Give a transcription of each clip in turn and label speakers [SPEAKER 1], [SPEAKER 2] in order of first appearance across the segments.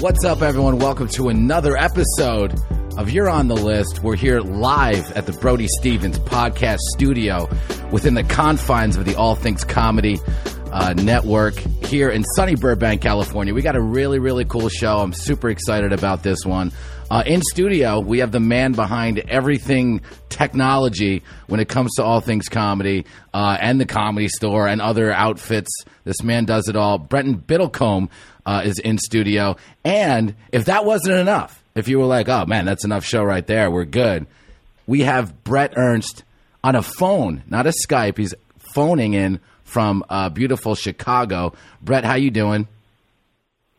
[SPEAKER 1] What's up, everyone? Welcome to another episode of You're on the List. We're here live at the Brody Stevens podcast studio within the confines of the All Things Comedy uh, Network here in sunny Burbank, California. We got a really, really cool show. I'm super excited about this one. Uh, in studio, we have the man behind everything technology when it comes to all things comedy uh, and the comedy store and other outfits. This man does it all. Brenton Biddlecombe uh, is in studio. And if that wasn't enough, if you were like, oh man, that's enough show right there, we're good, we have Brett Ernst on a phone, not a Skype. He's phoning in from uh, beautiful Chicago. Brett, how you doing?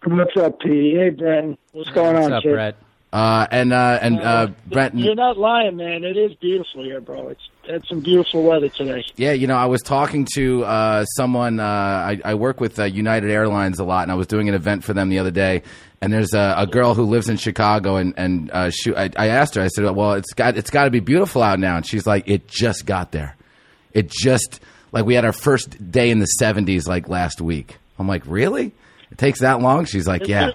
[SPEAKER 2] What's up, Petey? Hey, Ben. What's going on,
[SPEAKER 3] What's up,
[SPEAKER 2] kid?
[SPEAKER 3] Brett? Mm.
[SPEAKER 1] Uh, and uh, and uh, Brett,
[SPEAKER 2] You're not lying, man. It is beautiful here, bro. It's had some beautiful weather today.
[SPEAKER 1] Yeah, you know, I was talking to uh, someone. Uh, I, I work with uh, United Airlines a lot, and I was doing an event for them the other day. And there's a, a girl who lives in Chicago, and and uh, she, I, I asked her. I said, "Well, it's got it's got to be beautiful out now." And she's like, "It just got there. It just like we had our first day in the 70s like last week." I'm like, "Really? It takes that long?" She's like, "Yeah."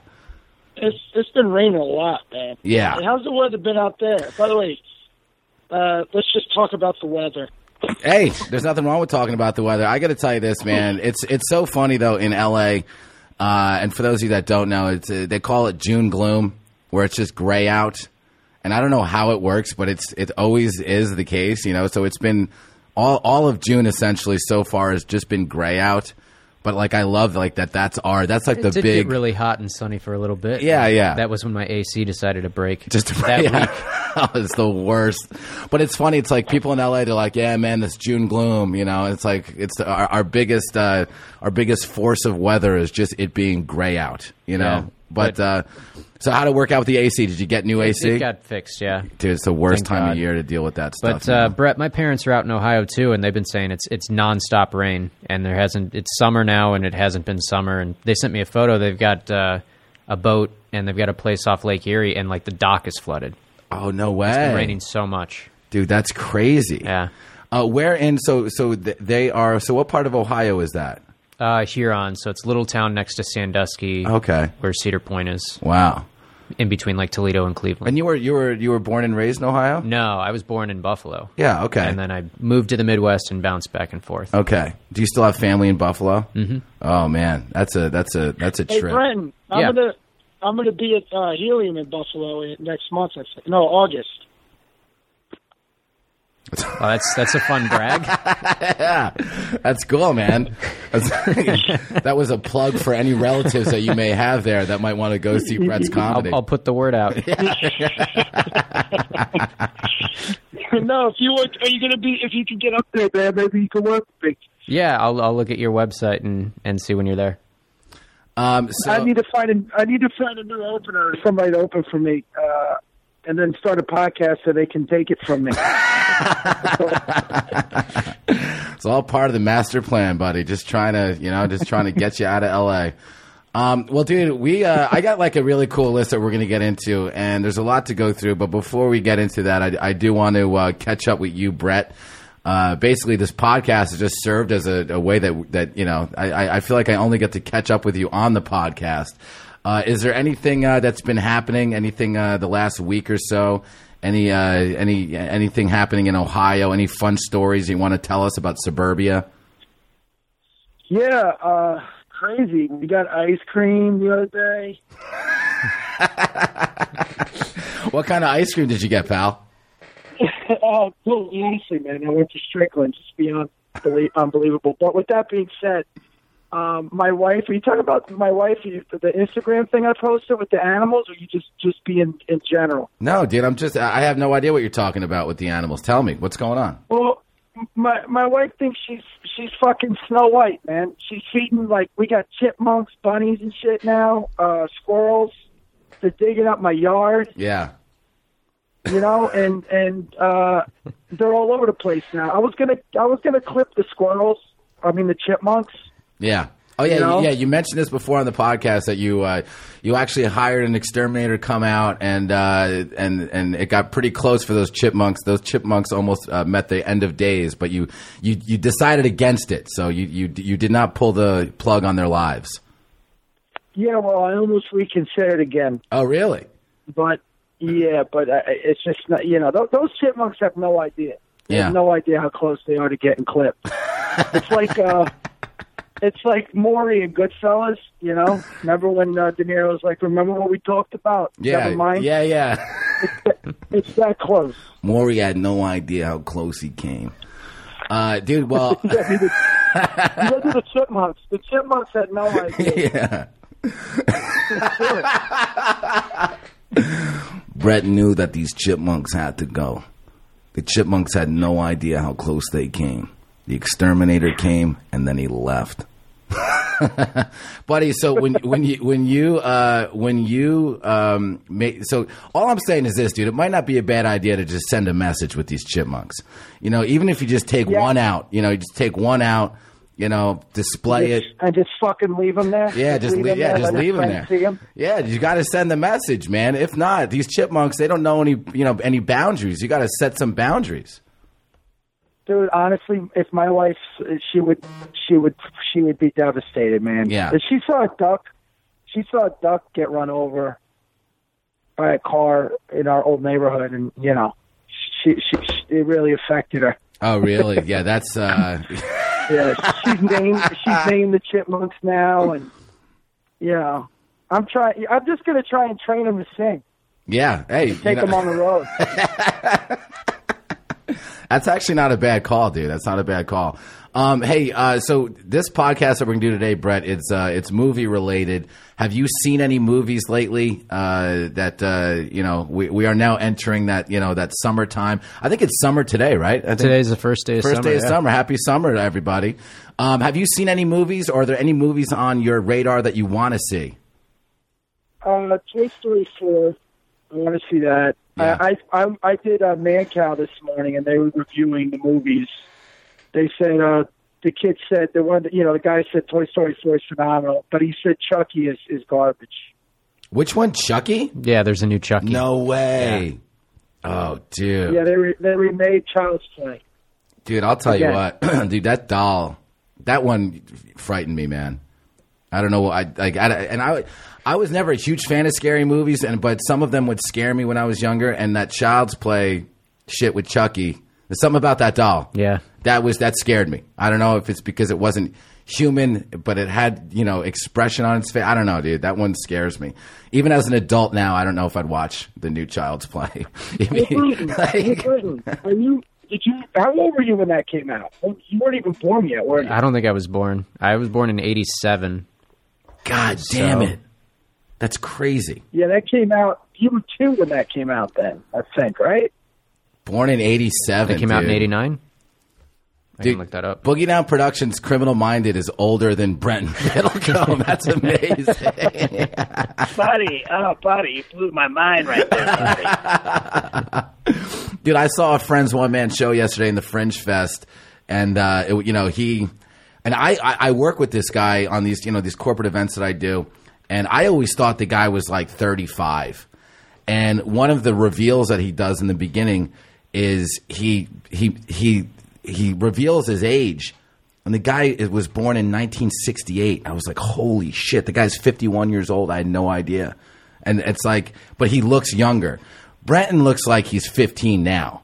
[SPEAKER 2] It's it's been raining a lot, man.
[SPEAKER 1] Yeah.
[SPEAKER 2] And how's the weather been out there? By the way, uh, let's just talk about the weather.
[SPEAKER 1] hey, there's nothing wrong with talking about the weather. I got to tell you this, man. It's it's so funny though in L.A. Uh, and for those of you that don't know, it's uh, they call it June gloom, where it's just gray out. And I don't know how it works, but it's it always is the case, you know. So it's been all all of June essentially so far has just been gray out. But like I love like that. That's our that's like
[SPEAKER 3] it
[SPEAKER 1] the
[SPEAKER 3] did
[SPEAKER 1] big
[SPEAKER 3] get really hot and sunny for a little bit.
[SPEAKER 1] Yeah, yeah.
[SPEAKER 3] That was when my AC decided to break.
[SPEAKER 1] just to
[SPEAKER 3] that
[SPEAKER 1] yeah.
[SPEAKER 3] week.
[SPEAKER 1] it's the worst. But it's funny. It's like people in LA. They're like, "Yeah, man, this June gloom." You know, it's like it's the, our, our biggest uh, our biggest force of weather is just it being gray out. You know,
[SPEAKER 3] Yeah.
[SPEAKER 1] but, uh, so how to work out with the AC? Did you get new AC?
[SPEAKER 3] It got fixed, yeah.
[SPEAKER 1] Dude, it's the worst
[SPEAKER 3] Thank
[SPEAKER 1] time of
[SPEAKER 3] God.
[SPEAKER 1] year to deal with that stuff.
[SPEAKER 3] But uh,
[SPEAKER 1] man.
[SPEAKER 3] Brett, my parents are out in Ohio too, and they've been saying it's it's nonstop rain, and there hasn't. It's summer now, and it hasn't been summer. And they sent me a photo. They've got uh, a boat, and they've got a place off Lake Erie, and like the dock is flooded.
[SPEAKER 1] oh no way,
[SPEAKER 3] uh, It's been raining so much.
[SPEAKER 1] dude, that's crazy.
[SPEAKER 3] Yeah.
[SPEAKER 1] Uh, where in so so th- they are so what part of Ohio is that?
[SPEAKER 3] Uh, Huron, so it's a little town next to Sandusky.
[SPEAKER 1] Okay.
[SPEAKER 3] Where Cedar Point is,
[SPEAKER 1] Wow.
[SPEAKER 3] in between like Toledo and Cleveland.
[SPEAKER 1] And you were you were you were born and raised in Ohio?
[SPEAKER 3] No, I was born in Buffalo.
[SPEAKER 1] Yeah. Okay.
[SPEAKER 3] and then I moved to the Midwest and bounced back and forth.
[SPEAKER 1] Okay. Do you still have family in Buffalo? Mm-hmm. Oh man, that's a that's a that's a
[SPEAKER 2] Hey,
[SPEAKER 1] trip.
[SPEAKER 2] Brenton, I'm
[SPEAKER 3] Yeah.
[SPEAKER 2] gonna I'm gonna be at uh, Helium in Buffalo in- next month. I think. No, August.
[SPEAKER 3] Wow, that's that's a fun brag.
[SPEAKER 1] That's cool, man. That's- that was a plug for any relatives that you may have there that might want to go see Brett's comedy.
[SPEAKER 3] I'll, I'll put the word out.
[SPEAKER 2] no, if you would, are you gonna be? If you can get up there, man, maybe you can work with me.
[SPEAKER 3] Yeah, I'll, I'll look at your website and, and see when you're there.
[SPEAKER 1] um,
[SPEAKER 2] I
[SPEAKER 1] so,
[SPEAKER 2] need to find a I need to find a new opener, somebody to open for me, uh, and then start a podcast so they can take it from me.
[SPEAKER 1] it's all part of the master plan, buddy. Just trying to you know just trying to get you out of L.A. Um, well, dude, we uh, I got like a really cool list that we're going to get into, and there's a lot to go through. But before we get into that, I, I do want to uh, catch up with you, Brett. Uh, basically, this podcast has just served as a, a way that that you know I- I, I feel like I only get to catch up with you on the podcast. Uh, is there anything uh, that's been happening? Anything uh, the last week or so? Any uh, any anything happening in Ohio? Any fun stories you want to tell us about suburbia?
[SPEAKER 2] yeah, uh, crazy. We got ice cream the other day.
[SPEAKER 1] What kind of ice cream did you get, pal?
[SPEAKER 2] oh, cool. honestly, man, I went to Strickland. Just beyond belie- unbelievable. But with that being said, um, my wife. Are you talking about my wife? you- The Instagram thing I posted with the animals, or you just just being in general?
[SPEAKER 1] No, dude, I'm just, I I have no idea what you're talking about with the animals. Tell me, what's going on?
[SPEAKER 2] Well, my my wife thinks she's she's fucking Snow White, man. She's feeding like we got chipmunks, bunnies, and shit now. Uh, squirrels. They're digging up my yard,
[SPEAKER 1] Yeah.
[SPEAKER 2] you know, and and uh, they're all over the place now. I was gonna I was gonna clip the squirrels. I mean the chipmunks.
[SPEAKER 1] Yeah. Oh yeah,
[SPEAKER 2] You know?
[SPEAKER 1] yeah. You mentioned this before on the podcast that you uh, you actually hired an exterminator to come out and uh, and and it got pretty close for those chipmunks. Those chipmunks almost uh, met the end of days, but you you you decided against it. So you you you did not pull the plug on their lives.
[SPEAKER 2] Yeah, well, I almost reconsidered again,
[SPEAKER 1] Oh, really?
[SPEAKER 2] but yeah, but I, it's just not. You know, th- those chipmunks have no idea. They
[SPEAKER 1] Yeah.
[SPEAKER 2] have no idea how close they are to getting clipped. it's like uh, it's like Maury and Goodfellas. You know, remember when uh, De Niro was like, "Remember what we talked about?
[SPEAKER 1] Yeah.
[SPEAKER 2] Never mind."
[SPEAKER 1] Yeah, yeah.
[SPEAKER 2] It's that close.
[SPEAKER 1] Maury had no idea how close he came. Uh, dude, well,
[SPEAKER 2] Look at the chipmunks. The chipmunks had no idea.
[SPEAKER 1] yeah. Brett knew that these chipmunks had to go. The chipmunks had no idea how close they came. The exterminator came and then he left. Buddy, so when when you when you uh, when you um, make so all I'm saying is this, dude. It might not be a bad idea to just send a message with these chipmunks. You know, even if you just take one out, you know, you just take one out, you know, display it.
[SPEAKER 2] and just fucking leave them there.
[SPEAKER 1] Yeah, just leave,
[SPEAKER 2] 'em
[SPEAKER 1] yeah,
[SPEAKER 2] there,
[SPEAKER 1] just
[SPEAKER 2] let
[SPEAKER 1] leave them
[SPEAKER 2] his
[SPEAKER 1] there.
[SPEAKER 2] friends see 'em.
[SPEAKER 1] Yeah, you got to send the message, man. If not, these chipmunks they don't know any you know any boundaries. You got to set some boundaries.
[SPEAKER 2] Dude, honestly, if my wife, she would, she would, she would be devastated, man.
[SPEAKER 1] Yeah.
[SPEAKER 2] If she saw a duck, she saw a duck get run over by a car in our old neighborhood, and you know, she, she, she it really affected her.
[SPEAKER 1] Oh, really? yeah, that's uh,
[SPEAKER 2] Yeah, she's named, she's named the chipmunks now, and yeah, I'm trying. I'm just gonna try and train them to sing.
[SPEAKER 1] yeah. Hey,
[SPEAKER 2] Take
[SPEAKER 1] you know,
[SPEAKER 2] them on the road.
[SPEAKER 1] that's actually not a bad call, dude. That's not a bad call. Um, hey, uh, so this podcast that we're gonna do today, Brett, it's uh, it's movie related. Have you seen any movies lately uh, that uh, you know we, we are now entering that you know that summertime? I think it's summer today, right? I think-
[SPEAKER 3] Today's the first day of
[SPEAKER 1] First
[SPEAKER 3] summer.
[SPEAKER 1] day of
[SPEAKER 3] yeah.
[SPEAKER 1] summer. Happy summer to everybody. Um, have you seen any movies? Or are there any movies on your radar that you want to see?
[SPEAKER 2] Uh, Toy Story Four. I want to see that.
[SPEAKER 1] Yeah.
[SPEAKER 2] I I I, I did uh, Man Cow this morning, and they were reviewing the movies. They said uh, the kid said the one you know the guy said Toy Story Four is phenomenal, but he said Chucky is is garbage.
[SPEAKER 1] Which one? Chucky?
[SPEAKER 3] Yeah, there's a new Chucky.
[SPEAKER 1] No way. Oh, dude.
[SPEAKER 2] Yeah, they re, they remade Child's Play.
[SPEAKER 1] Dude, I'll tell you
[SPEAKER 2] Okay.
[SPEAKER 1] what. dude, that doll, that one frightened me, man. I don't know. I like, I, and I, I was never a huge fan of scary movies, and but some of them would scare me when I was younger. And that Child's Play shit with Chucky, there's something about that doll.
[SPEAKER 3] Yeah.
[SPEAKER 1] that was that scared me. I don't know if it's because it wasn't human, but it had you know expression on its face. I don't know, dude. That one scares me. Even as an adult now, I don't know if I'd watch the new Child's Play. I
[SPEAKER 2] Hey
[SPEAKER 1] mean,
[SPEAKER 2] Bruton, hey
[SPEAKER 1] like-
[SPEAKER 2] Bruton, are you? Did you? How old were you when that came out? You weren't even born yet, were you?
[SPEAKER 3] I don't think I was born. I was born in '87.
[SPEAKER 1] God damn
[SPEAKER 3] So-
[SPEAKER 1] it, that's crazy.
[SPEAKER 2] Yeah, that came out. You were two when that came out. Then I think, right?
[SPEAKER 1] Born in '87,
[SPEAKER 3] It came out in '89. I
[SPEAKER 1] Dude,
[SPEAKER 3] can look that up.
[SPEAKER 1] Boogie Down Productions' Criminal Minded is older than Brent Middlecombe. That's amazing.
[SPEAKER 2] buddy, oh, buddy, you blew my mind right there. Buddy.
[SPEAKER 1] Dude, I saw a friend's one man show yesterday in the Fringe Fest, and uh, it, you know he and I, I I work with this guy on these you know these corporate events that I do, and I always thought the guy was like thirty five, and one of the reveals that he does in the beginning is he he he he reveals his age. And the guy is- was born in 1968. I was like, holy shit, the guy's 51 years old. I had no idea. And it's like, but he looks younger. Brenton looks like he's 15 now.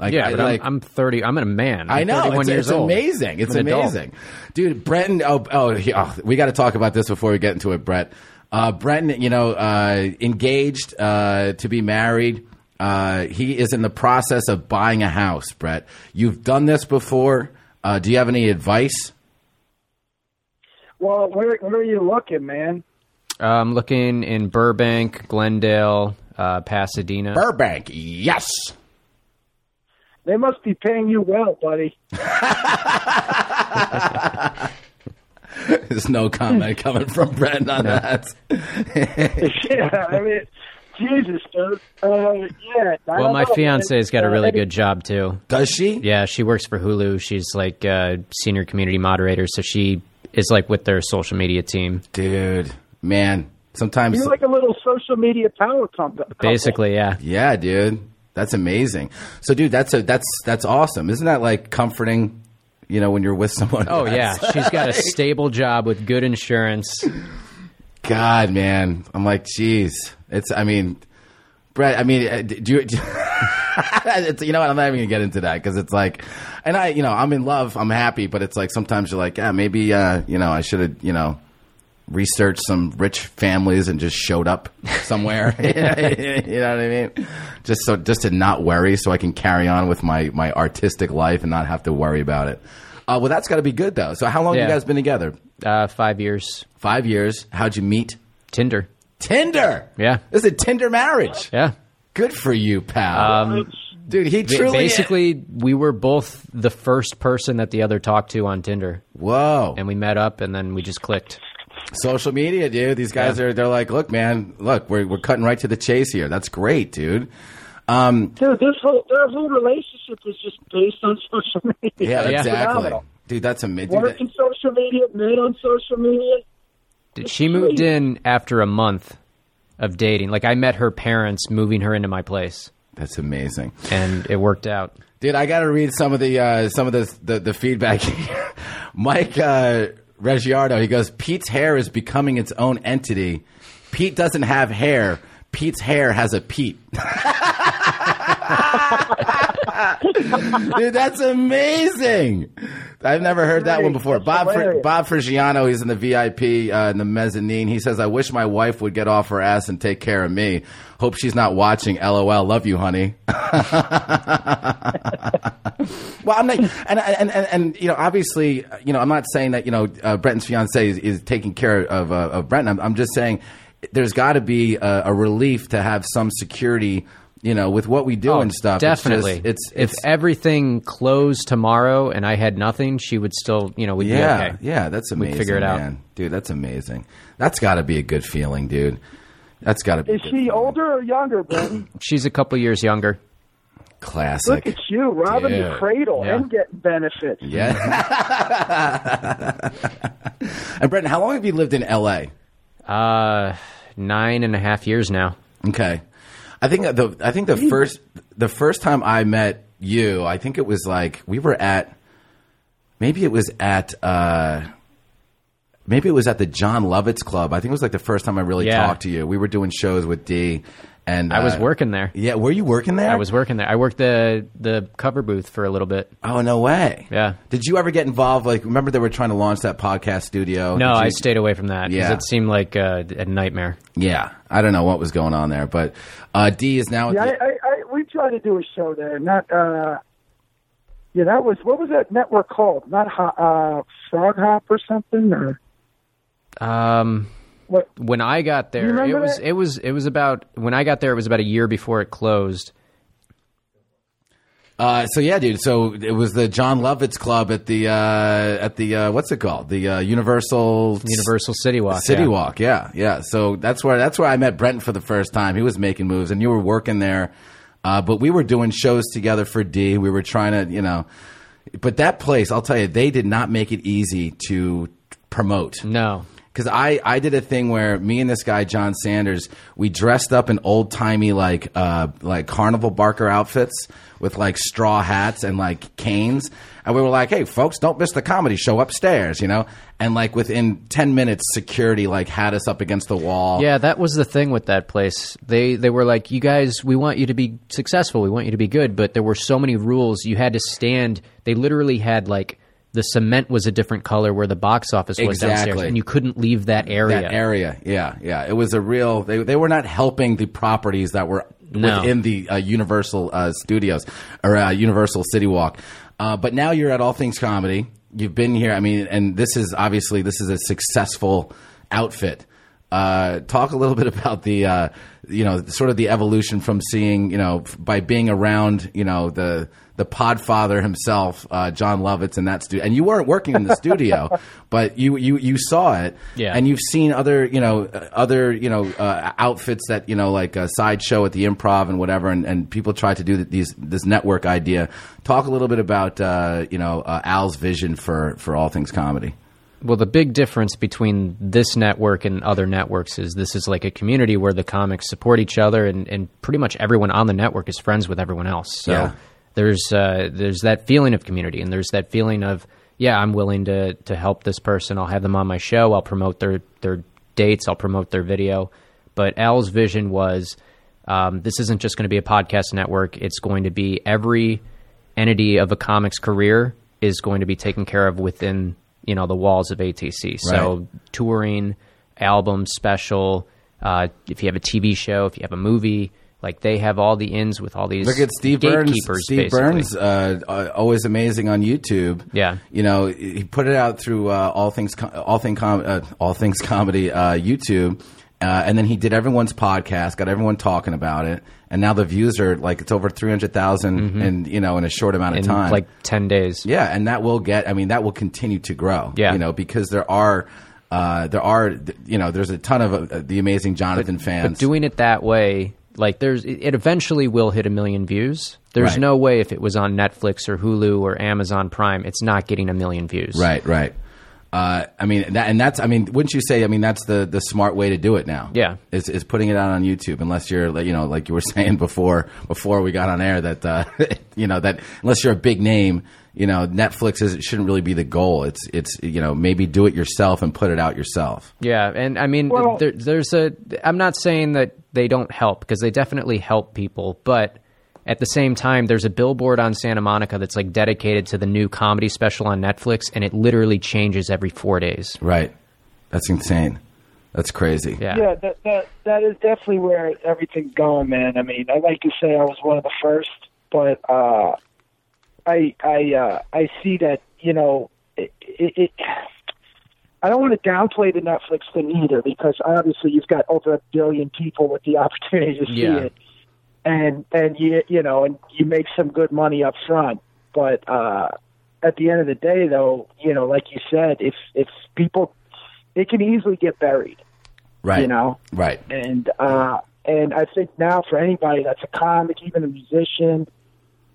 [SPEAKER 1] Like,
[SPEAKER 3] Yeah,
[SPEAKER 1] I-
[SPEAKER 3] but
[SPEAKER 1] like-
[SPEAKER 3] I'm, I'm 30. I'm a man.
[SPEAKER 1] I
[SPEAKER 3] I'm
[SPEAKER 1] know.
[SPEAKER 3] 31
[SPEAKER 1] It's,
[SPEAKER 3] years
[SPEAKER 1] it's
[SPEAKER 3] old.
[SPEAKER 1] amazing. It's
[SPEAKER 3] I'm an adult.
[SPEAKER 1] amazing, dude. Brenton. Oh, oh, he- oh, we got to talk about this before we get into it, Brett. Uh, Brenton, you know, uh, engaged uh, to be married. Uh, he is in the process of buying a house, Brett. You've done this before. Uh, do you have any advice?
[SPEAKER 2] Well, where where are you looking, man?
[SPEAKER 3] Uh, I'm looking in Burbank, Glendale, uh, Pasadena.
[SPEAKER 1] Burbank, yes.
[SPEAKER 2] They must be paying you well, buddy.
[SPEAKER 1] There's no comment coming from Brenton on that.
[SPEAKER 2] yeah, I mean, Jesus, dude. Uh, yeah. I
[SPEAKER 3] well,
[SPEAKER 2] don't
[SPEAKER 3] my
[SPEAKER 2] know, man.
[SPEAKER 3] fiance's got a
[SPEAKER 2] Uh,
[SPEAKER 3] really
[SPEAKER 2] any-
[SPEAKER 3] good job too.
[SPEAKER 1] Does she?
[SPEAKER 3] Yeah, she works for Hulu. She's like uh, senior community moderator, so she is like with their social media team.
[SPEAKER 1] Oh, dude, man. Sometimes
[SPEAKER 2] You're like a little social media power comp- couple.
[SPEAKER 3] Basically, yeah.
[SPEAKER 1] Yeah, dude. That's amazing. So dude, that's a that's that's awesome. Isn't that like comforting, Oh, you know, when you're with someone?
[SPEAKER 3] Oh yeah, she's got a stable job with good insurance.
[SPEAKER 1] God, man, I'm like, jeez, it's. I mean, Brett. I mean, uh, do you? Do, it's, you know what? I'm not even gonna get into that because it's like, and I, you know, I'm in love. I'm happy, but it's like sometimes you're like, yeah, maybe, uh, you know, I should have, you know, researched some rich families and just showed up somewhere. you know what I mean? Just so just to not worry, so I can carry on with my my artistic life and not have to worry about it. Uh, well, that's got to be good though. So, how long
[SPEAKER 3] Yeah.
[SPEAKER 1] you guys been together?
[SPEAKER 3] Uh, five years.
[SPEAKER 1] Five years. How'd you meet?
[SPEAKER 3] Tinder.
[SPEAKER 1] Tinder.
[SPEAKER 3] Yeah.
[SPEAKER 1] This is a Tinder marriage.
[SPEAKER 3] Yeah.
[SPEAKER 1] Good for you, pal. Dude, he
[SPEAKER 3] Um, Ba-
[SPEAKER 1] truly
[SPEAKER 3] Basically, we were both the first person that the other talked to on Tinder,
[SPEAKER 1] Whoa.
[SPEAKER 3] and we met up, and then we just clicked.
[SPEAKER 1] Social media, dude. These guys are they're like, "Look, man, look, we're we're cutting right to the chase here. That's great, dude." Um,
[SPEAKER 2] Dude, this whole their whole relationship is just based on social media.
[SPEAKER 1] yeah,
[SPEAKER 3] Yeah.
[SPEAKER 1] exactly.
[SPEAKER 2] Phenomenal.
[SPEAKER 1] Dude, that's amazing.
[SPEAKER 2] Work in social media, men on social media.
[SPEAKER 3] Did- She moved in after a month of dating. Like I met her parents moving her into my place,
[SPEAKER 1] That's amazing.
[SPEAKER 3] and it worked out.
[SPEAKER 1] Dude, I got to read some of the uh, some of the the, the feedback. here. Mike uh, Reggiardo, he goes, Pete's hair is becoming its own entity. Pete doesn't have hair. Pete's hair has a Pete. Dude, that's amazing. I've never heard that one before.
[SPEAKER 2] That's
[SPEAKER 1] Bob Fr-
[SPEAKER 2] hilarious.
[SPEAKER 1] Bob Frigiano, he's in the VIP uh, in the mezzanine. He says, "I wish my wife would get off her ass and take care of me. Hope she's not watching. LOL. Love you, honey." Well, I'm not, and, and, and, and, you know, obviously, you know, I'm not saying that, you know, uh, Brenton's fiance is, is taking care of, uh, of Brenton. I'm, I'm just saying there's got to be a, a relief to have some security, you know, with what we do and stuff.
[SPEAKER 3] Oh, Definitely,
[SPEAKER 1] It's, just,
[SPEAKER 3] if
[SPEAKER 1] it's, it's
[SPEAKER 3] everything closed tomorrow and I had nothing, she would still, you know, we'd
[SPEAKER 1] yeah,
[SPEAKER 3] be okay.
[SPEAKER 1] yeah, that's amazing.
[SPEAKER 3] figure it out.
[SPEAKER 1] man. Dude, that's amazing. That's got to be a good feeling, dude. That's got to be a
[SPEAKER 2] Is
[SPEAKER 1] good
[SPEAKER 2] she
[SPEAKER 1] feeling.
[SPEAKER 2] older or younger, Brenton?
[SPEAKER 3] She's a couple years younger.
[SPEAKER 1] Classic.
[SPEAKER 2] Look at you, robbing
[SPEAKER 1] Dude.
[SPEAKER 2] the cradle
[SPEAKER 3] Yeah.
[SPEAKER 2] and getting benefits.
[SPEAKER 1] yeah. and Brenton, how long have you lived in L.A.?
[SPEAKER 3] Uh, nine and a half years now.
[SPEAKER 1] Okay, I think the I think the first the first time I met you, I think it was like we were at maybe it was at uh, maybe it was at the John Lovitz Club. I think it was like the first time I really
[SPEAKER 3] Yeah.
[SPEAKER 1] talked to you. We were doing shows with D, and
[SPEAKER 3] I was
[SPEAKER 1] uh,
[SPEAKER 3] working there.
[SPEAKER 1] Yeah, were you working there?
[SPEAKER 3] I was working there. I worked the the cover booth for a little bit.
[SPEAKER 1] Oh no way!
[SPEAKER 3] Yeah.
[SPEAKER 1] Did you ever get involved? Like, remember they were trying to launch that podcast studio?
[SPEAKER 3] No,
[SPEAKER 1] Did you-
[SPEAKER 3] I stayed away from that because
[SPEAKER 1] Yeah.
[SPEAKER 3] it seemed like uh, a nightmare.
[SPEAKER 1] Yeah, I don't know what was going on there, but uh, D is now. at
[SPEAKER 2] Yeah,
[SPEAKER 1] the-
[SPEAKER 2] I, I, I, we tried to do a show there. Not, uh, yeah, that was what was that network called? Not ho- uh, Frog Hop or something, or
[SPEAKER 3] Um,
[SPEAKER 2] what?
[SPEAKER 3] when I got
[SPEAKER 2] You
[SPEAKER 3] there, it
[SPEAKER 2] remember
[SPEAKER 3] was
[SPEAKER 2] that?
[SPEAKER 3] it was it was about when I got there. It was about a year before it closed.
[SPEAKER 1] Uh, so yeah, dude. So it was the John Lovitz Club at the uh, at the uh, what's it called? The uh, Universal
[SPEAKER 3] Universal City Walk.
[SPEAKER 1] City
[SPEAKER 3] yeah.
[SPEAKER 1] Walk. Yeah, yeah. So that's where that's where I met Brent for the first time. He was making moves, and you were working there. Uh, but we were doing shows together for D. We were trying to, you know. But that place, I'll tell you, they did not make it easy to promote
[SPEAKER 3] No,
[SPEAKER 1] because I, I did a thing where me and this guy John Sanders we dressed up in old timey like uh, like carnival barker outfits with like straw hats and like canes and we were like hey folks don't miss the comedy show upstairs you know and like within ten minutes security like had us up against the wall
[SPEAKER 3] yeah, that was the thing with that place. They they were like, you guys, we want you to be successful. We want you to be good, but there were so many rules. You had to stand. They literally had like. The cement was a different color where the box office was
[SPEAKER 1] Exactly.
[SPEAKER 3] downstairs, and you couldn't leave that area.
[SPEAKER 1] that area yeah yeah it was a real they they were not helping the properties that were
[SPEAKER 3] No.
[SPEAKER 1] within the uh, Universal uh, Studios or uh, Universal City Walk. Uh, but now you're at All Things Comedy. You've been here. I mean, and this is obviously this is a successful outfit. Uh, talk a little bit about the uh, you know sort of the evolution from seeing you know f- by being around you know the the Podfather himself, uh, John Lovitz, and that studio. And you weren't working in the studio, but you you you saw it,
[SPEAKER 3] Yeah.
[SPEAKER 1] and you you've seen other you know uh, other you know uh, outfits that you know like a sideshow at the improv and whatever and, and people try to do th- these this network idea talk a little bit about uh, you know uh, al's vision for for all things comedy
[SPEAKER 3] Well, the big difference between this network and other networks is this is like a community where the comics support each other, and, and pretty much everyone on the network is friends with everyone else. So
[SPEAKER 1] Yeah.
[SPEAKER 3] there's uh, there's that feeling of community, and there's that feeling of yeah, I'm willing to to help this person. I'll have them on my show. I'll promote their their dates. I'll promote their video. But Al's vision was um, this isn't just going to be a podcast network. It's going to be every entity of a comic's career is going to be taken care of within you know the walls of ATC. So touring, album, special. Uh, if you have a TV show, if you have a movie, like they have all the ins with all these
[SPEAKER 1] Look at Steve Burns.
[SPEAKER 3] gatekeepers.
[SPEAKER 1] Steve
[SPEAKER 3] basically.
[SPEAKER 1] Burns, uh, uh, always amazing on YouTube.
[SPEAKER 3] Yeah.
[SPEAKER 1] you know he put it out through uh, all things, com- all thing, com- uh, all things comedy uh, YouTube, uh, and then he did everyone's podcast, got everyone talking about it, and now the views are like it's over three and you know in a short amount of
[SPEAKER 3] Mm-hmm. in
[SPEAKER 1] time,
[SPEAKER 3] like ten days.
[SPEAKER 1] Yeah, and that will get. I mean, that will continue to grow.
[SPEAKER 3] Yeah.
[SPEAKER 1] you know, because there are, uh, there are, you know, there's a ton of uh, the amazing Jonathan fans.
[SPEAKER 3] But doing it that way, like there's, it it eventually will hit a million views. There's
[SPEAKER 1] Right.
[SPEAKER 3] no way if it was on Netflix or Hulu or Amazon Prime, it's not getting a million views.
[SPEAKER 1] right, right. Uh, I mean, that, and that's. I mean, wouldn't you say? I mean, that's the the smart way to do it now.
[SPEAKER 3] Yeah.
[SPEAKER 1] is is putting it out on YouTube. Unless you're, like, you know, like you were saying before before we got on air that uh, you know that unless you're a big name, you know, Netflix is it shouldn't really be the goal. It's it's you know maybe do it yourself and put it out yourself.
[SPEAKER 3] Yeah, and I mean,
[SPEAKER 2] Well-
[SPEAKER 3] there, there's a. I'm not saying that they don't help because they definitely help people, but at the same time, there's a billboard on Santa Monica that's like dedicated to the new comedy special on Netflix, and it literally changes every four days.
[SPEAKER 1] Right, that's insane. That's crazy.
[SPEAKER 3] Yeah,
[SPEAKER 2] Yeah, that that that is definitely where everything's going, man. I mean, I like to say I was one of the first, but uh, I I uh, I see that you know it. it, it I don't want to downplay the Netflix thing either because obviously you've got over a billion people with the opportunity to see
[SPEAKER 3] Yeah.
[SPEAKER 2] it, and and you you know and you make some good money up front, but uh, at the end of the day, though, you know, like you said, if if people, it can easily get buried
[SPEAKER 1] Right.
[SPEAKER 2] You know?
[SPEAKER 1] Right.
[SPEAKER 2] and uh, and I think now for anybody that's a comic, even a musician,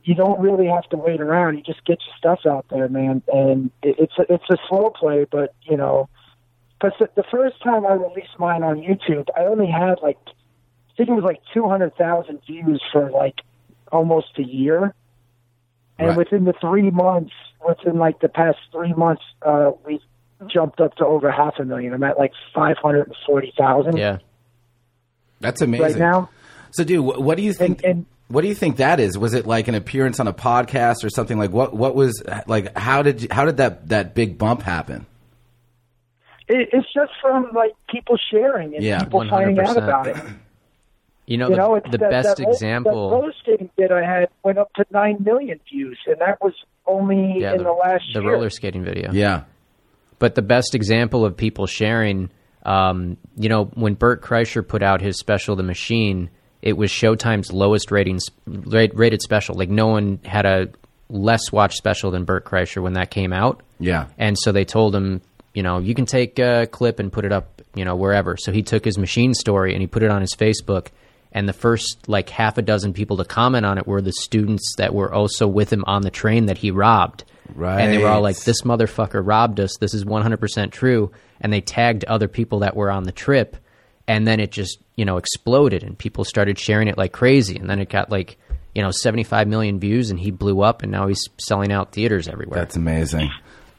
[SPEAKER 2] you don't really have to wait around. You just get your stuff out there, man. And it, it's a, it's a slow play, but you know, because the, the first time I released mine on YouTube, I only had like I think it was like two hundred thousand views for like almost a year. And
[SPEAKER 1] Right.
[SPEAKER 2] within the three months, within like the past three months, uh, we jumped up to over half a million. I'm at like five hundred and forty thousand
[SPEAKER 3] yeah.
[SPEAKER 1] That's amazing.
[SPEAKER 2] right now.
[SPEAKER 1] So, dude, wh- what do you think?
[SPEAKER 2] And- and-
[SPEAKER 1] what do you think that is? Was it like an appearance on a podcast or something? Like what? What was like? How did you, how did that that big bump happen?
[SPEAKER 2] It, it's just from like people sharing and
[SPEAKER 1] Yeah,
[SPEAKER 2] people finding out
[SPEAKER 3] 100%.
[SPEAKER 2] about it.
[SPEAKER 3] You know,
[SPEAKER 2] You
[SPEAKER 3] the,
[SPEAKER 2] know, it's
[SPEAKER 3] the
[SPEAKER 2] that,
[SPEAKER 3] best
[SPEAKER 2] that ro-
[SPEAKER 3] example.
[SPEAKER 2] that roller skating that I had went up to nine million views, and that was only
[SPEAKER 3] yeah,
[SPEAKER 2] in the, last
[SPEAKER 3] the
[SPEAKER 2] year.
[SPEAKER 3] roller skating video.
[SPEAKER 1] Yeah,
[SPEAKER 3] But the best example of people sharing, um, you know, when Burt Kreischer put out his special, The Machine, it was Showtime's lowest ratings, rate, rated special. Like no one had a less watched special than Burt Kreischer when that came out.
[SPEAKER 1] yeah,
[SPEAKER 3] And so they told him, you know, you can take a clip and put it up, you know, wherever. So he took his machine story and he put it on his Facebook. And the first like half a dozen people to comment on it were the students that were also with him on the train that he robbed. And they were all
[SPEAKER 1] Right.
[SPEAKER 3] like, this motherfucker robbed us. This is 100% true. And they tagged other people that were on the trip. And then it just, you know, exploded and people started sharing it like crazy. And then it got like, you know, 75 million views and he blew up and now he's selling out theaters everywhere.
[SPEAKER 1] That's amazing.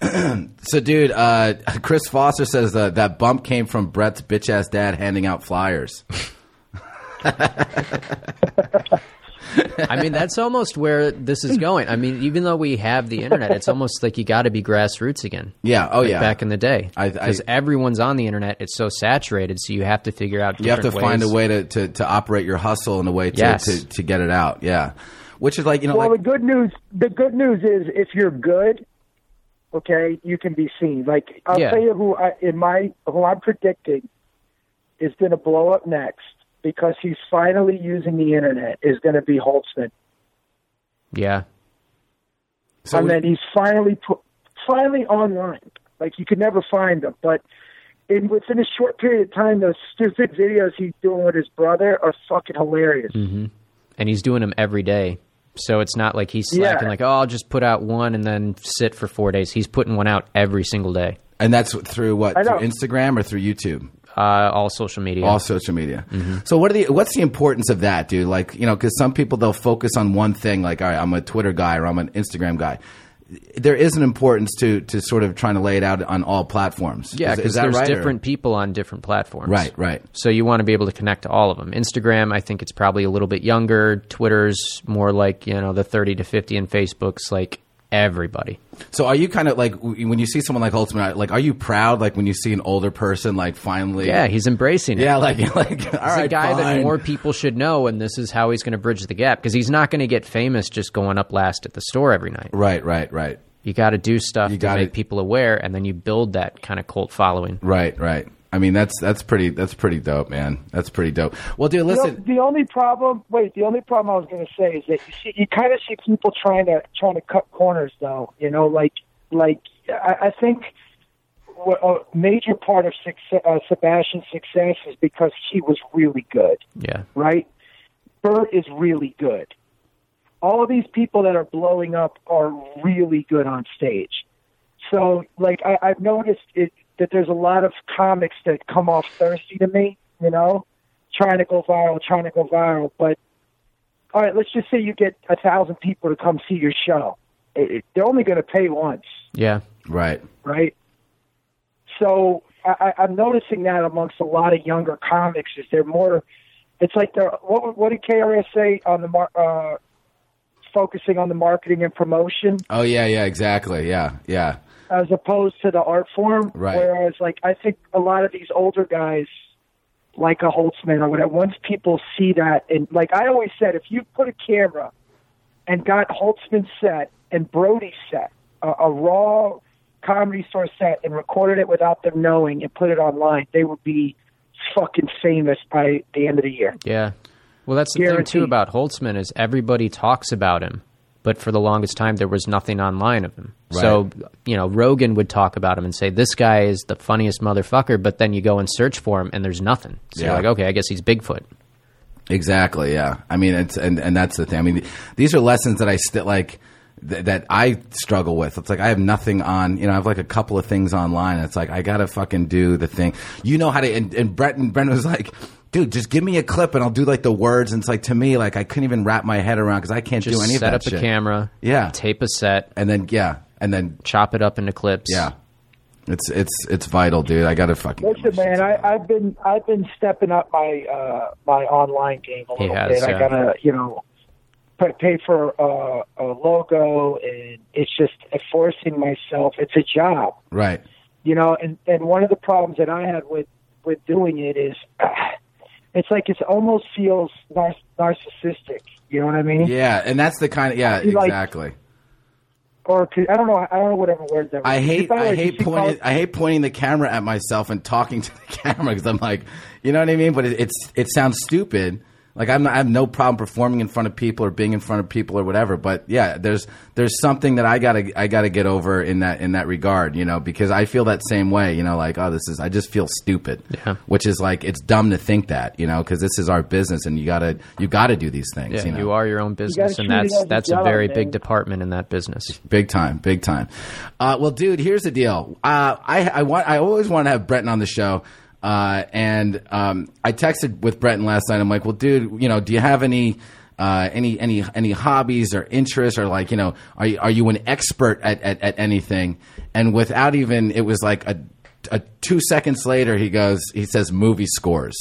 [SPEAKER 1] so, dude, uh, Chris Foster says uh, that bump came from Brett's bitch ass dad handing out flyers.
[SPEAKER 3] I mean, that's almost where this is going. I mean, even though we have the internet, it's almost like you got to be grassroots again.
[SPEAKER 1] Yeah. Oh,
[SPEAKER 3] Like
[SPEAKER 1] yeah.
[SPEAKER 3] Back in the day,
[SPEAKER 1] I- I-
[SPEAKER 3] because everyone's on the internet, it's so saturated. So you have to figure out.
[SPEAKER 1] you have to
[SPEAKER 3] different
[SPEAKER 1] find a
[SPEAKER 3] ways.
[SPEAKER 1] way to, to, to operate your hustle in a way to,
[SPEAKER 3] Yes.
[SPEAKER 1] to, to get it out. Yeah. Which is like you know
[SPEAKER 2] Well,
[SPEAKER 1] like
[SPEAKER 2] the good news, the good news is if you're good, okay, you can be seen. Like I'll
[SPEAKER 3] Yeah.
[SPEAKER 2] tell you who I in my who I'm predicting is going to blow up next because he's finally using the internet is going to be Holtzman.
[SPEAKER 3] Yeah,
[SPEAKER 1] so
[SPEAKER 2] and then he's finally put, finally online. Like you could never find him, but in within a short period of time, those stupid videos he's doing with his brother are fucking hilarious.
[SPEAKER 1] Mm.
[SPEAKER 3] and he's doing them every day. So it's not like he's
[SPEAKER 2] Yeah.
[SPEAKER 3] slacking. Like, oh, I'll just put out one and then sit for four days. He's putting one out every single day.
[SPEAKER 1] and that's through what
[SPEAKER 2] I
[SPEAKER 1] through
[SPEAKER 2] know.
[SPEAKER 1] Instagram or through YouTube.
[SPEAKER 3] Uh, all social media.
[SPEAKER 1] all social media. So what are the what's the importance of that, dude? Like you know, because some people they'll focus on one thing, like all right, I'm a Twitter guy or I'm an Instagram guy. there is an importance to to sort of trying to lay it out on all platforms.
[SPEAKER 3] Yeah,
[SPEAKER 1] Is- is
[SPEAKER 3] because
[SPEAKER 1] that
[SPEAKER 3] there's
[SPEAKER 1] right, or-
[SPEAKER 3] different people on different platforms.
[SPEAKER 1] Right, right.
[SPEAKER 3] So you want to be able to connect to all of them. Instagram, I think it's probably a little bit younger. Twitter's more like you know the 30 to 50, and Facebook's like everybody.
[SPEAKER 1] So are you kind of like w- when you see someone like Ultimate, like are you proud like when you see an older person like finally?
[SPEAKER 3] Yeah, he's embracing it.
[SPEAKER 1] yeah, like like all
[SPEAKER 3] He's
[SPEAKER 1] right,
[SPEAKER 3] a guy
[SPEAKER 1] fine.
[SPEAKER 3] that more people should know, and this is how he's going to bridge the gap because he's not going to get famous just going up last at the store every night.
[SPEAKER 1] Right, right, right,
[SPEAKER 3] You got to do stuff to
[SPEAKER 1] gotta-
[SPEAKER 3] make people aware, and then you build that kind of cult following.
[SPEAKER 1] right, right. I mean that's that's pretty that's pretty dope, man. That's pretty dope. Well, dude,
[SPEAKER 2] You know,
[SPEAKER 1] listen.
[SPEAKER 2] the only problem, wait, the only problem I was going to say is that you see, you kind of see people trying to trying to cut corners, though. You know, like like I, I think wha- a major part of success, uh, Sebastian's success is because he was really good,
[SPEAKER 3] Yeah,
[SPEAKER 2] right? Bert is really good. All of these people that are blowing up are really good on stage. So, like, I, I've noticed it, that there's a lot of comics that come off thirsty to me, you know, trying to go viral, trying to go viral. But, all right, let's just say you get a thousand people to come see your show. It, it, they're only going to pay once,
[SPEAKER 3] yeah.
[SPEAKER 1] Right.
[SPEAKER 2] right? So, I, I, I'm noticing that amongst a lot of younger comics is they're more. It's like they're what, what did KRS say on the mar, uh, focusing on the marketing and promotion?
[SPEAKER 1] Oh yeah, yeah, exactly. Yeah, yeah.
[SPEAKER 2] as opposed to the art form.
[SPEAKER 1] Right.
[SPEAKER 2] Whereas, like, I think a lot of these older guys, like a Holtzman or whatever, once people see that, and like I always said, if you put a camera and got Holtzman's set and Brody's set, a, a raw comedy store set, and recorded it without them knowing and put it online, they would be fucking famous by the end of the year.
[SPEAKER 3] Yeah. Well, that's the thing
[SPEAKER 2] Guaranteed.
[SPEAKER 3] too about Holtzman is everybody talks about him, but for the longest time there was nothing online of him. So you know Rogan would talk about him and say this guy is the funniest motherfucker, but then you go and search for him and there's nothing. So
[SPEAKER 1] Yeah.
[SPEAKER 3] you're like, okay, I guess he's Bigfoot.
[SPEAKER 1] Exactly. Yeah. I mean, it's and and that's the thing. I mean, these are lessons that I still like th- that I struggle with. It's like I have nothing on. You know, I have like a couple of things online. It's like I gotta fucking do the thing. You know how to. And, and Brett and Brent was like. Dude, just give me a clip and I'll do like the words. And it's like to me, like I couldn't even wrap my head around because I can't
[SPEAKER 3] Just
[SPEAKER 1] do any of
[SPEAKER 3] set
[SPEAKER 1] that
[SPEAKER 3] up
[SPEAKER 1] shit.
[SPEAKER 3] a camera,
[SPEAKER 1] Yeah.
[SPEAKER 3] tape a set,
[SPEAKER 1] And then yeah, and then
[SPEAKER 3] chop it up into clips.
[SPEAKER 1] yeah, it's it's it's vital, dude. I gotta fucking. get
[SPEAKER 2] Listen,
[SPEAKER 1] my shit
[SPEAKER 2] man, I,
[SPEAKER 1] together.
[SPEAKER 2] I've been I've been stepping up my uh, my online game a
[SPEAKER 3] He
[SPEAKER 2] little
[SPEAKER 3] has,
[SPEAKER 2] bit. I
[SPEAKER 3] yeah.
[SPEAKER 2] gotta you know pay, pay for uh, a logo, and it's just forcing myself. It's a job,
[SPEAKER 1] right.
[SPEAKER 2] you know. And and one of the problems that I had with with doing it is, it's like it almost feels nar- narcissistic. You know what I mean?
[SPEAKER 1] Yeah, and that's the kind of yeah,
[SPEAKER 2] You, like,
[SPEAKER 1] exactly.
[SPEAKER 2] Or 'cause- I don't know. I don't know whatever word that.
[SPEAKER 1] I
[SPEAKER 2] was.
[SPEAKER 1] hate
[SPEAKER 2] By the way,
[SPEAKER 1] I
[SPEAKER 2] did
[SPEAKER 1] hate
[SPEAKER 2] you call-
[SPEAKER 1] pointing I hate pointing the camera at myself and talking to the camera because I'm like, you know what I mean. But it, it's it sounds stupid. Like I'm not, I have no problem performing in front of people or being in front of people or whatever. But yeah, there's there's something that I gotta I gotta get over in that in that regard, you know, because I feel that same way, you know, like oh this is I just feel stupid,
[SPEAKER 3] Yeah.
[SPEAKER 1] which is like it's dumb to think that, you know, because this is our business and you gotta you gotta do these things,
[SPEAKER 3] Yeah,
[SPEAKER 1] you know,
[SPEAKER 3] you are your own business,
[SPEAKER 2] treat
[SPEAKER 3] and
[SPEAKER 2] it
[SPEAKER 3] that's
[SPEAKER 2] as a
[SPEAKER 3] that's a
[SPEAKER 2] job,
[SPEAKER 3] very
[SPEAKER 2] man.
[SPEAKER 3] big department in that business.
[SPEAKER 1] Big time, big time. Uh, well, dude, here's the deal. Uh, I I want I always want to have Breton on the show, uh, and um, I texted with Breton last night. I'm like, well, dude, you know, do you have any uh, any any any hobbies or interests or like you know, are you, are you an expert at, at at anything? And without even, it was like a, a two seconds later, he goes, he says, movie scores.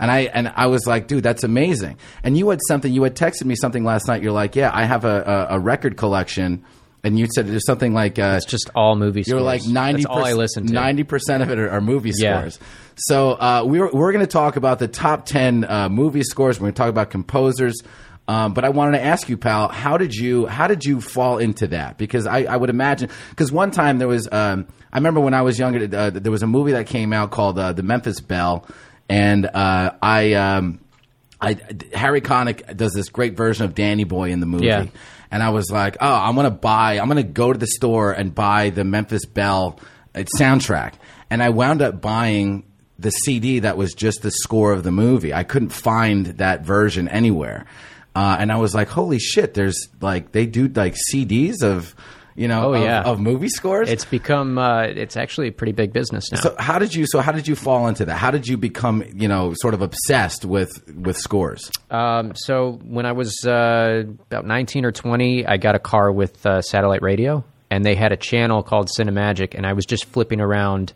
[SPEAKER 1] And I and I was like, dude, that's amazing. And you had something. You had texted me something last night. You're like, yeah, I have a, a, a record collection. And you said there's something like uh,
[SPEAKER 3] It's just all movie.
[SPEAKER 1] you're like ninety.
[SPEAKER 3] That's all I listen to.
[SPEAKER 1] Ninety percent of it are, are movie
[SPEAKER 3] Yeah.
[SPEAKER 1] scores. So uh, we're we're going to talk about the top ten uh, movie scores. We're going to talk about composers. Um, but I wanted to ask you, pal, how did you how did you fall into that? Because I, I would imagine because one time there was um, I remember when I was younger uh, there was a movie that came out called uh, The Memphis Belle, and uh, I. Um, I, Harry Connick does this great version of Danny Boy in the movie.
[SPEAKER 3] Yeah.
[SPEAKER 1] And I was like, oh, I'm going to buy, I'm going to go to the store and buy the Memphis Belle uh, soundtrack. And I wound up buying the CD that was just the score of the movie. I couldn't find that version anywhere. Uh, and I was like, holy shit, there's like, they do like CDs of, you know,
[SPEAKER 3] Oh,
[SPEAKER 1] of,
[SPEAKER 3] yeah.
[SPEAKER 1] of movie scores.
[SPEAKER 3] It's become uh, it's actually a pretty big business now.
[SPEAKER 1] so how did you so how did you fall into that? How did you become, you know, sort of obsessed with with scores?
[SPEAKER 3] Um, so when I was uh, about 19 or 20, I got a car with uh, satellite radio, and they had a channel called Cinemagic, and I was just flipping around,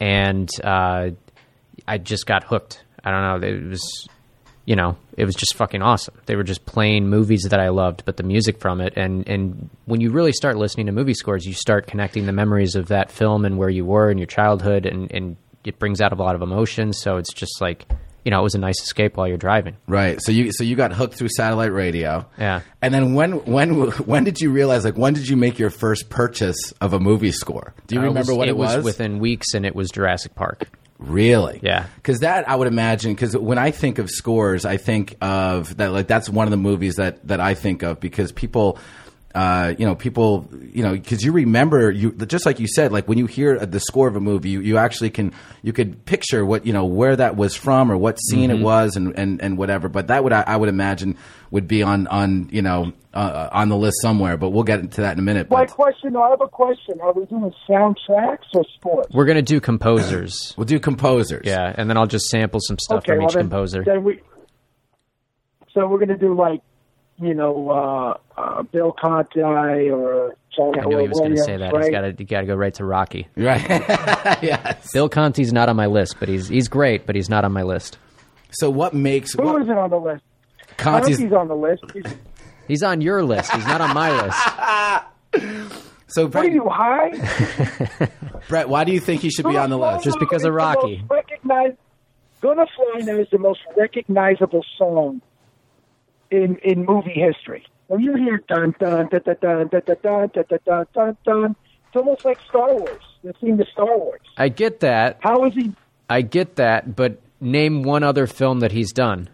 [SPEAKER 3] and uh, I just got hooked. I don't know. It was, you know, it was just fucking awesome. They were just playing movies that I loved, but the music from it, and and when you really start listening to movie scores, you start connecting the memories of that film and where you were in your childhood, and and it brings out a lot of emotion. So it's just like. You know, it was a nice escape while you're driving.
[SPEAKER 1] Right. So you so you got hooked through satellite radio.
[SPEAKER 3] Yeah.
[SPEAKER 1] And then when when when did you realize like when did you make your first purchase of a movie score? Do you
[SPEAKER 3] Uh,
[SPEAKER 1] remember what it,
[SPEAKER 3] was within weeks, and it was Jurassic Park.
[SPEAKER 1] Really?
[SPEAKER 3] Yeah.
[SPEAKER 1] Because that I would imagine. Because when I think of scores, I think of that. Like that's one of the movies that that I think of because people. Uh, you know, people. You know, because you remember you just like you said, like when you hear the score of a movie, you, you actually can you could picture what you know where that was from or what scene
[SPEAKER 3] Mm-hmm.
[SPEAKER 1] it was and, and and whatever. But that would I, I would imagine would be on on you know uh, on the list somewhere. But we'll get into that in a minute.
[SPEAKER 2] My
[SPEAKER 1] But
[SPEAKER 2] question, I have a question. Are we doing soundtracks or scores?
[SPEAKER 3] We're gonna do composers.
[SPEAKER 1] we'll do composers.
[SPEAKER 3] Yeah, and then I'll just sample some stuff from
[SPEAKER 2] well
[SPEAKER 3] each
[SPEAKER 2] then,
[SPEAKER 3] composer.
[SPEAKER 2] Then we, so we're gonna do like, you know, uh, uh, Bill Conti or John
[SPEAKER 3] I knew he was going to say that. He's
[SPEAKER 2] Right?
[SPEAKER 3] got to got to go right to Rocky.
[SPEAKER 1] Right. yes.
[SPEAKER 3] Bill Conti's not on my list, but he's he's great, but he's not on my list.
[SPEAKER 1] So what makes
[SPEAKER 2] Who
[SPEAKER 1] what,
[SPEAKER 2] isn't on the list? I don't
[SPEAKER 1] Conti's-
[SPEAKER 2] think he's on the list. He's,
[SPEAKER 3] He's on your list. He's not on my list.
[SPEAKER 1] so
[SPEAKER 2] what are
[SPEAKER 1] Brett,
[SPEAKER 2] you high?
[SPEAKER 1] Brett, why do you think he should be on the list?
[SPEAKER 3] Just because of Rocky.
[SPEAKER 2] Recognize, Gonna Fly Now is the most recognizable song in in movie history. When you hear dun dun dun dun dun dun dun dun dun dun dun dun dun, it's almost like Star Wars. The theme to Star Wars.
[SPEAKER 3] I get that.
[SPEAKER 2] How is he?
[SPEAKER 3] I get that. But name one other film that he's done.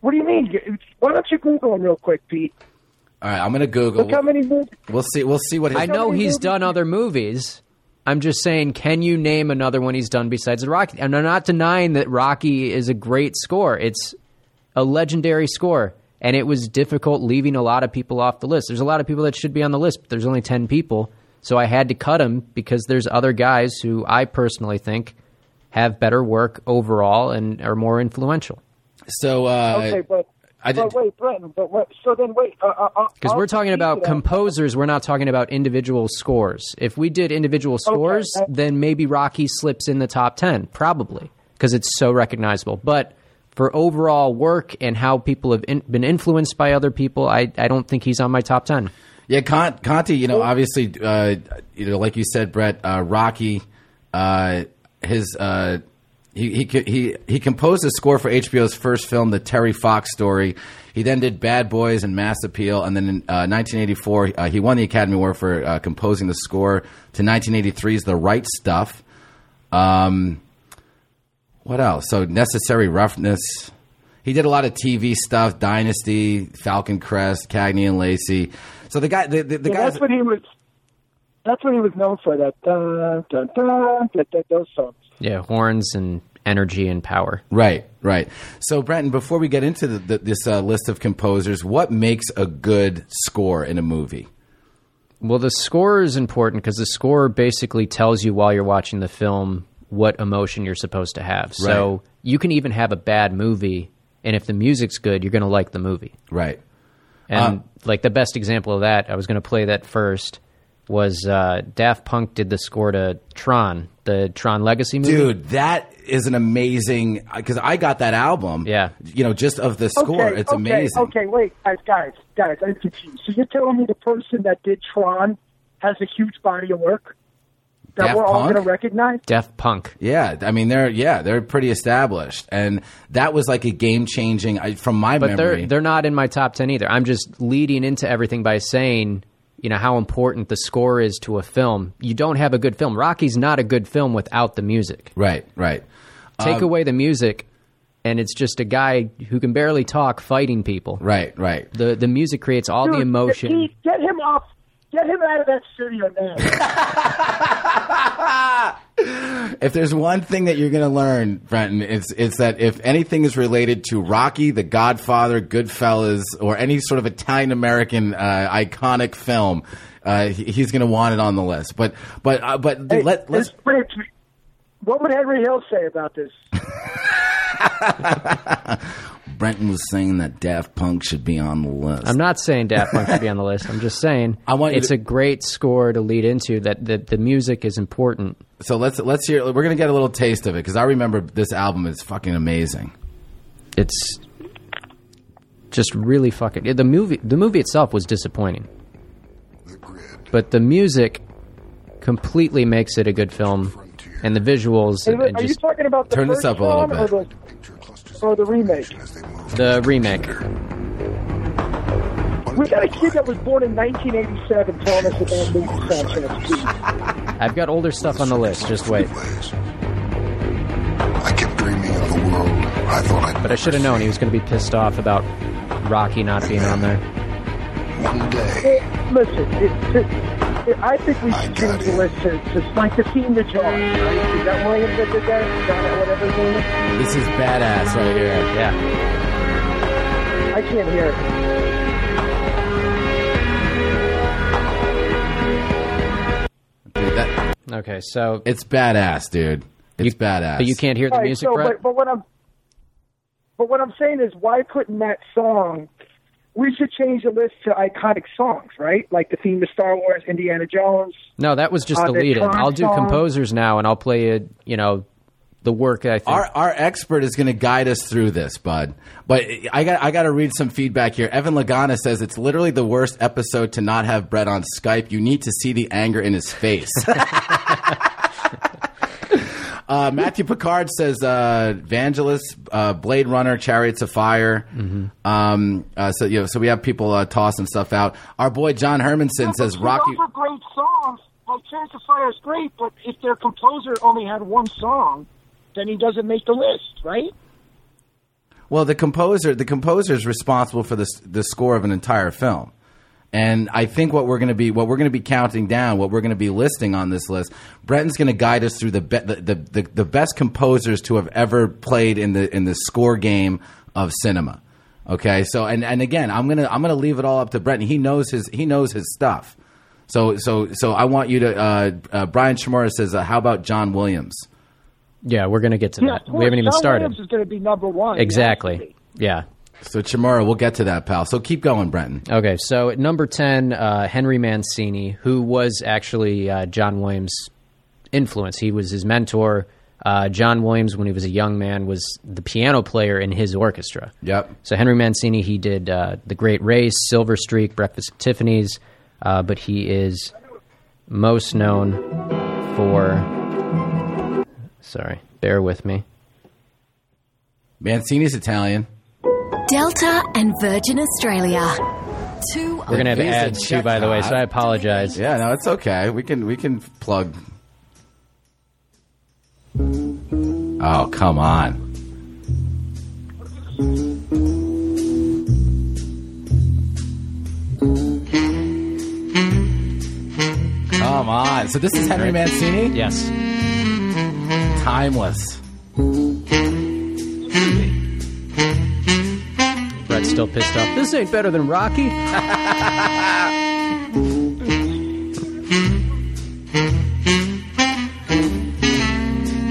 [SPEAKER 2] What do you mean? Why don't you Google him real quick, Pete?
[SPEAKER 1] All right, I'm gonna Google.
[SPEAKER 2] Look how many movies.
[SPEAKER 1] We'll see. We'll see what. His,
[SPEAKER 3] I know he's done other movies. I'm just saying, can you name another one he's done besides the Rocky? And I'm not denying that Rocky is a great score. It's a legendary score, and it was difficult leaving a lot of people off the list. There's a lot of people that should be on the list, but there's only ten people, so I had to cut him because there's other guys who I personally think have better work overall and are more influential.
[SPEAKER 1] So uh,
[SPEAKER 2] Okay, but.
[SPEAKER 1] I
[SPEAKER 2] but
[SPEAKER 1] did-
[SPEAKER 2] wait, Brenton. But what, so then, wait. Because uh,
[SPEAKER 3] Because we're talking about
[SPEAKER 2] composing.
[SPEAKER 3] composers, we're not talking about individual scores. If we did individual scores,
[SPEAKER 2] I-
[SPEAKER 3] then maybe Rocky slips in the top 10, probably, because it's so recognizable. But for overall work and how people have in, been influenced by other people, I, I don't think he's on my top 10.
[SPEAKER 1] yeah, Con- Conti. You know, obviously, uh, you know, like you said, Brett, uh, Rocky. Uh, his uh, he he co- he he composed a score for HBO's first film, The Terry Fox Story. He then did Bad Boys and Mass Appeal, and then in uh, 1984, uh, he won the Academy Award for uh, composing the score to 1983's The Right Stuff. Um, what else? So necessary roughness. He did a lot of TV stuff: Dynasty, Falcon Crest, Cagney and Lacey. So the guy, the, the, the
[SPEAKER 2] Yeah,
[SPEAKER 1] guys,
[SPEAKER 2] that's what he was. That's what he was known for. That dun dun dun, dun, dun those songs.
[SPEAKER 3] Yeah, horns and energy and power.
[SPEAKER 1] right, right. So Brenton, before we get into the, the, this uh, list of composers, what makes a good score in a movie?
[SPEAKER 3] Well, the score is important because the score basically tells you while you're watching the film what emotion you're supposed to have.
[SPEAKER 1] Right.
[SPEAKER 3] So you can even have a bad movie, and if the music's good, you're going to like the movie.
[SPEAKER 1] Right.
[SPEAKER 3] And
[SPEAKER 1] Uh,
[SPEAKER 3] like the best example of that, I was going to play that first. Was uh, Daft Punk did the score to Tron, the Tron Legacy movie?
[SPEAKER 1] Dude, that is an amazing because I got that album.
[SPEAKER 3] Yeah.
[SPEAKER 1] you know, just of the score,
[SPEAKER 2] Okay,
[SPEAKER 1] it's
[SPEAKER 2] okay,
[SPEAKER 1] amazing.
[SPEAKER 2] Okay, wait, guys, guys, guys. I'm confused. So you're telling me the person that did Tron has a huge body of work that
[SPEAKER 1] Daft
[SPEAKER 2] we're all
[SPEAKER 1] Punk?
[SPEAKER 2] going to recognize?
[SPEAKER 3] Daft Punk.
[SPEAKER 1] Yeah, I mean they're yeah they're pretty established, and that was like a game changing I from my
[SPEAKER 3] But
[SPEAKER 1] memory.
[SPEAKER 3] they're they're not in my top ten either. I'm just leading into everything by saying, you know, how important the score is to a film. You don't have a good film. Rocky's not a good film without the music.
[SPEAKER 1] right, right.
[SPEAKER 3] Take
[SPEAKER 1] Um,
[SPEAKER 3] away the music, and it's just a guy who can barely talk fighting people.
[SPEAKER 1] Right, right.
[SPEAKER 3] The the music creates all the
[SPEAKER 2] Dude,
[SPEAKER 3] emotion.
[SPEAKER 2] Pete, get him off. Get him out of that studio now.
[SPEAKER 1] If there's one thing that you're going to learn, Brenton, it's it's that if anything is related to Rocky, The Godfather, Goodfellas, or any sort of Italian American uh, iconic film, uh, he- he's going to want it on the list. But but uh, but let, let's
[SPEAKER 2] This- wait, what would Henry Hill say about this?
[SPEAKER 1] Brenton was saying that Daft Punk should be on the list.
[SPEAKER 3] I'm not saying Daft Punk should be on the list. I'm just saying
[SPEAKER 1] I want you
[SPEAKER 3] it's
[SPEAKER 1] to-
[SPEAKER 3] a great score to lead into that the, the music is important.
[SPEAKER 1] so let's let's hear. We're gonna get a little taste of it because I remember this album is fucking amazing.
[SPEAKER 3] It's just really fucking the movie the movie itself was disappointing. But the music completely makes it a good film and the visuals
[SPEAKER 2] Is it-
[SPEAKER 3] and,
[SPEAKER 2] are you
[SPEAKER 3] just
[SPEAKER 2] talking about the
[SPEAKER 1] Turn this
[SPEAKER 2] first
[SPEAKER 1] up a little
[SPEAKER 2] song or
[SPEAKER 1] bit.
[SPEAKER 2] the, or the remake?
[SPEAKER 3] the remake.
[SPEAKER 2] We got a kid that was born in 1987 telling us about movie soundtracks.
[SPEAKER 3] I've got older stuff on the list, just wait.
[SPEAKER 4] I kept dreaming of a world I thought I'd
[SPEAKER 3] But I should have known he was going to be pissed off about Rocky not being on there.
[SPEAKER 4] one day.
[SPEAKER 2] Hey, Listen, it, it, it, I think we should change the list to, to like the scene the jar. Right? Is that Williams that did that? Is that whatever his name is?
[SPEAKER 1] This is badass right here.
[SPEAKER 3] Yeah.
[SPEAKER 2] I can't hear it.
[SPEAKER 1] Dude, that-
[SPEAKER 3] Okay, so
[SPEAKER 1] it's badass, dude. It's badass.
[SPEAKER 3] but you can't hear the
[SPEAKER 2] All right,
[SPEAKER 3] music,
[SPEAKER 2] so,
[SPEAKER 3] Brett?
[SPEAKER 2] but, but what I'm but what I'm saying is, why couldn't that song? We should change the list to iconic songs, right? Like the theme to Star Wars, Indiana Jones.
[SPEAKER 3] No, that was just
[SPEAKER 2] Uh, the
[SPEAKER 3] deleted.
[SPEAKER 2] Tron
[SPEAKER 3] I'll do
[SPEAKER 2] song.
[SPEAKER 3] composers now, and I'll play you, you know, the work I think.
[SPEAKER 1] Our our expert is going to guide us through this, bud. But I got I got to read some feedback here. Evan Lagana says it's literally the worst episode to not have Brett on Skype. You need to see the anger in his face. Uh, Matthew Picard says uh, Vangelis, uh, Blade Runner, Chariots of Fire. Um, uh, so you know, so we have people uh, tossing stuff out. Our boy John Hermanson says Rocky.
[SPEAKER 2] Those are great songs. Like Chance of Fire is great, but if their composer only had one song, then he doesn't make the list, right?
[SPEAKER 1] Well, the composer, the composer is responsible for the the score of an entire film, and I think what we're going to be what we're going to be counting down, what we're going to be listing on this list, Brenton's going to guide us through the, be, the, the the the best composers to have ever played in the in the score game of cinema. Okay, so and and again, I'm gonna I'm gonna leave it all up to Brenton. He knows his he knows his stuff. So so so I want you to uh, uh, Brian Shimura says, uh, how about John Williams?
[SPEAKER 3] yeah, we're gonna get to that.
[SPEAKER 2] of
[SPEAKER 3] we haven't
[SPEAKER 2] course,
[SPEAKER 3] even
[SPEAKER 2] John
[SPEAKER 3] started.
[SPEAKER 2] Williams is going to be number one.
[SPEAKER 3] Exactly. Yeah.
[SPEAKER 1] So Shimura, we'll get to that, pal. So keep going, Brenton.
[SPEAKER 3] Okay. So at number ten, uh, Henry Mancini, who was actually uh, John Williams' influence. He was his mentor. Uh, John Williams, when he was a young man, was the piano player in his orchestra.
[SPEAKER 1] Yep.
[SPEAKER 3] So Henry Mancini, he did uh, The Great Race, Silver Streak, Breakfast at Tiffany's, uh, but he is most known for. Sorry, bear with me.
[SPEAKER 1] Mancini's Italian.
[SPEAKER 5] Delta and Virgin Australia. Two
[SPEAKER 3] We're gonna have
[SPEAKER 1] He's a
[SPEAKER 3] ads too, by the way, so I apologize.
[SPEAKER 1] Yeah, no, it's okay. We can we can plug. Oh come on! Come on! So this is Henry Mancini.
[SPEAKER 3] Yes,
[SPEAKER 1] Timeless.
[SPEAKER 3] Brett's still pissed off. This ain't better than Rocky.
[SPEAKER 1] Oh,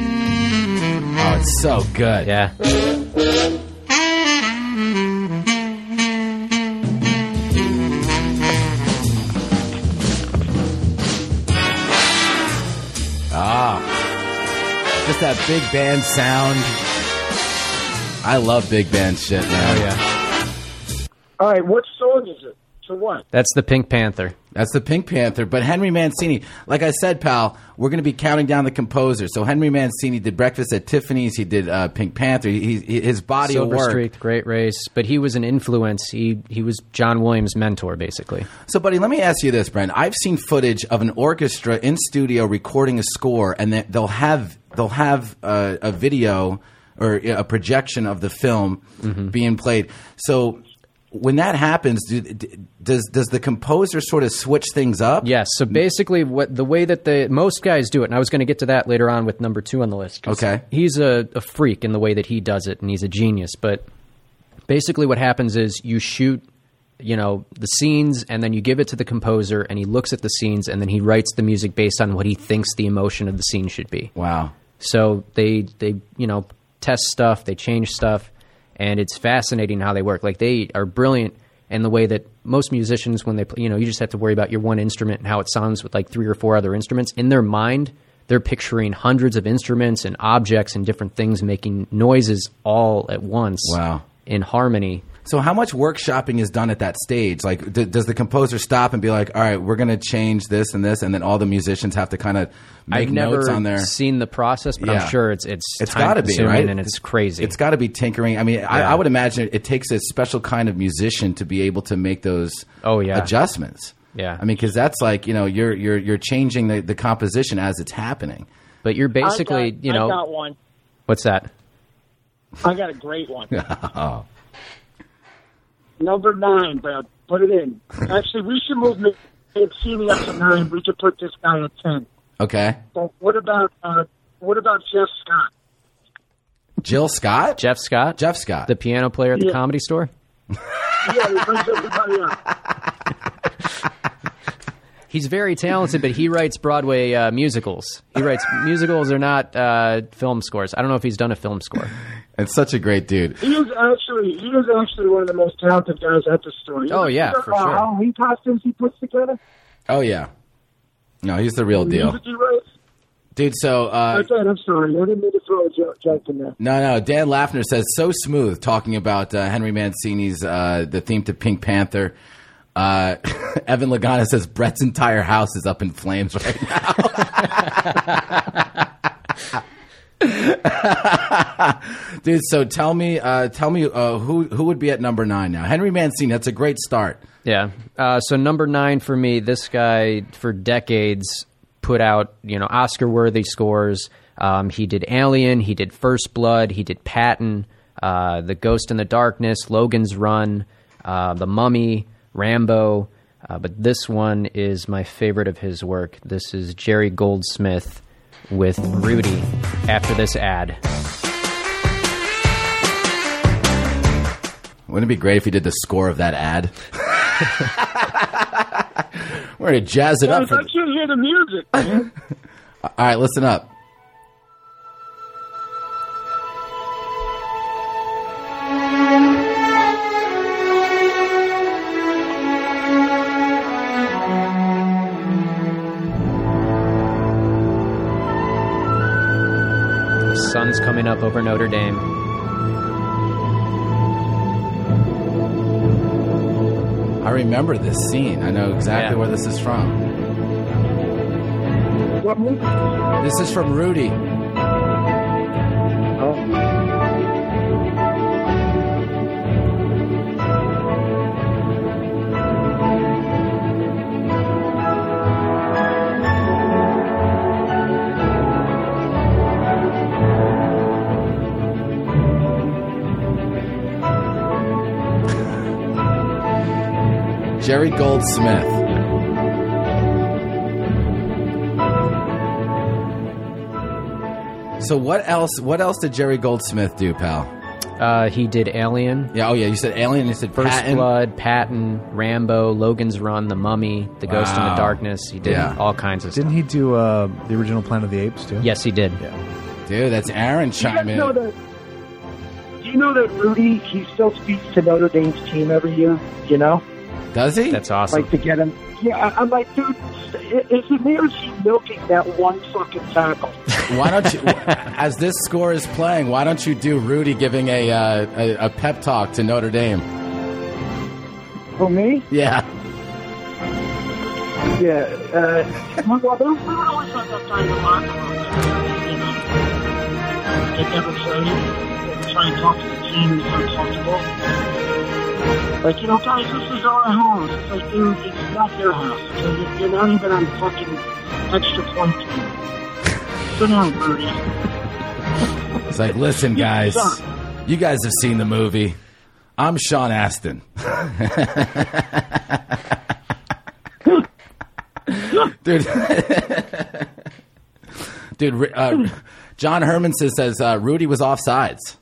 [SPEAKER 1] Oh, it's so good.
[SPEAKER 3] Yeah,
[SPEAKER 1] Just that big band sound. I love big band shit, man.
[SPEAKER 3] oh yeah.
[SPEAKER 2] All right, what song is it? To what?
[SPEAKER 3] That's the Pink Panther.
[SPEAKER 1] That's the Pink Panther. But Henry Mancini, like I said, pal, we're going to be counting down the composers. So Henry Mancini did Breakfast at Tiffany's. He did uh, Pink Panther. He, he, his body of
[SPEAKER 3] Silver
[SPEAKER 1] work.
[SPEAKER 3] Streak, The Great Race, but he was an influence. He he was John Williams' mentor, basically.
[SPEAKER 1] So, buddy, let me ask you this, Brent. I've seen footage of an orchestra in studio recording a score, and they- they'll have they'll have uh, a video or a projection of the film
[SPEAKER 3] Mm-hmm.
[SPEAKER 1] being played. So, when that happens, do, d- does does the composer sort of switch things up?
[SPEAKER 3] Yes. So basically, what the way that the most guys do it, and I was going to get to that later on with number two on the list. 'cause
[SPEAKER 1] Okay.
[SPEAKER 3] He's a, a freak in the way that he does it, and he's a genius. But basically, what happens is you shoot, you know, the scenes, and then you give it to the composer, and he looks at the scenes, and then he writes the music based on what he thinks the emotion of the scene should be.
[SPEAKER 1] Wow.
[SPEAKER 3] So they they you know test stuff, they change stuff, and it's fascinating how they work. Like they are brilliant in the way that most musicians, when they play, you know, you just have to worry about your one instrument and how it sounds with like three or four other instruments. In their mind, they're picturing hundreds of instruments and objects and different things making noises all at once.
[SPEAKER 1] Wow.
[SPEAKER 3] In harmony.
[SPEAKER 1] So, how much workshopping is done at that stage? Like, d- does the composer stop and be like, "All right, we're going to change this and this," and then all the musicians have to kind of make
[SPEAKER 3] I've never
[SPEAKER 1] notes on there?
[SPEAKER 3] seen the process, but
[SPEAKER 1] Yeah.
[SPEAKER 3] I'm sure it's it's
[SPEAKER 1] It's
[SPEAKER 3] time
[SPEAKER 1] gotta be,
[SPEAKER 3] consuming
[SPEAKER 1] right?
[SPEAKER 3] and it's crazy.
[SPEAKER 1] It's got to be tinkering. I mean, I, I would imagine it, it takes a special kind of musician to be able to make those
[SPEAKER 3] Oh, yeah.
[SPEAKER 1] adjustments.
[SPEAKER 3] Yeah.
[SPEAKER 1] I mean, because that's like you know you're you're you're changing the, the composition as it's happening.
[SPEAKER 3] but you're
[SPEAKER 6] I
[SPEAKER 3] basically,
[SPEAKER 6] got-
[SPEAKER 3] you
[SPEAKER 6] I
[SPEAKER 3] know,
[SPEAKER 6] got one.
[SPEAKER 3] what's that?
[SPEAKER 6] I got a great one.
[SPEAKER 3] Oh.
[SPEAKER 6] Number nine, bro. Put it in. Actually, we should move Mancini up to nine. We could put this guy at ten.
[SPEAKER 1] Okay,
[SPEAKER 6] But what about uh, what about Jeff Scott?
[SPEAKER 1] Jill Scott,
[SPEAKER 3] Jeff Scott,
[SPEAKER 1] Jeff Scott.
[SPEAKER 3] the piano player at the
[SPEAKER 6] Yeah.
[SPEAKER 3] comedy store.
[SPEAKER 6] Yeah, he brings everybody up.
[SPEAKER 3] He's very talented, but he writes Broadway uh, musicals. He writes musicals are not uh, film scores. I don't know if he's done a film score.
[SPEAKER 1] it's such a great dude.
[SPEAKER 6] He is actually he is actually one of the most talented guys at the store. You
[SPEAKER 3] Oh,
[SPEAKER 6] know,
[SPEAKER 3] yeah,
[SPEAKER 6] the,
[SPEAKER 3] for
[SPEAKER 6] uh,
[SPEAKER 3] sure.
[SPEAKER 6] Halloween costumes he puts together.
[SPEAKER 1] Oh yeah, no, he's the real
[SPEAKER 6] the
[SPEAKER 1] deal,
[SPEAKER 6] music he writes.
[SPEAKER 1] dude. So uh,
[SPEAKER 6] I said, I'm sorry, I didn't mean to throw a jo- joke in there.
[SPEAKER 1] No, no. Dan Laffner says so smooth talking about uh, Henry Mancini's uh, the theme to Pink Panther. Uh, Evan Lagana says Brett's entire house is up in flames right now. Dude, so tell me, uh, tell me uh, who who would be at number nine now? Henry Mancini. That's a great start.
[SPEAKER 3] Yeah. Uh, so number nine for me, this guy for decades put out you know Oscar worthy scores. Um, he did Alien, he did First Blood, he did Patton, uh, The Ghost in the Darkness, Logan's Run, uh, The Mummy, Rambo. Uh, but this one is my favorite of his work. This is Jerry Goldsmith with Rudy. After this ad,
[SPEAKER 1] Wouldn't it be great if you did the score of that ad? We're gonna jazz it
[SPEAKER 6] I
[SPEAKER 1] up. For
[SPEAKER 6] can't hear the music. man.
[SPEAKER 1] All right, listen up.
[SPEAKER 3] the sun's coming up over Notre Dame.
[SPEAKER 1] I remember this scene. I know exactly
[SPEAKER 3] Yeah.
[SPEAKER 1] where this is from.
[SPEAKER 6] what movie?
[SPEAKER 1] This is from Rudy. Jerry Goldsmith. So what else? What else did Jerry Goldsmith do, pal?
[SPEAKER 3] Uh, he did Alien.
[SPEAKER 1] Yeah. Oh yeah. You said Alien. You said
[SPEAKER 3] First
[SPEAKER 1] Patton.
[SPEAKER 3] Blood, Patton, Rambo, Logan's Run, The Mummy, The Ghost in
[SPEAKER 1] Wow.
[SPEAKER 3] the Darkness. He did
[SPEAKER 1] Yeah.
[SPEAKER 3] all kinds of
[SPEAKER 7] Didn't
[SPEAKER 3] stuff.
[SPEAKER 7] he do uh, the original Planet of the Apes too?
[SPEAKER 3] Yes, he did.
[SPEAKER 1] Dude, that's Aaron
[SPEAKER 6] Do you guys
[SPEAKER 1] chiming
[SPEAKER 6] know
[SPEAKER 1] in.
[SPEAKER 6] that? Do you know that Rudy? He still speaks to Notre Dame's team every year. You know,
[SPEAKER 1] Does he?
[SPEAKER 3] That's awesome.
[SPEAKER 6] like to get him. Yeah, I, I'm like, dude, is it me or is he milking that one fucking tackle?
[SPEAKER 1] why don't you? as this score is playing, why don't you do Rudy giving a uh, a, a pep talk to Notre Dame?
[SPEAKER 6] For me?
[SPEAKER 1] Yeah.
[SPEAKER 6] Yeah. Uh, well, they we were always on that side of the locker room. You know, they never played. They would try and talk to the team who's uncomfortable. Like, you know, guys, this is our house. It's like, dude, it's not your house. So you- you're not even on fucking extra point team. Sit down, Rudy.
[SPEAKER 1] It's like, listen, guys, you guys have seen the movie. I'm Sean Astin. Dude, dude, uh, John Herman says- says uh, Rudy was off sides.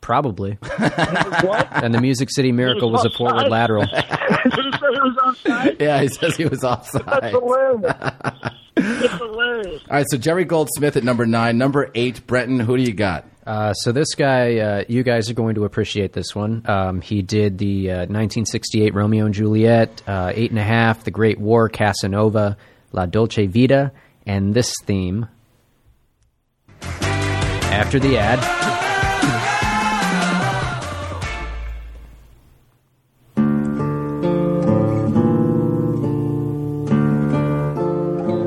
[SPEAKER 3] Probably.
[SPEAKER 6] What?
[SPEAKER 3] And the Music City Miracle was a forward lateral.
[SPEAKER 6] Did he say he was outside?
[SPEAKER 1] Yeah, he says he was off
[SPEAKER 6] That's
[SPEAKER 1] sides. All
[SPEAKER 6] hilarious. It's hilarious.
[SPEAKER 1] right, so Jerry Goldsmith at number nine. Number eight, Breton, who do you got?
[SPEAKER 3] Uh, so this guy, uh, you guys are going to appreciate this one. Um, he did the uh, 1968 Romeo and Juliet, uh, Eight and a Half, The Great War, Casanova, La Dolce Vita, and this theme. After the ad,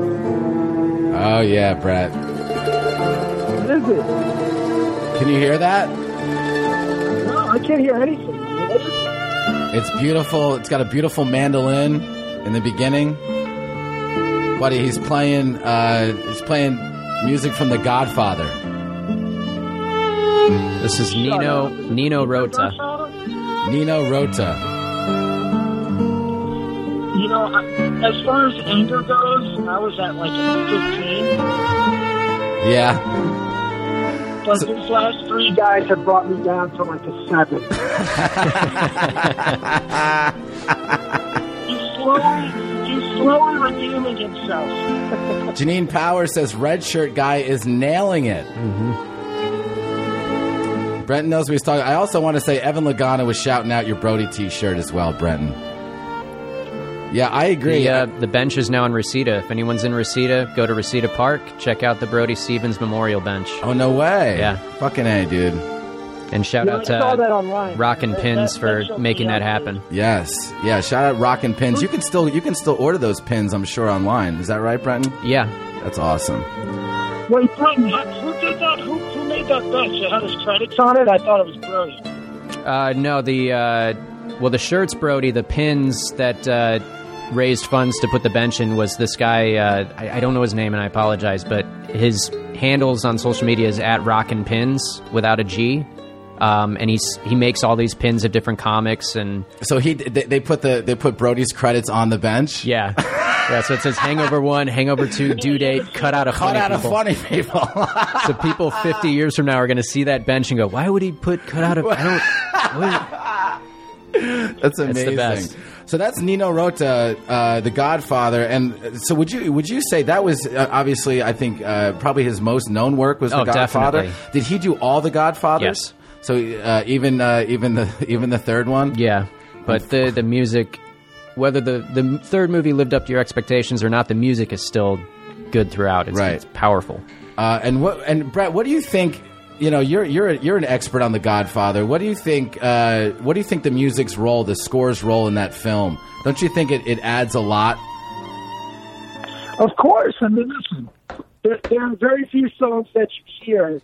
[SPEAKER 1] Oh yeah, Brett.
[SPEAKER 2] What is it?
[SPEAKER 1] Can you hear that?
[SPEAKER 2] No, I can't hear anything.
[SPEAKER 3] Uh,
[SPEAKER 2] What is it?
[SPEAKER 1] It's beautiful. It's got a beautiful mandolin in the beginning. Buddy, he's playing. Uh, he's playing music from The Godfather.
[SPEAKER 3] this is Nino Nino Rota.
[SPEAKER 1] Nino Rota.
[SPEAKER 6] You know, I, as far as anger goes, I was at like 15,
[SPEAKER 1] Yeah.
[SPEAKER 6] but these last three
[SPEAKER 2] You guys have brought me down to like a seven.
[SPEAKER 6] He's slowly, he's slowly redeeming himself.
[SPEAKER 1] Janine Power says red shirt guy is nailing it. Brenton knows what he's talking. I also want to say Evan Logano was shouting out your Brody T-shirt as well, Brenton. Yeah, I agree.
[SPEAKER 3] The, uh, the bench is now in Reseda. If anyone's in Reseda, go to Reseda Park, check out the Brody Stevens Memorial Bench,
[SPEAKER 1] oh no way.
[SPEAKER 3] Yeah.
[SPEAKER 1] Fucking a, dude.
[SPEAKER 3] and shout
[SPEAKER 2] Yeah,
[SPEAKER 3] out
[SPEAKER 2] I saw that
[SPEAKER 3] to
[SPEAKER 2] online.
[SPEAKER 3] Rockin'
[SPEAKER 6] That-
[SPEAKER 3] Pins
[SPEAKER 6] that-
[SPEAKER 3] for
[SPEAKER 6] that should
[SPEAKER 3] making
[SPEAKER 6] be
[SPEAKER 3] that
[SPEAKER 6] on
[SPEAKER 3] happen.
[SPEAKER 1] Yes. Yeah. Shout out Rockin' Pins. You can still you can still order those pins, I'm sure, online. Is that right, Brenton?
[SPEAKER 3] Yeah,
[SPEAKER 1] That's awesome.
[SPEAKER 6] Wait, Brenton, who who did that? Who, who made that bet? You had his credits on it? I thought it was brilliant.
[SPEAKER 3] uh, no, the uh, well, the shirts Brody, the pins that uh, raised funds to put the bench in was this guy. Uh, I, I don't know his name, and I apologize, but his handles on social media is at Rockin' Pins without a G, um, and he's he makes all these pins of different comics and.
[SPEAKER 1] So he they, they put the they put Brody's credits on the bench.
[SPEAKER 3] Yeah. Yeah, so it says Hangover 1, Hangover 2, due date, cut out of
[SPEAKER 1] Caught
[SPEAKER 3] funny
[SPEAKER 1] out of
[SPEAKER 3] people.
[SPEAKER 1] funny people.
[SPEAKER 3] So people 50 years from now are going to see that bench and go, why would he put cut out of... I don't... what?"
[SPEAKER 1] that's
[SPEAKER 3] the
[SPEAKER 1] amazing.
[SPEAKER 3] best.
[SPEAKER 1] So that's Nino Rota, uh, the Godfather, and so would you would you say that was uh, obviously I think uh, probably his most known work was the
[SPEAKER 3] Oh,
[SPEAKER 1] Godfather.
[SPEAKER 3] definitely.
[SPEAKER 1] Did he do all the Godfathers?
[SPEAKER 3] Yes.
[SPEAKER 1] So uh, even uh, even the even the third one.
[SPEAKER 3] Yeah, but the, the music, whether the, the third movie lived up to your expectations or not, the music is still good throughout. It's,
[SPEAKER 1] Right.
[SPEAKER 3] it's powerful.
[SPEAKER 1] Uh, and what and Brett, what do you think? You know, you're you're you're an expert on The Godfather. What do you think? Uh, what do you think the music's role, the score's role in that film? Don't you think it, it adds a lot?
[SPEAKER 2] Of course. I mean, listen, there, there are very few songs that you hear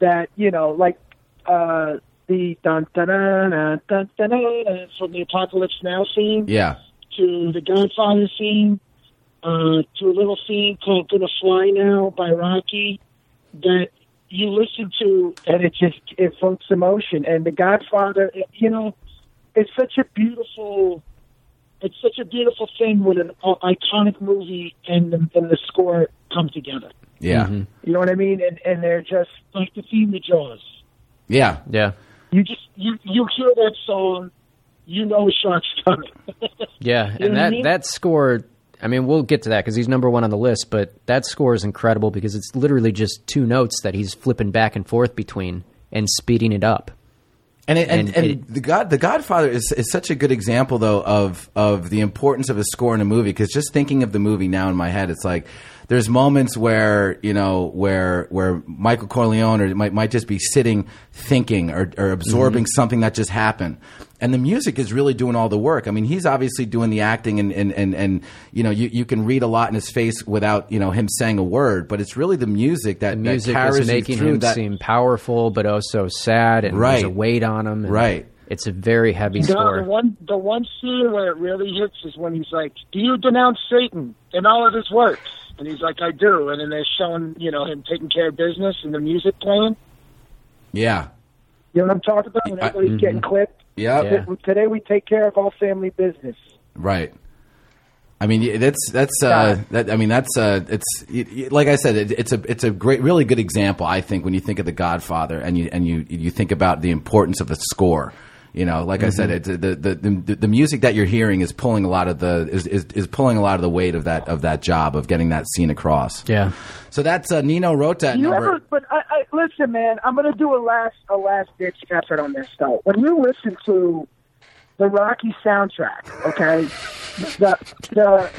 [SPEAKER 2] that, you know, like uh, the dun dun dun dun dun dun dun from the Apocalypse Now scene
[SPEAKER 1] Yeah,
[SPEAKER 2] to the Godfather scene uh, to a little scene called Gonna Fly Now by Rocky that you listen to and it just evokes emotion. And the Godfather, you know, it's such a beautiful it's such a beautiful thing when an uh, iconic movie and the, and the score come together.
[SPEAKER 1] yeah,
[SPEAKER 2] You know what I mean? And and they're just like the theme to Jaws.
[SPEAKER 1] yeah.
[SPEAKER 3] Yeah.
[SPEAKER 2] You just you you hear that song, you know a shark's coming.
[SPEAKER 3] Yeah,
[SPEAKER 2] know
[SPEAKER 3] and
[SPEAKER 2] what I
[SPEAKER 3] that
[SPEAKER 2] mean?
[SPEAKER 3] that score. I mean, we'll get to that because he's number one on the list. But that score is incredible because it's literally just two notes that he's flipping back and forth between and speeding it up.
[SPEAKER 1] And it, and, and,
[SPEAKER 3] And it-
[SPEAKER 1] the God the Godfather is, is such a good example though of of the importance of a score in a movie because just thinking of the movie now in my head it's like there's moments where you know where where Michael Corleone or might might just be sitting thinking or, or absorbing
[SPEAKER 3] Mm-hmm.
[SPEAKER 1] something that just happened and the music is really doing all the work I mean he's obviously doing the acting and and and, and you know you, you can read a lot in his face without you know him saying a word but it's really the music that,
[SPEAKER 3] The music
[SPEAKER 1] that carries
[SPEAKER 3] is
[SPEAKER 1] you
[SPEAKER 3] making
[SPEAKER 1] through
[SPEAKER 3] him
[SPEAKER 1] that
[SPEAKER 3] seem powerful, but also sad, and
[SPEAKER 1] Right.
[SPEAKER 3] there's a weight on him. and
[SPEAKER 1] Right.
[SPEAKER 3] It's a very heavy
[SPEAKER 6] No, the
[SPEAKER 3] score.
[SPEAKER 6] one the one scene where it really hits is when he's like, "Do you denounce Satan and all of his works?" And he's like, "I do." And then they're showing you know him taking care of business and the music playing.
[SPEAKER 1] yeah
[SPEAKER 2] you know what I'm talking about? When
[SPEAKER 1] I-
[SPEAKER 2] everybody's getting clipped.
[SPEAKER 1] Yep.
[SPEAKER 3] Yeah.
[SPEAKER 2] Today we take care of all family business.
[SPEAKER 1] Right. I mean, y- that's that's uh, that. I mean, that's uh, it's y y like I said, it, it's a it's a great, really good example. I think when you think of the Godfather and you and you you think about the importance of the score. You know, like I said, it's, the, the the the music that you're hearing is pulling a lot of the is, is, is pulling a lot of the weight of that of that job of getting that scene across.
[SPEAKER 3] Yeah.
[SPEAKER 1] So that's uh, Nino Rota. at
[SPEAKER 2] You
[SPEAKER 1] number-
[SPEAKER 2] ever? But I, I listen, man, I'm gonna do a last a last ditch effort on this though. When you listen to the Rocky soundtrack, okay, the the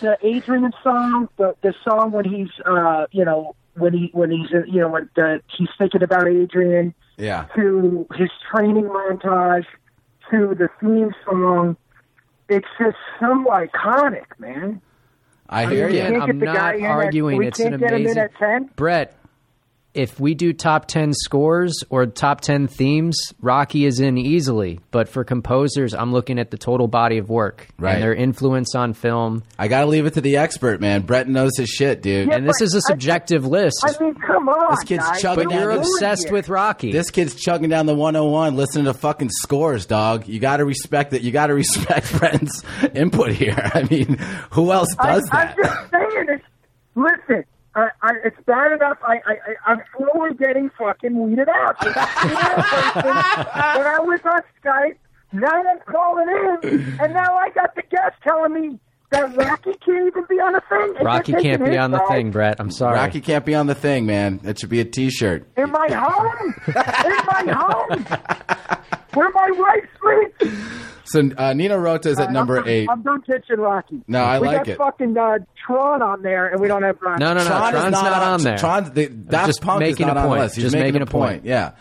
[SPEAKER 2] the Adrian song, the the song when he's uh you know when he when he's uh, you know when the, he's thinking about Adrian
[SPEAKER 1] Yeah.
[SPEAKER 2] to his training montage to the theme song, it's just so iconic, man.
[SPEAKER 1] I hear
[SPEAKER 2] We
[SPEAKER 1] you.
[SPEAKER 2] can't
[SPEAKER 3] I'm
[SPEAKER 2] get the
[SPEAKER 3] not
[SPEAKER 2] guy in at-
[SPEAKER 3] arguing.
[SPEAKER 2] we
[SPEAKER 3] It's
[SPEAKER 2] can't
[SPEAKER 3] an
[SPEAKER 2] get him in
[SPEAKER 3] amazing-
[SPEAKER 2] at ten.
[SPEAKER 3] Brett, if we do top 10 scores or top 10 themes, Rocky is in easily. But for composers, I'm looking at the total body of work
[SPEAKER 1] Right.
[SPEAKER 3] and their influence on film.
[SPEAKER 1] I got to leave it to the expert, man. Brett knows his shit, dude.
[SPEAKER 2] Yeah.
[SPEAKER 3] And this
[SPEAKER 2] but
[SPEAKER 3] is a
[SPEAKER 2] I-
[SPEAKER 3] subjective list.
[SPEAKER 2] I mean, come on,
[SPEAKER 1] This kid's
[SPEAKER 2] guys.
[SPEAKER 1] chugging
[SPEAKER 2] What
[SPEAKER 3] but
[SPEAKER 2] are
[SPEAKER 1] down
[SPEAKER 3] you're
[SPEAKER 2] we
[SPEAKER 1] this-
[SPEAKER 2] doing
[SPEAKER 3] obsessed
[SPEAKER 2] here?
[SPEAKER 3] with Rocky.
[SPEAKER 1] This kid's chugging down the 101 listening to fucking scores, dog. You got to respect that. You got to respect Brent's input here. I mean, who else does
[SPEAKER 2] I,
[SPEAKER 1] that?
[SPEAKER 2] I'm just saying this. Listen, I, I, it's bad enough. I, I, I, I'm slowly getting fucking weeded out. I, when I was on Skype, now I'm calling in, and now I got the guest telling me that Rocky can't even be on the thing. It's
[SPEAKER 3] Rocky
[SPEAKER 2] just
[SPEAKER 3] can't
[SPEAKER 2] taking
[SPEAKER 3] be
[SPEAKER 2] his
[SPEAKER 3] on the
[SPEAKER 2] side
[SPEAKER 3] thing, Brett. I'm sorry.
[SPEAKER 1] Rocky can't be on the thing, man. That should be a T-shirt.
[SPEAKER 2] In my home. in my home. Where my wife sleeps.
[SPEAKER 1] So uh, Nino Rota is at number
[SPEAKER 2] I'm,
[SPEAKER 1] eight.
[SPEAKER 2] I'm done pitching Rocky.
[SPEAKER 1] No, I
[SPEAKER 2] we
[SPEAKER 1] like
[SPEAKER 2] got
[SPEAKER 1] it.
[SPEAKER 2] fucking uh, Tron on there, and we don't have Rocky.
[SPEAKER 3] No, no, no.
[SPEAKER 1] Tron is
[SPEAKER 3] Tron's not, on there.
[SPEAKER 1] Tron, the, Daft
[SPEAKER 3] just
[SPEAKER 1] Punk
[SPEAKER 3] making
[SPEAKER 1] is
[SPEAKER 3] a
[SPEAKER 1] not on
[SPEAKER 3] point.
[SPEAKER 1] the list. He's
[SPEAKER 3] Just making a point.
[SPEAKER 1] Yeah,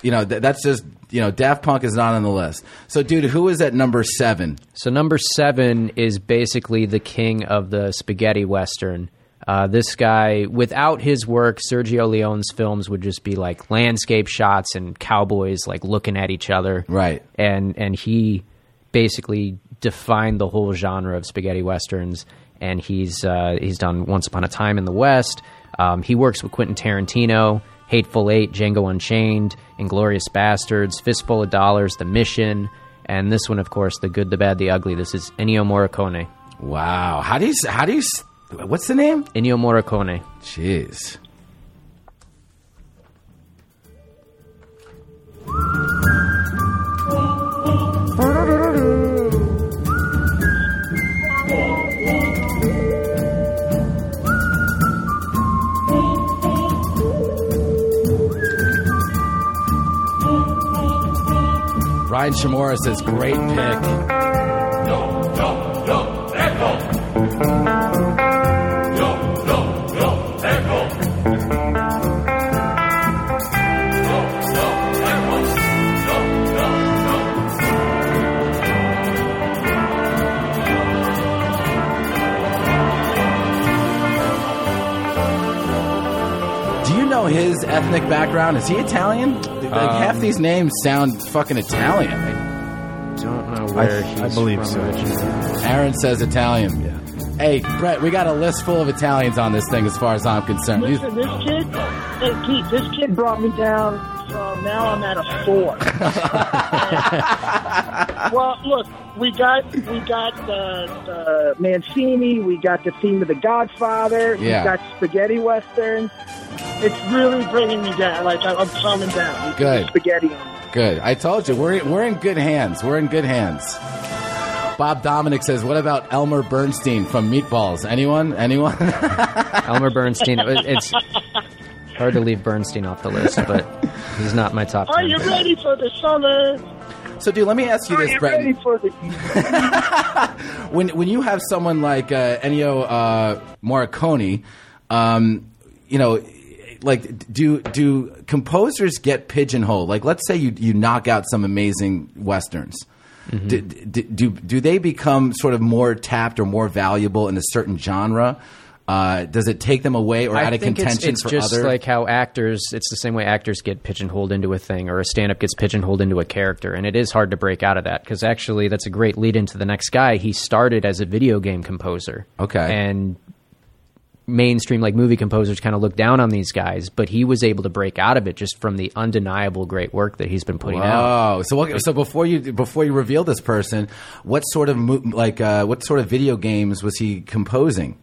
[SPEAKER 1] you know th- that's just you know Daft Punk is not on the list. So, dude, who is at number seven?
[SPEAKER 3] So number seven is basically the king of the spaghetti western. Uh, this guy, without his work, Sergio Leone's films would just be like landscape shots and cowboys like looking at each other,
[SPEAKER 1] Right.
[SPEAKER 3] And and he basically defined the whole genre of spaghetti westerns. And he's uh, he's done Once Upon a Time in the West. Um, he works with Quentin Tarantino, Hateful Eight, Django Unchained, Inglorious Bastards, Fistful of Dollars, The Mission. And this one, of course, the good, the bad, the ugly. This is Ennio Morricone.
[SPEAKER 1] Wow. How do you? s- How do you? s- What's the name?
[SPEAKER 3] Ennio Morricone.
[SPEAKER 1] Jeez. Ryan Shimura says, great pick. Do you know his ethnic background? Is he Italian? Like, half these names sound fucking Italian.
[SPEAKER 3] Don't know
[SPEAKER 7] I, I believe so.
[SPEAKER 1] Aaron says Italian. Yeah. Hey, Brett, we got a list full of Italians on this thing as far as I'm concerned. You-
[SPEAKER 2] Listen, this kid, hey, Keith, this kid brought me down, so now I'm at a four. well, look, we got we got the, the Mancini, we got the theme of The Godfather,
[SPEAKER 1] Yeah.
[SPEAKER 2] we got spaghetti westerns. It's really bringing me down. Like I'm, I'm coming down.
[SPEAKER 1] Good.
[SPEAKER 2] spaghetti. on.
[SPEAKER 1] good. I told you, we're, we're in good hands. We're in good hands. Bob Dominic says, what about Elmer Bernstein from Meatballs? Anyone? Anyone?
[SPEAKER 3] Elmer Bernstein. It- It's hard to leave Bernstein off the list, but he's not my top.
[SPEAKER 2] Are
[SPEAKER 3] 10.
[SPEAKER 2] you ready for the summer?
[SPEAKER 1] so, dude, let me ask you
[SPEAKER 2] Are
[SPEAKER 1] this,
[SPEAKER 2] you
[SPEAKER 1] Brett.
[SPEAKER 2] ready for the?
[SPEAKER 1] when when you have someone like uh, Ennio uh, Morricone, um, you know, like do do composers get pigeonholed? Like, let's say you you knock out some amazing westerns.
[SPEAKER 3] Mm-hmm.
[SPEAKER 1] Do, do, do do they become sort of more tapped or more valuable in a certain genre? Uh, does it take them away or out of
[SPEAKER 3] think it's-
[SPEAKER 1] contention
[SPEAKER 3] it's,
[SPEAKER 1] for
[SPEAKER 3] just
[SPEAKER 1] other?
[SPEAKER 3] like how actors it's the same way actors get pigeonholed into a thing or a stand-up gets pigeonholed into a character and it is hard to break out of that because actually that's a great lead into the next guy he started as a video game composer
[SPEAKER 1] Okay.
[SPEAKER 3] and mainstream like movie composers kind of look down on these guys but he was able to break out of it just from the undeniable great work that he's been putting out
[SPEAKER 1] Oh, so what, so before you before you reveal this person, what sort of mo- like uh, what sort of video games was he composing?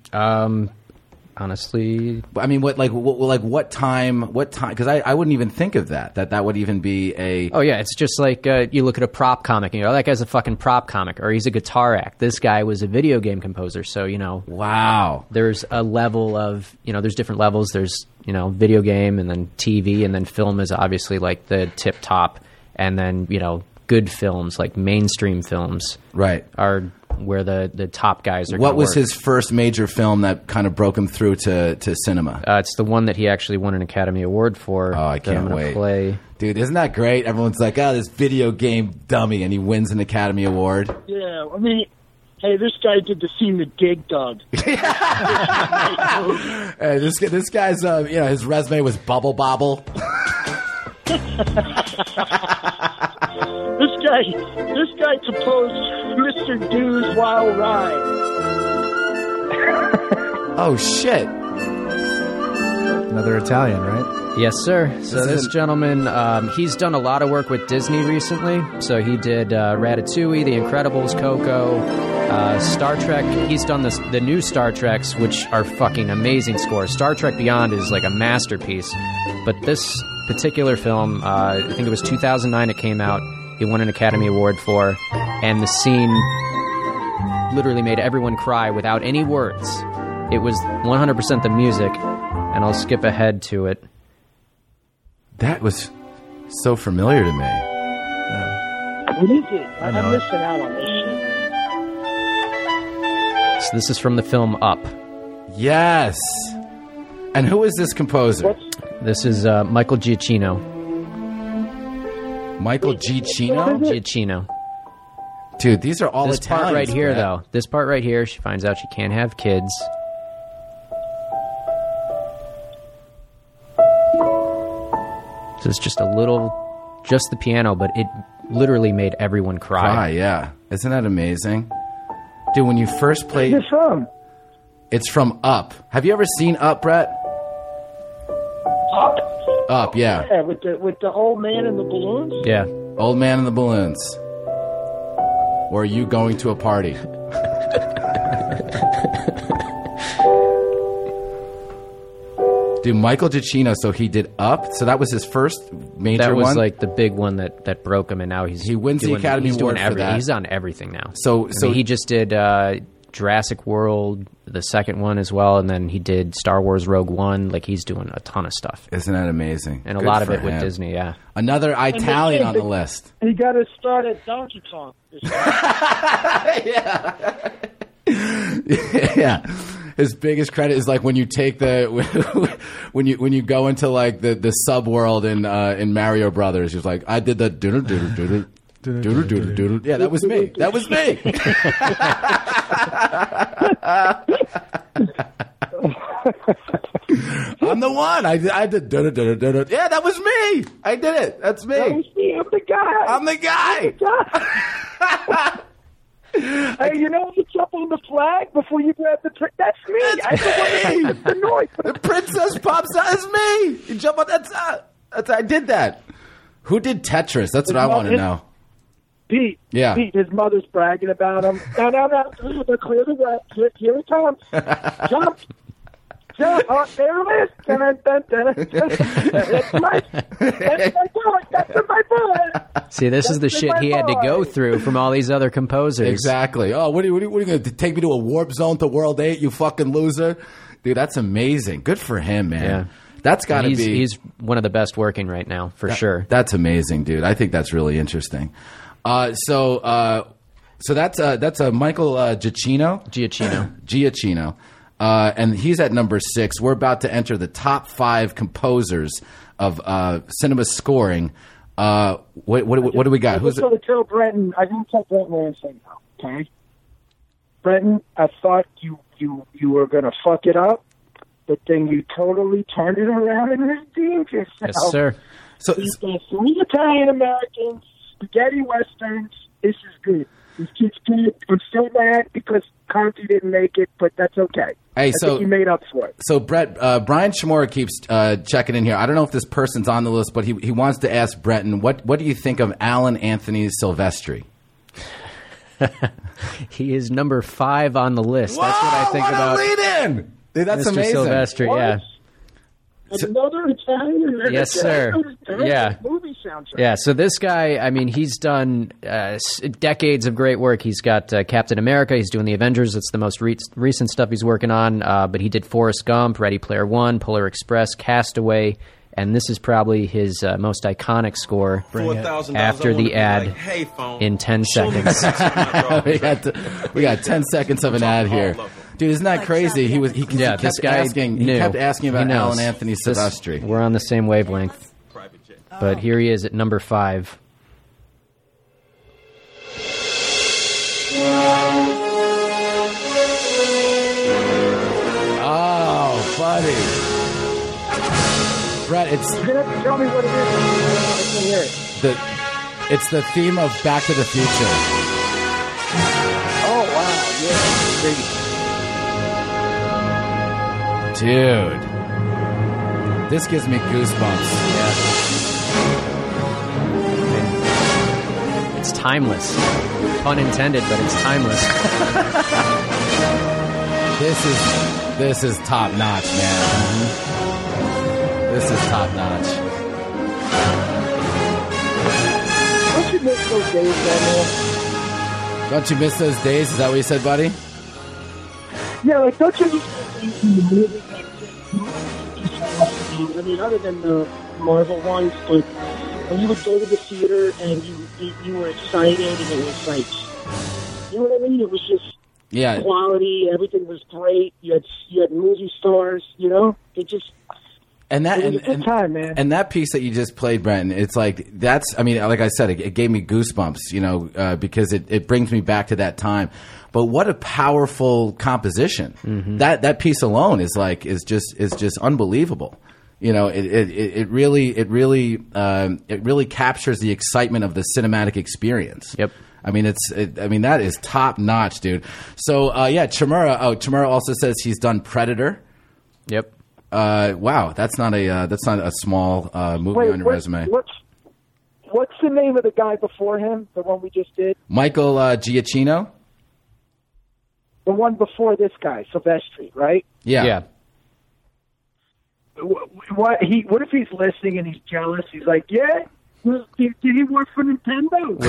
[SPEAKER 3] honestly,
[SPEAKER 1] I mean, what like what, like what time? What time? Because I, I wouldn't even think of that. That that would even be a
[SPEAKER 3] Oh yeah, it's just like uh, you look at a prop comic and you go, "Oh, "That guy's a fucking prop comic," or "He's a guitar act." This guy was a video game composer, so you know
[SPEAKER 1] wow.
[SPEAKER 3] there's a level of you know there's different levels. There's you know video game and then TV and then film is obviously like the tip top, and then you know good films like mainstream films
[SPEAKER 1] Right.
[SPEAKER 3] are where the the top guys are.
[SPEAKER 1] What
[SPEAKER 3] gonna
[SPEAKER 1] was
[SPEAKER 3] work.
[SPEAKER 1] his first major film that kind of broke him through to to cinema?
[SPEAKER 3] Uh, it's the one that he actually won an Academy Award for.
[SPEAKER 1] Oh, I
[SPEAKER 3] that I'm
[SPEAKER 1] can't
[SPEAKER 3] gonna
[SPEAKER 1] wait.
[SPEAKER 3] Play.
[SPEAKER 1] Dude, isn't that great? Everyone's like, "Oh, this video game dummy," and he wins an Academy Award.
[SPEAKER 6] Yeah, I mean, hey, this guy did the scene with Dig Dug.
[SPEAKER 1] Hey, this guy- this guy's uh, you know his resume was bubble bobble.
[SPEAKER 6] This guy, this guy composed Mr. Dew's Wild Ride.
[SPEAKER 1] Oh shit!
[SPEAKER 7] Another Italian, right?
[SPEAKER 3] Yes, sir. So
[SPEAKER 1] This
[SPEAKER 3] this,
[SPEAKER 1] is an-
[SPEAKER 3] gentleman, um, he's done a lot of work with Disney recently. So he did uh, Ratatouille, The Incredibles, Coco, uh, Star Trek. He's done this, the new Star Treks, which are fucking amazing scores. Star Trek Beyond is like a masterpiece. But this particular film, uh, I think it was 2009 it came out. He won an Academy Award for, and the scene literally made everyone cry without any words. It was 100% the music, and I'll skip ahead to it.
[SPEAKER 1] That was so familiar to me.
[SPEAKER 6] What is it? I
[SPEAKER 7] know
[SPEAKER 6] am
[SPEAKER 7] it.
[SPEAKER 6] missing out on this shit.
[SPEAKER 3] So this is from the film Up.
[SPEAKER 1] Yes. And who is this composer?
[SPEAKER 3] This is uh, Michael Giacchino.
[SPEAKER 1] Michael Giacchino.
[SPEAKER 3] Giacchino.
[SPEAKER 1] Dude, these are all
[SPEAKER 3] This part
[SPEAKER 1] Italians,
[SPEAKER 3] right here,
[SPEAKER 1] man.
[SPEAKER 3] though. This part right here, she finds out she can't have kids. So it's just a little, just the piano, but it literally made everyone
[SPEAKER 1] Ah,
[SPEAKER 3] cry.
[SPEAKER 1] yeah. Isn't that amazing? Dude, when you first played,
[SPEAKER 2] You're from?
[SPEAKER 1] it's from Up. Have you ever seen Up, Brett?
[SPEAKER 6] Up?
[SPEAKER 1] Up, yeah.
[SPEAKER 6] Yeah, with the with the old man and the balloons.
[SPEAKER 3] Yeah.
[SPEAKER 1] Old Man and the Balloons. Or are you going to a party? Dude, Michael Giacchino, so he did Up. So that was his first major
[SPEAKER 3] That was
[SPEAKER 1] one.
[SPEAKER 3] like the big one that, that broke him, and now he's
[SPEAKER 1] He wins the
[SPEAKER 3] doing-
[SPEAKER 1] Academy
[SPEAKER 3] he's doing
[SPEAKER 1] Award for
[SPEAKER 3] everything.
[SPEAKER 1] that.
[SPEAKER 3] He's on everything now.
[SPEAKER 1] So-
[SPEAKER 3] I
[SPEAKER 1] so-
[SPEAKER 3] mean, he just did uh, Jurassic World, the second one as well, and then he did Star Wars Rogue One. Like he's doing a ton of stuff,
[SPEAKER 1] Isn't that amazing?
[SPEAKER 3] and a
[SPEAKER 1] Good
[SPEAKER 3] lot of
[SPEAKER 1] for
[SPEAKER 3] it with
[SPEAKER 1] him.
[SPEAKER 3] Disney. Yeah,
[SPEAKER 1] Another Italian
[SPEAKER 6] thing-
[SPEAKER 1] on the list.
[SPEAKER 2] He got his
[SPEAKER 6] Start at Donkey Kong.
[SPEAKER 1] yeah. His biggest credit is like when you take the when you when you go into like the the sub world in uh, in Mario Brothers. He's like, I did the doodle doodle doodle. Doodle, doodle, doodle. Yeah, that was me. That was me. I'm the one. I, I did. doodle, doodle, doodle. Yeah, that was me. I did it. That's me.
[SPEAKER 2] I'm the guy.
[SPEAKER 1] I'm the guy.
[SPEAKER 2] Hey, you know what's up on the flag before you grab the trick? That's me. I'm the one that
[SPEAKER 1] me.
[SPEAKER 2] makes the noise.
[SPEAKER 1] The princess pops out. It's me. You jump on. That's, uh, that's I did that. Who did Tetris? That's what I want to know.
[SPEAKER 2] Pete.
[SPEAKER 1] Yeah.
[SPEAKER 2] Pete, his mother's bragging about him. No, no, no. They're Clear the way. Here- Here it comes. Jump. Jump. Oh, there it is. Dun, dun, dun, dun, dun. That's my, that's my boy. That's my boy.
[SPEAKER 3] see, this is the
[SPEAKER 2] That's
[SPEAKER 3] shit
[SPEAKER 2] my
[SPEAKER 3] he had to go
[SPEAKER 2] boy.
[SPEAKER 3] through from all these other composers.
[SPEAKER 1] Exactly. Oh, what are you, what are you, what are you going to take me to a warp zone to World Eight? You fucking loser, dude. That's amazing. Good for him, man.
[SPEAKER 3] Yeah.
[SPEAKER 1] That's got to
[SPEAKER 3] He's,
[SPEAKER 1] be.
[SPEAKER 3] he's one of the best working right now for sure.
[SPEAKER 1] That's amazing, dude. I think that's really interesting. Uh, so, uh, so that's uh, that's uh, Michael uh, Giacchino.
[SPEAKER 3] Giacchino.
[SPEAKER 1] Giacchino. Uh, and he's at number six. We're about to enter the top five composers of uh, cinema scoring. Uh, what, what, what do we got? Who's
[SPEAKER 2] So to tell Brenton, I didn't tell Brenton what I'm saying now. Okay. Brenton, I thought you you you were gonna fuck it up, but then you totally turned it around and redeemed yourself.
[SPEAKER 3] Yes, sir.
[SPEAKER 1] so?
[SPEAKER 2] He's got three Italian Americans, spaghetti westerns. This is good. This kid's good. I'm so mad because Conti didn't make it, but that's okay.
[SPEAKER 1] Hey,
[SPEAKER 2] I
[SPEAKER 1] so-
[SPEAKER 2] think he made up for it.
[SPEAKER 1] So Brett uh, Brian Shimura keeps uh, checking in here. I don't know if this person's on the list, but he, he wants to ask Breton, what what do you think of Alan Anthony Silvestri?
[SPEAKER 3] He is number five on the list. That's what I think
[SPEAKER 1] what
[SPEAKER 3] about.
[SPEAKER 1] a lead in. Dude, that's
[SPEAKER 3] Mr.
[SPEAKER 1] amazing.
[SPEAKER 3] Silvestri,
[SPEAKER 2] What?
[SPEAKER 3] yeah.
[SPEAKER 2] Another Italian.
[SPEAKER 3] Yes, sir. Yeah.
[SPEAKER 2] Movie soundtrack.
[SPEAKER 3] Yeah, so this guy, I mean, he's done uh, s- decades of great work. He's got uh, Captain America, he's doing the Avengers, it's the most re- recent stuff he's working on, uh, but he did Forrest Gump, Ready Player One, Polar Express, Castaway, and this is probably his uh, most iconic score
[SPEAKER 8] Four thousand
[SPEAKER 3] After the ad
[SPEAKER 8] hey, phone,
[SPEAKER 3] in 10
[SPEAKER 8] show me the
[SPEAKER 3] seconds.
[SPEAKER 8] six on my
[SPEAKER 3] Oh,
[SPEAKER 8] dog."
[SPEAKER 1] we got we got ten seconds of an ad here, dude. Isn't that crazy? He was he, he
[SPEAKER 3] Yeah,
[SPEAKER 1] kept
[SPEAKER 3] this guy
[SPEAKER 1] asking he
[SPEAKER 3] knew.
[SPEAKER 1] kept asking
[SPEAKER 3] He
[SPEAKER 1] about
[SPEAKER 3] knows.
[SPEAKER 1] Alan Anthony
[SPEAKER 3] This-
[SPEAKER 1] Silvestri.
[SPEAKER 3] We're on the same wavelength,
[SPEAKER 8] Private jet.
[SPEAKER 3] but here he is at number five.
[SPEAKER 1] Oh, buddy, Brett, it's
[SPEAKER 2] You're gonna have to tell me what it is. I can hear it.
[SPEAKER 1] the it's the theme of Back to the Future.
[SPEAKER 2] Oh wow! Yeah. Crazy.
[SPEAKER 1] Dude, this gives me goosebumps.
[SPEAKER 3] It's timeless. Pun intended, but it's timeless.
[SPEAKER 1] This is this is top notch, man. This is top notch.
[SPEAKER 2] Don't you miss those days, man?
[SPEAKER 1] Don't you miss those days? Is that what you said, buddy?
[SPEAKER 2] Yeah, like don't you miss those days in the movie? that just- just- Um, I mean, other than the Marvel ones, but when you would go to the theater and you you, you were excited and it was like, you know what I mean? It was just
[SPEAKER 1] Yeah,
[SPEAKER 2] quality. Everything was great. You had you had movie stars. You know, it just
[SPEAKER 1] and that
[SPEAKER 2] it was
[SPEAKER 1] and,
[SPEAKER 2] a good
[SPEAKER 1] and-
[SPEAKER 2] time, man.
[SPEAKER 1] And that piece that you just played, Brenton, it's like that's. I mean, like I said, it, it gave me goosebumps, you know, uh, because it, it brings me back to that time. But what a powerful composition! That that piece alone is like is just is just unbelievable. You know, it it, it it really it really um, it really captures the excitement of the cinematic experience.
[SPEAKER 3] Yep.
[SPEAKER 1] I mean, it's. It, I mean, that is top notch, dude. So, uh, yeah, Chimera. Oh, Chimera also says he's done Predator.
[SPEAKER 3] Yep.
[SPEAKER 1] Uh, wow, that's not a uh, that's not a small uh, movie
[SPEAKER 2] Wait,
[SPEAKER 1] on your
[SPEAKER 2] what-
[SPEAKER 1] resume.
[SPEAKER 2] What's what's the name of the guy before him? The one we just did.
[SPEAKER 1] Michael uh, Giacchino.
[SPEAKER 2] The one before this guy, Silvestri, right?
[SPEAKER 1] Yeah.
[SPEAKER 3] yeah.
[SPEAKER 2] Wh- What he? What if he's listening and he's jealous? He's like, yeah. well, Did did he work for Nintendo?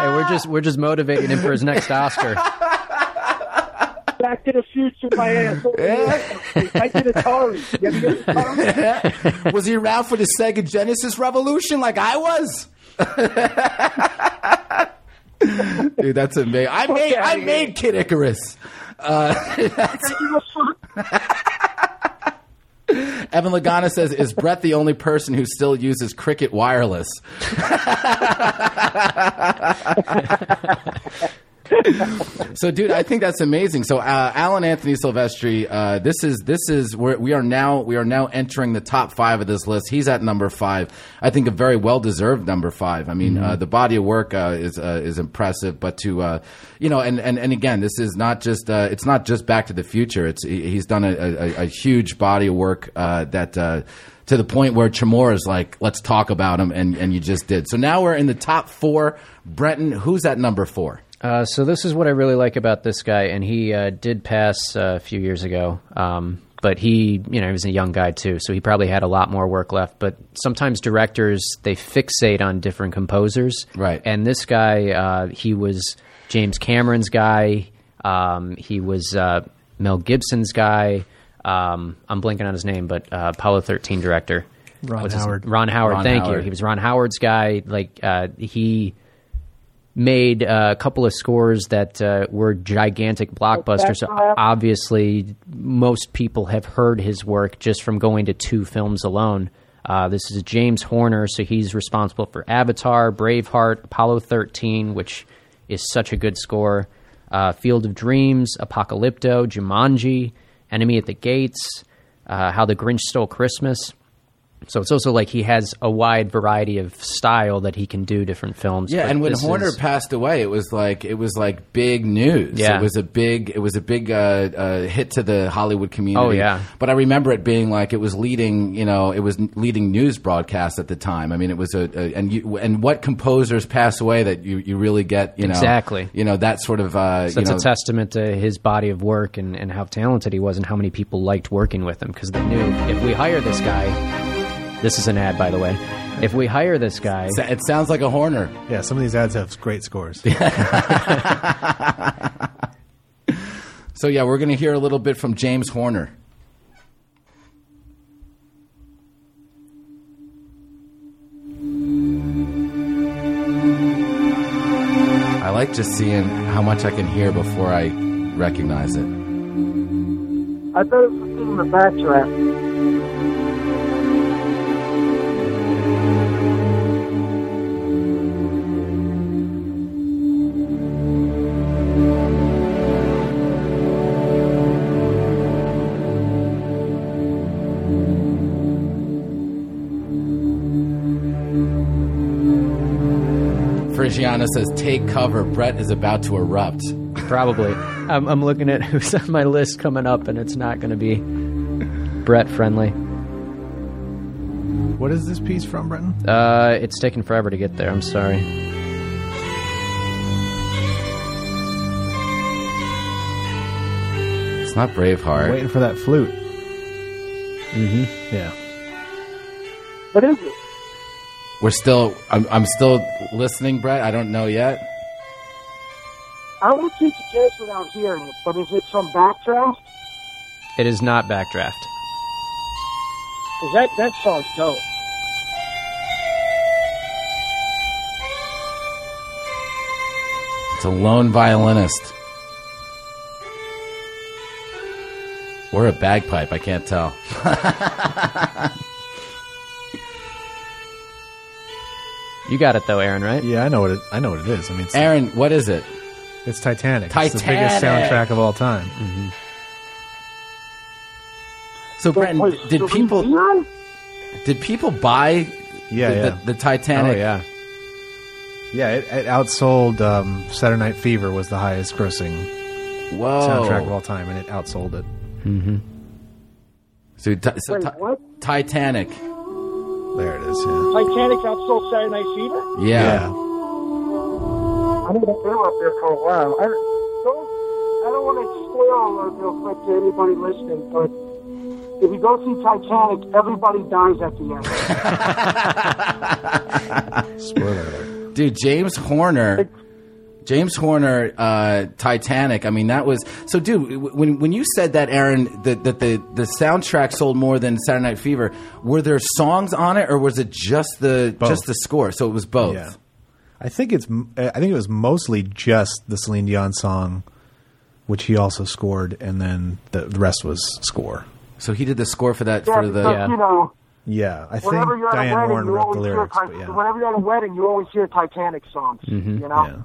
[SPEAKER 3] Hey, we're just we're just motivating him for his next Oscar.
[SPEAKER 2] Back to the Future, my ass. I did Atari. You ever did Atari?
[SPEAKER 1] was he around for the Sega Genesis revolution like I was? Dude, that's amazing. I made I made Kid Icarus. Evan Lagana says, "Is Brett the only person who still uses Cricket wireless?" so, dude, I think that's amazing. So, uh, Alan Anthony Silvestri, uh, this is this is we're, we are now we are now entering the top five of this list. He's at number five. I think a very well deserved number five. I mean, uh, the body of work uh, is uh, is impressive, but to uh, you know, and, and and again, this is not just uh, it's not just Back to the Future. It's he- he's done a, a, a huge body of work uh, that. Uh, to the point where Chemora's like, let's talk about him, and, and you just did. So now we're in the top four. Brenton, who's at number four?
[SPEAKER 3] Uh, so this is what I really like about this guy, and he uh, did pass uh, a few years ago. Um, but he, you know, he was a young guy too, so he probably had a lot more work left. But sometimes directors they fixate on different composers,
[SPEAKER 1] Right.
[SPEAKER 3] And this guy, uh, he was James Cameron's guy. Um, he was uh, Mel Gibson's guy. Um, I'm blanking on his name, but uh, Apollo 13 director.
[SPEAKER 7] Ron
[SPEAKER 3] What's his-
[SPEAKER 7] Howard.
[SPEAKER 3] Ron Howard.
[SPEAKER 1] Ron
[SPEAKER 3] thank
[SPEAKER 1] Howard.
[SPEAKER 3] you. He was Ron Howard's guy. Like uh, he made uh, a couple of scores that uh, were gigantic blockbusters. So obviously, most people have heard his work just from going to two films alone. Uh, this is James Horner, so he's responsible for Avatar, Braveheart, Apollo 13, which is such a good score. Uh, Field of Dreams, Apocalypto, Jumanji, Enemy at the Gates, uh, How the Grinch Stole Christmas. So it's also like he has a wide variety of style that he can do different films.
[SPEAKER 1] Yeah,
[SPEAKER 3] but
[SPEAKER 1] and when
[SPEAKER 3] this
[SPEAKER 1] Horner
[SPEAKER 3] is-
[SPEAKER 1] passed away, it was like it was like big news.
[SPEAKER 3] Yeah.
[SPEAKER 1] it was a big it was a big uh, uh, hit to the Hollywood community.
[SPEAKER 3] Oh, yeah.
[SPEAKER 1] but I remember it being like it was leading you know it was n- leading news broadcast at the time. I mean, it was a, a and you and what composers pass away that you, you really get you know
[SPEAKER 3] Exactly.
[SPEAKER 1] you know that sort of uh,
[SPEAKER 3] that's
[SPEAKER 1] you know,
[SPEAKER 3] a testament to his body of work and, and how talented he was and how many people liked working with him because they knew if we hire this guy, this is an ad, by the way. If we hire this guy,
[SPEAKER 1] sa- It sounds like a Horner.
[SPEAKER 7] Yeah, some of these ads have great scores.
[SPEAKER 1] So yeah, we're gonna hear a little bit from James Horner. I like just seeing how much I can hear before I recognize it.
[SPEAKER 2] I thought it was in the backdraft.
[SPEAKER 1] Frigiana says, "Take cover, Brett is about to erupt."
[SPEAKER 3] probably. I'm, I'm looking at who's on my list coming up, and it's not going to be Brett friendly.
[SPEAKER 7] what is this piece from, Brenton?
[SPEAKER 3] Uh, it's taken forever to get there. I'm sorry.
[SPEAKER 1] It's not Braveheart.
[SPEAKER 7] Waiting for that flute. Mm-hmm.
[SPEAKER 1] Mm-hmm.
[SPEAKER 7] Yeah.
[SPEAKER 2] What is it?
[SPEAKER 1] We're still. I'm, I'm still listening, Brett. I don't know yet.
[SPEAKER 2] I would take a guess without hearing it, but is it some backdraft?
[SPEAKER 3] It is not Backdraft.
[SPEAKER 2] Is that that song's dope?
[SPEAKER 1] It's a lone violinist. Or a bagpipe, I can't tell.
[SPEAKER 3] You got it though, Aaron, right?
[SPEAKER 7] Yeah, I know what it. I know what it is. I mean, it's,
[SPEAKER 1] Aaron, what is it?
[SPEAKER 7] it's Titanic. It's the
[SPEAKER 1] Titanic! Mm.
[SPEAKER 7] biggest soundtrack of all time.
[SPEAKER 1] So, Brent,
[SPEAKER 2] Wait,
[SPEAKER 1] did
[SPEAKER 2] Celine
[SPEAKER 1] people
[SPEAKER 2] Dion?
[SPEAKER 1] did people buy
[SPEAKER 7] Yeah,
[SPEAKER 1] the,
[SPEAKER 7] yeah. Oh,
[SPEAKER 1] the, the Titanic?
[SPEAKER 7] yeah. Yeah, it, it outsold um, Saturday Night Fever was the highest grossing
[SPEAKER 1] Oh.
[SPEAKER 7] soundtrack of
[SPEAKER 1] Whoa!
[SPEAKER 7] all time, and it outsold it.
[SPEAKER 1] So, ti- so
[SPEAKER 2] Wait,
[SPEAKER 1] ti-
[SPEAKER 2] what?
[SPEAKER 1] Titanic.
[SPEAKER 7] There it is. Yeah.
[SPEAKER 2] Titanic outsold Saturday Night Fever?
[SPEAKER 1] Yeah.
[SPEAKER 2] I didn't feel up there for a while. I don't, I don't want to spoil it real quick to anybody listening, but if you go see Titanic, everybody dies at the end.
[SPEAKER 7] Spoiler alert.
[SPEAKER 1] Dude, James Horner. James Horner, uh, Titanic. I mean, that was so. Dude, w- when when you said that, Aaron, that that the the soundtrack sold more than Saturday Night Fever. Were there songs on it, or was it just the
[SPEAKER 7] Both.
[SPEAKER 1] just the score? So it was both.
[SPEAKER 7] Yeah. I think it's. m- I think it was mostly just the Celine Dion song, which he also scored, and then the, the rest was score.
[SPEAKER 1] So he did the score for that
[SPEAKER 2] Yeah,
[SPEAKER 1] for the.
[SPEAKER 2] because, you know,
[SPEAKER 7] Yeah, I think
[SPEAKER 2] whenever you're at
[SPEAKER 7] Diane
[SPEAKER 2] a wedding,
[SPEAKER 7] Warren
[SPEAKER 2] you
[SPEAKER 7] wrote
[SPEAKER 2] always
[SPEAKER 7] the
[SPEAKER 2] hear
[SPEAKER 7] lyrics,
[SPEAKER 2] Titan-
[SPEAKER 7] but yeah. Mm-hmm.
[SPEAKER 2] whenever you're at a wedding, you always hear Titanic songs. You know,
[SPEAKER 7] yeah.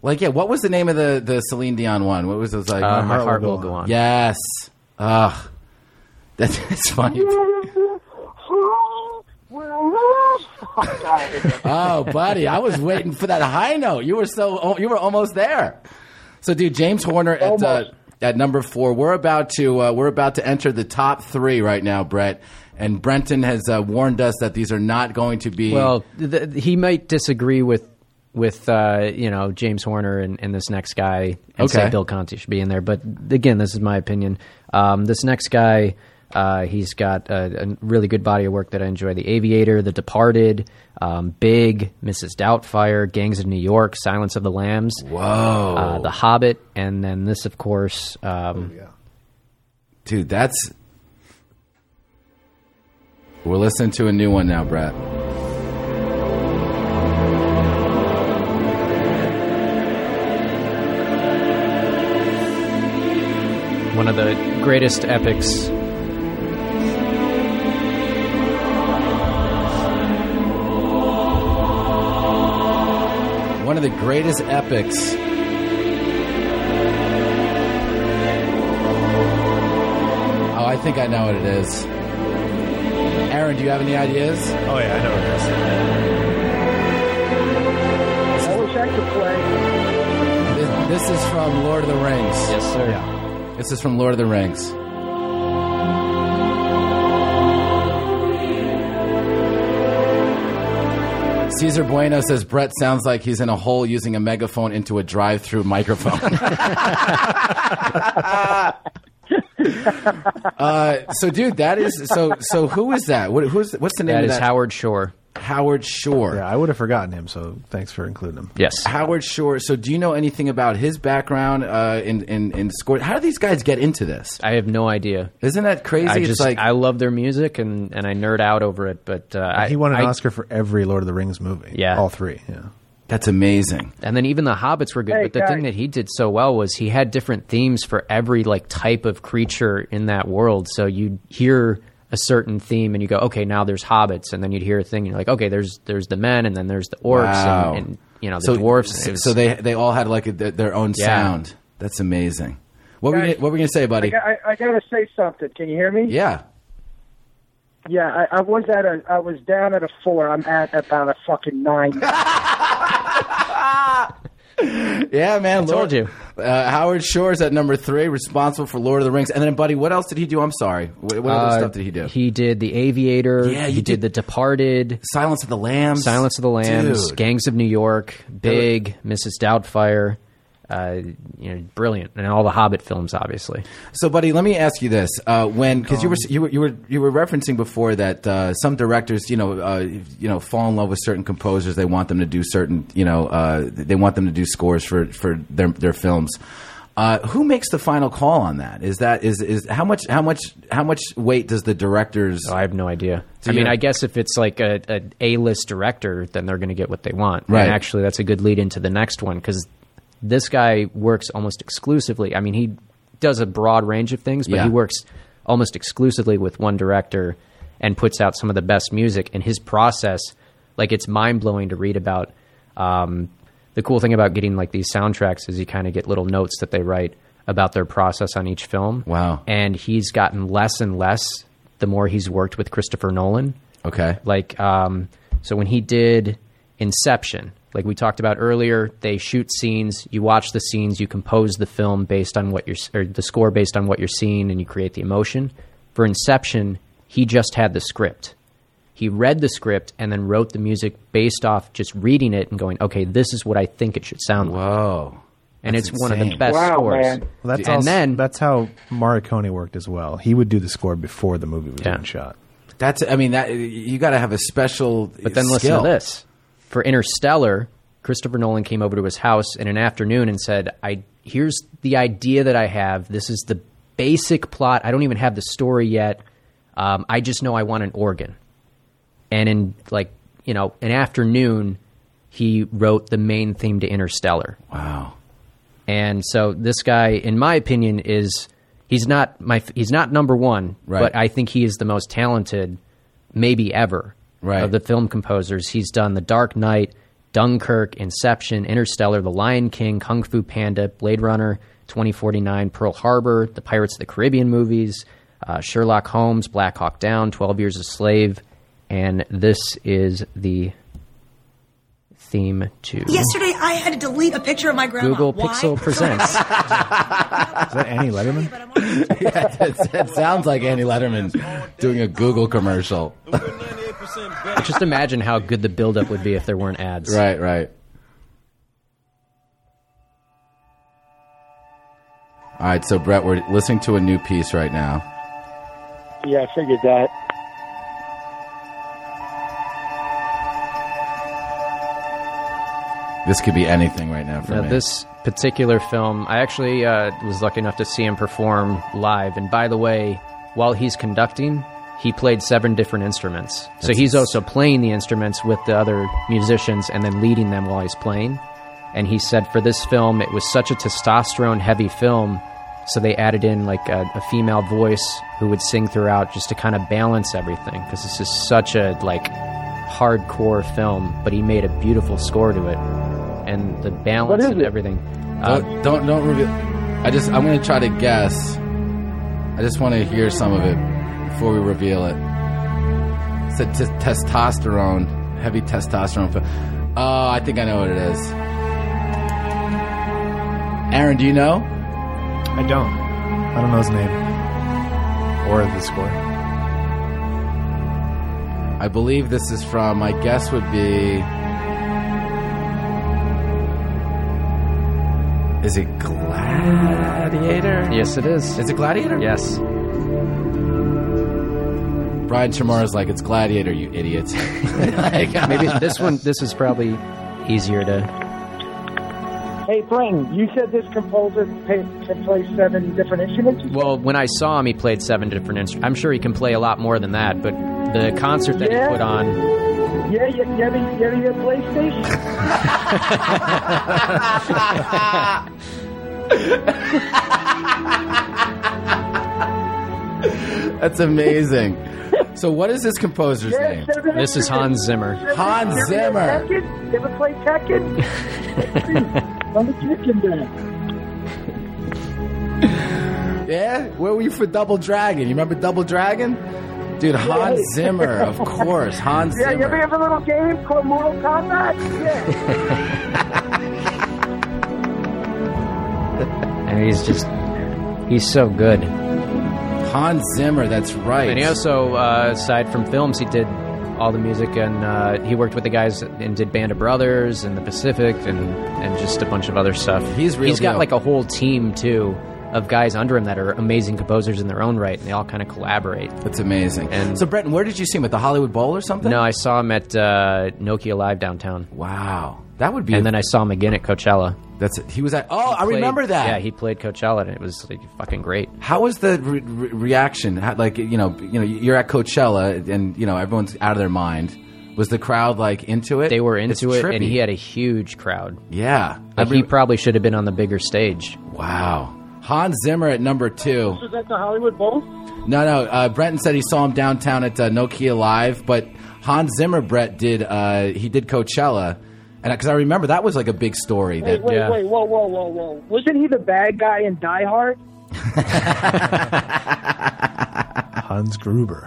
[SPEAKER 1] Like yeah, what was the name of the the Celine Dion one? What was it? It was like
[SPEAKER 3] Uh, my heart
[SPEAKER 7] Heart Will Go
[SPEAKER 3] will
[SPEAKER 7] On.
[SPEAKER 3] go on.
[SPEAKER 1] yes, ugh, that's, that's funny.
[SPEAKER 2] Oh, God.
[SPEAKER 1] oh, buddy, I was waiting for that high note. You were so oh, you were almost there. So, dude, James Horner at uh,
[SPEAKER 2] Almost.
[SPEAKER 1] at number four. We're about to uh, we're about to enter the top three right now, Brett. And Brenton has uh, warned us that these are not going to be
[SPEAKER 3] Well, th- he might disagree with with uh, you know James Horner and, and this next guy and
[SPEAKER 1] Okay.
[SPEAKER 3] say Bill Conti should be in there. But again, this is my opinion. Um, this next guy, uh, he's got a, a really good body of work that I enjoy: The Aviator, The Departed, um, Big, Mrs. Doubtfire, Gangs of New York, Silence of the Lambs,
[SPEAKER 1] whoa,
[SPEAKER 3] uh, The Hobbit, and then this, of course. Um,
[SPEAKER 1] dude. That's we're listening to a new one now, Brett.
[SPEAKER 3] one of the greatest epics.
[SPEAKER 1] One of the greatest epics. Oh, I think I know what it is. Aaron, do you have any ideas?
[SPEAKER 7] Oh yeah, I know what it is.
[SPEAKER 2] I wish I could play.
[SPEAKER 1] This, this is from Lord of the Rings.
[SPEAKER 3] Yes, sir.
[SPEAKER 1] This is from Lord of the Rings. Caesar Bueno says Brett sounds like he's in a hole using a megaphone into a drive-through microphone. uh, so, dude, that is so. So, who is that? What, who's what's the name
[SPEAKER 3] That
[SPEAKER 1] of
[SPEAKER 3] is
[SPEAKER 1] that?
[SPEAKER 3] Howard Shore.
[SPEAKER 1] Howard Shore.
[SPEAKER 7] Yeah, I would have forgotten him. So thanks for including him.
[SPEAKER 3] Yes.
[SPEAKER 1] Howard Shore. So, do you know anything about his background uh, in in in score? How do these guys get into this?
[SPEAKER 3] I have no idea.
[SPEAKER 1] Isn't that crazy?
[SPEAKER 3] I
[SPEAKER 1] It's
[SPEAKER 3] just
[SPEAKER 1] like
[SPEAKER 3] I love their music and, and I nerd out over it, but uh, I,
[SPEAKER 7] He won an
[SPEAKER 3] I-
[SPEAKER 7] Oscar for every Lord of the Rings movie.
[SPEAKER 3] Yeah.
[SPEAKER 7] all three. Yeah.
[SPEAKER 1] that's amazing.
[SPEAKER 3] And then even the hobbits were good,
[SPEAKER 2] Hey,
[SPEAKER 3] but the thing
[SPEAKER 2] guys.
[SPEAKER 3] that he did so well was he had different themes for every like type of creature in that world. So you'd hear a certain theme and you go, okay, now there's hobbits, and then you'd hear a thing and you're like, okay, there's there's the men, and then there's the orcs,
[SPEAKER 1] Wow.
[SPEAKER 3] and, and you know the dwarfs. It was-
[SPEAKER 1] So they they all had like a, their their own
[SPEAKER 3] Yeah.
[SPEAKER 1] sound. That's amazing. What were you,
[SPEAKER 2] Guys,
[SPEAKER 1] what were you gonna say,
[SPEAKER 2] I,
[SPEAKER 1] buddy?
[SPEAKER 2] got- I, I gotta say something. Can you hear me?
[SPEAKER 1] yeah.
[SPEAKER 2] Yeah, I, I was at a, I was down at a four. I'm at about a fucking nine.
[SPEAKER 1] Yeah, man. I
[SPEAKER 3] told you.
[SPEAKER 1] Uh, Howard Shore's at number three, responsible for Lord of the Rings. And then, buddy, what else did he do? I'm sorry. What, what
[SPEAKER 3] uh,
[SPEAKER 1] other stuff did he do?
[SPEAKER 3] He did the Aviator.
[SPEAKER 1] Yeah, you
[SPEAKER 3] he
[SPEAKER 1] did-
[SPEAKER 3] did, the Departed.
[SPEAKER 1] Silence of the Lambs.
[SPEAKER 3] Silence of the Lambs,
[SPEAKER 1] Dude.
[SPEAKER 3] Gangs of New York, Big, Mrs. Doubtfire, uh, you know, brilliant, and all the Hobbit films, obviously.
[SPEAKER 1] So, buddy, let me ask you this: uh, when because
[SPEAKER 3] Um,
[SPEAKER 1] you, were, you were you were you were referencing before that uh, some directors, you know, uh, you know, fall in love with certain composers. They want them to do certain, you know, uh, they want them to do scores for for their their films. Uh, who makes the final call on that? Is that is is how much how much how much weight does the directors?
[SPEAKER 3] I have no idea. I
[SPEAKER 1] you
[SPEAKER 3] mean,
[SPEAKER 1] know-
[SPEAKER 3] I guess if it's like a an A list director, then they're going to get what they want.
[SPEAKER 1] Right.
[SPEAKER 3] And actually, that's a good lead into the next one because this guy works almost exclusively. I mean, he does a broad range of things, but
[SPEAKER 1] Yeah.
[SPEAKER 3] he works almost exclusively with one director and puts out some of the best music. And his process, like, it's mind blowing to read about. Um, the cool thing about getting like these soundtracks is you kind of get little notes that they write about their process on each film.
[SPEAKER 1] Wow.
[SPEAKER 3] And he's gotten less and less the more he's worked with Christopher Nolan.
[SPEAKER 1] okay,
[SPEAKER 3] Like, um, so when he did Inception, like we talked about earlier, they shoot scenes, you watch the scenes, you compose the film based on what you're, or the score based on what you're seeing, and you create the emotion. For Inception, he just had the script. He read the script and then wrote the music based off just reading it and going, okay, this is what I think it should sound like.
[SPEAKER 1] whoa,
[SPEAKER 3] and
[SPEAKER 1] that's
[SPEAKER 3] it's one of the
[SPEAKER 1] insane.
[SPEAKER 3] best
[SPEAKER 2] Wow,
[SPEAKER 3] scores.
[SPEAKER 2] man.
[SPEAKER 7] Well, that's
[SPEAKER 3] and
[SPEAKER 7] also-
[SPEAKER 3] then
[SPEAKER 7] that's how Morricone worked as well. He would do the score before the movie was
[SPEAKER 3] Yeah.
[SPEAKER 7] even shot.
[SPEAKER 1] That's I mean that you got to have a special.
[SPEAKER 3] But then listen to this. For Interstellar, Christopher Nolan came over to his house in an afternoon and said, "I here's the idea that I have. This is the basic plot. I don't even have the story yet. Um, I just know I want an organ." And in like you know an afternoon, he wrote the main theme to Interstellar.
[SPEAKER 1] Wow,
[SPEAKER 3] And so this guy, in my opinion, is he's not my he's not number one,
[SPEAKER 1] Right.
[SPEAKER 3] but I think he is the most talented, maybe ever,
[SPEAKER 1] Right.
[SPEAKER 3] of the film composers. He's done The Dark Knight, Dunkirk, Inception, Interstellar, The Lion King, Kung Fu Panda, Blade Runner, 2049, Pearl Harbor, the Pirates of the Caribbean movies, uh, Sherlock Holmes, Black Hawk Down, 12 Years a Slave, and this is the theme to
[SPEAKER 8] Yesterday, I had to delete a picture of my grandma.
[SPEAKER 3] Google
[SPEAKER 8] Why?
[SPEAKER 3] Pixel Presents.
[SPEAKER 7] Is that Annie Letterman?
[SPEAKER 8] But I'm on-
[SPEAKER 1] It's- it sounds like Andy Letterman doing a Google commercial.
[SPEAKER 3] Just imagine how good the buildup would be if there weren't ads.
[SPEAKER 1] Right, right. All right, so Brett, we're listening to a new piece right now.
[SPEAKER 2] yeah, I figured that.
[SPEAKER 1] This could be anything right now for
[SPEAKER 3] Now,
[SPEAKER 1] me.
[SPEAKER 3] this particular film, I actually uh, was lucky enough to see him perform live. And by the way, while he's conducting, he played seven different instruments. so he's also playing the instruments with the other musicians and then leading them while he's playing. And he said for this film, it was such a testosterone heavy film. So they added in like a, a female voice who would sing throughout just to kind of balance everything because this is such a like hardcore film, but he made a beautiful score to it, and the balance
[SPEAKER 2] is
[SPEAKER 3] and
[SPEAKER 2] it?
[SPEAKER 3] everything. Uh,
[SPEAKER 1] don't, don't don't reveal. I just I'm gonna try to guess. I just want to hear some of it before we reveal it. it's a t- testosterone, heavy testosterone. fi- Oh, I think I know what it is. Aaron, do you know?
[SPEAKER 7] I don't. I don't know his name or the score.
[SPEAKER 1] I believe this is from. My guess would be. Is it Gladiator?
[SPEAKER 3] Yes, it is.
[SPEAKER 1] Is it Gladiator?
[SPEAKER 3] Yes.
[SPEAKER 1] Brian Chamorro's like, it's Gladiator, you idiot. Like,
[SPEAKER 3] Maybe this one. This is probably easier to.
[SPEAKER 2] Hey, Bling, you said this composer pa- can play seven different instruments.
[SPEAKER 3] Well, when I saw him, he played seven different instruments. I'm sure he can play a lot more than that, but the concert that
[SPEAKER 2] Yeah.
[SPEAKER 3] he put on.
[SPEAKER 2] Yeah, you you have a- you have your PlayStation.
[SPEAKER 1] That's amazing. So, what is this composer's
[SPEAKER 2] Yeah,
[SPEAKER 1] name?
[SPEAKER 2] seven
[SPEAKER 3] This is Hans
[SPEAKER 2] instruments.
[SPEAKER 3] Zimmer.
[SPEAKER 1] Hans
[SPEAKER 2] You ever play
[SPEAKER 1] Zimmer.
[SPEAKER 2] Tekken? You ever play Tekken? I'm a Tekken guy.
[SPEAKER 1] Yeah? Where were you for Double Dragon? You remember Double Dragon? Dude, Hans Zimmer, of course. Hans
[SPEAKER 2] Yeah, you ever
[SPEAKER 1] Zimmer.
[SPEAKER 2] have a little game called Mortal Kombat? Yeah.
[SPEAKER 3] And he's just. He's so good.
[SPEAKER 1] Hans Zimmer, that's right.
[SPEAKER 3] And he also, uh, aside from films, he did all the music and uh, he worked with the guys and did Band of Brothers and The Pacific and, and just a bunch of other stuff.
[SPEAKER 1] He's real
[SPEAKER 3] He's got
[SPEAKER 1] deal.
[SPEAKER 3] like a whole team too of guys under him that are amazing composers in their own right, and they all kind of collaborate.
[SPEAKER 1] That's amazing.
[SPEAKER 3] And-
[SPEAKER 1] so, Breton, where did you see him? At the Hollywood Bowl or something?
[SPEAKER 3] No, I saw him at uh, Nokia Live downtown,
[SPEAKER 1] Wow. That would be.
[SPEAKER 3] and then I saw him again at Coachella.
[SPEAKER 1] that's it. He was at. Oh, I
[SPEAKER 3] Played-
[SPEAKER 1] remember that.
[SPEAKER 3] Yeah, he played Coachella, and it was like fucking great.
[SPEAKER 1] How was the re- re- reaction? How, like you know, you know, you're at Coachella and you know everyone's out of their mind. Was the crowd like into it?
[SPEAKER 3] They were
[SPEAKER 1] It's
[SPEAKER 3] into it, and
[SPEAKER 1] trippy.
[SPEAKER 3] he had a huge crowd.
[SPEAKER 1] yeah.
[SPEAKER 3] Like,
[SPEAKER 1] Every-
[SPEAKER 3] he probably should have been on the bigger stage.
[SPEAKER 1] wow. Hans Zimmer at number two.
[SPEAKER 2] Was that the Hollywood Bowl?
[SPEAKER 1] No, no. Uh, Brenton said he saw him downtown at uh, Nokia Live, but Hans Zimmer, Brett did. Uh, he did Coachella, and because I remember that was like a big story.
[SPEAKER 2] Wait,
[SPEAKER 1] That
[SPEAKER 2] wait,
[SPEAKER 3] Yeah.
[SPEAKER 2] wait, whoa, whoa, whoa, whoa. Wasn't he the bad guy in Die Hard?
[SPEAKER 7] Hans Gruber.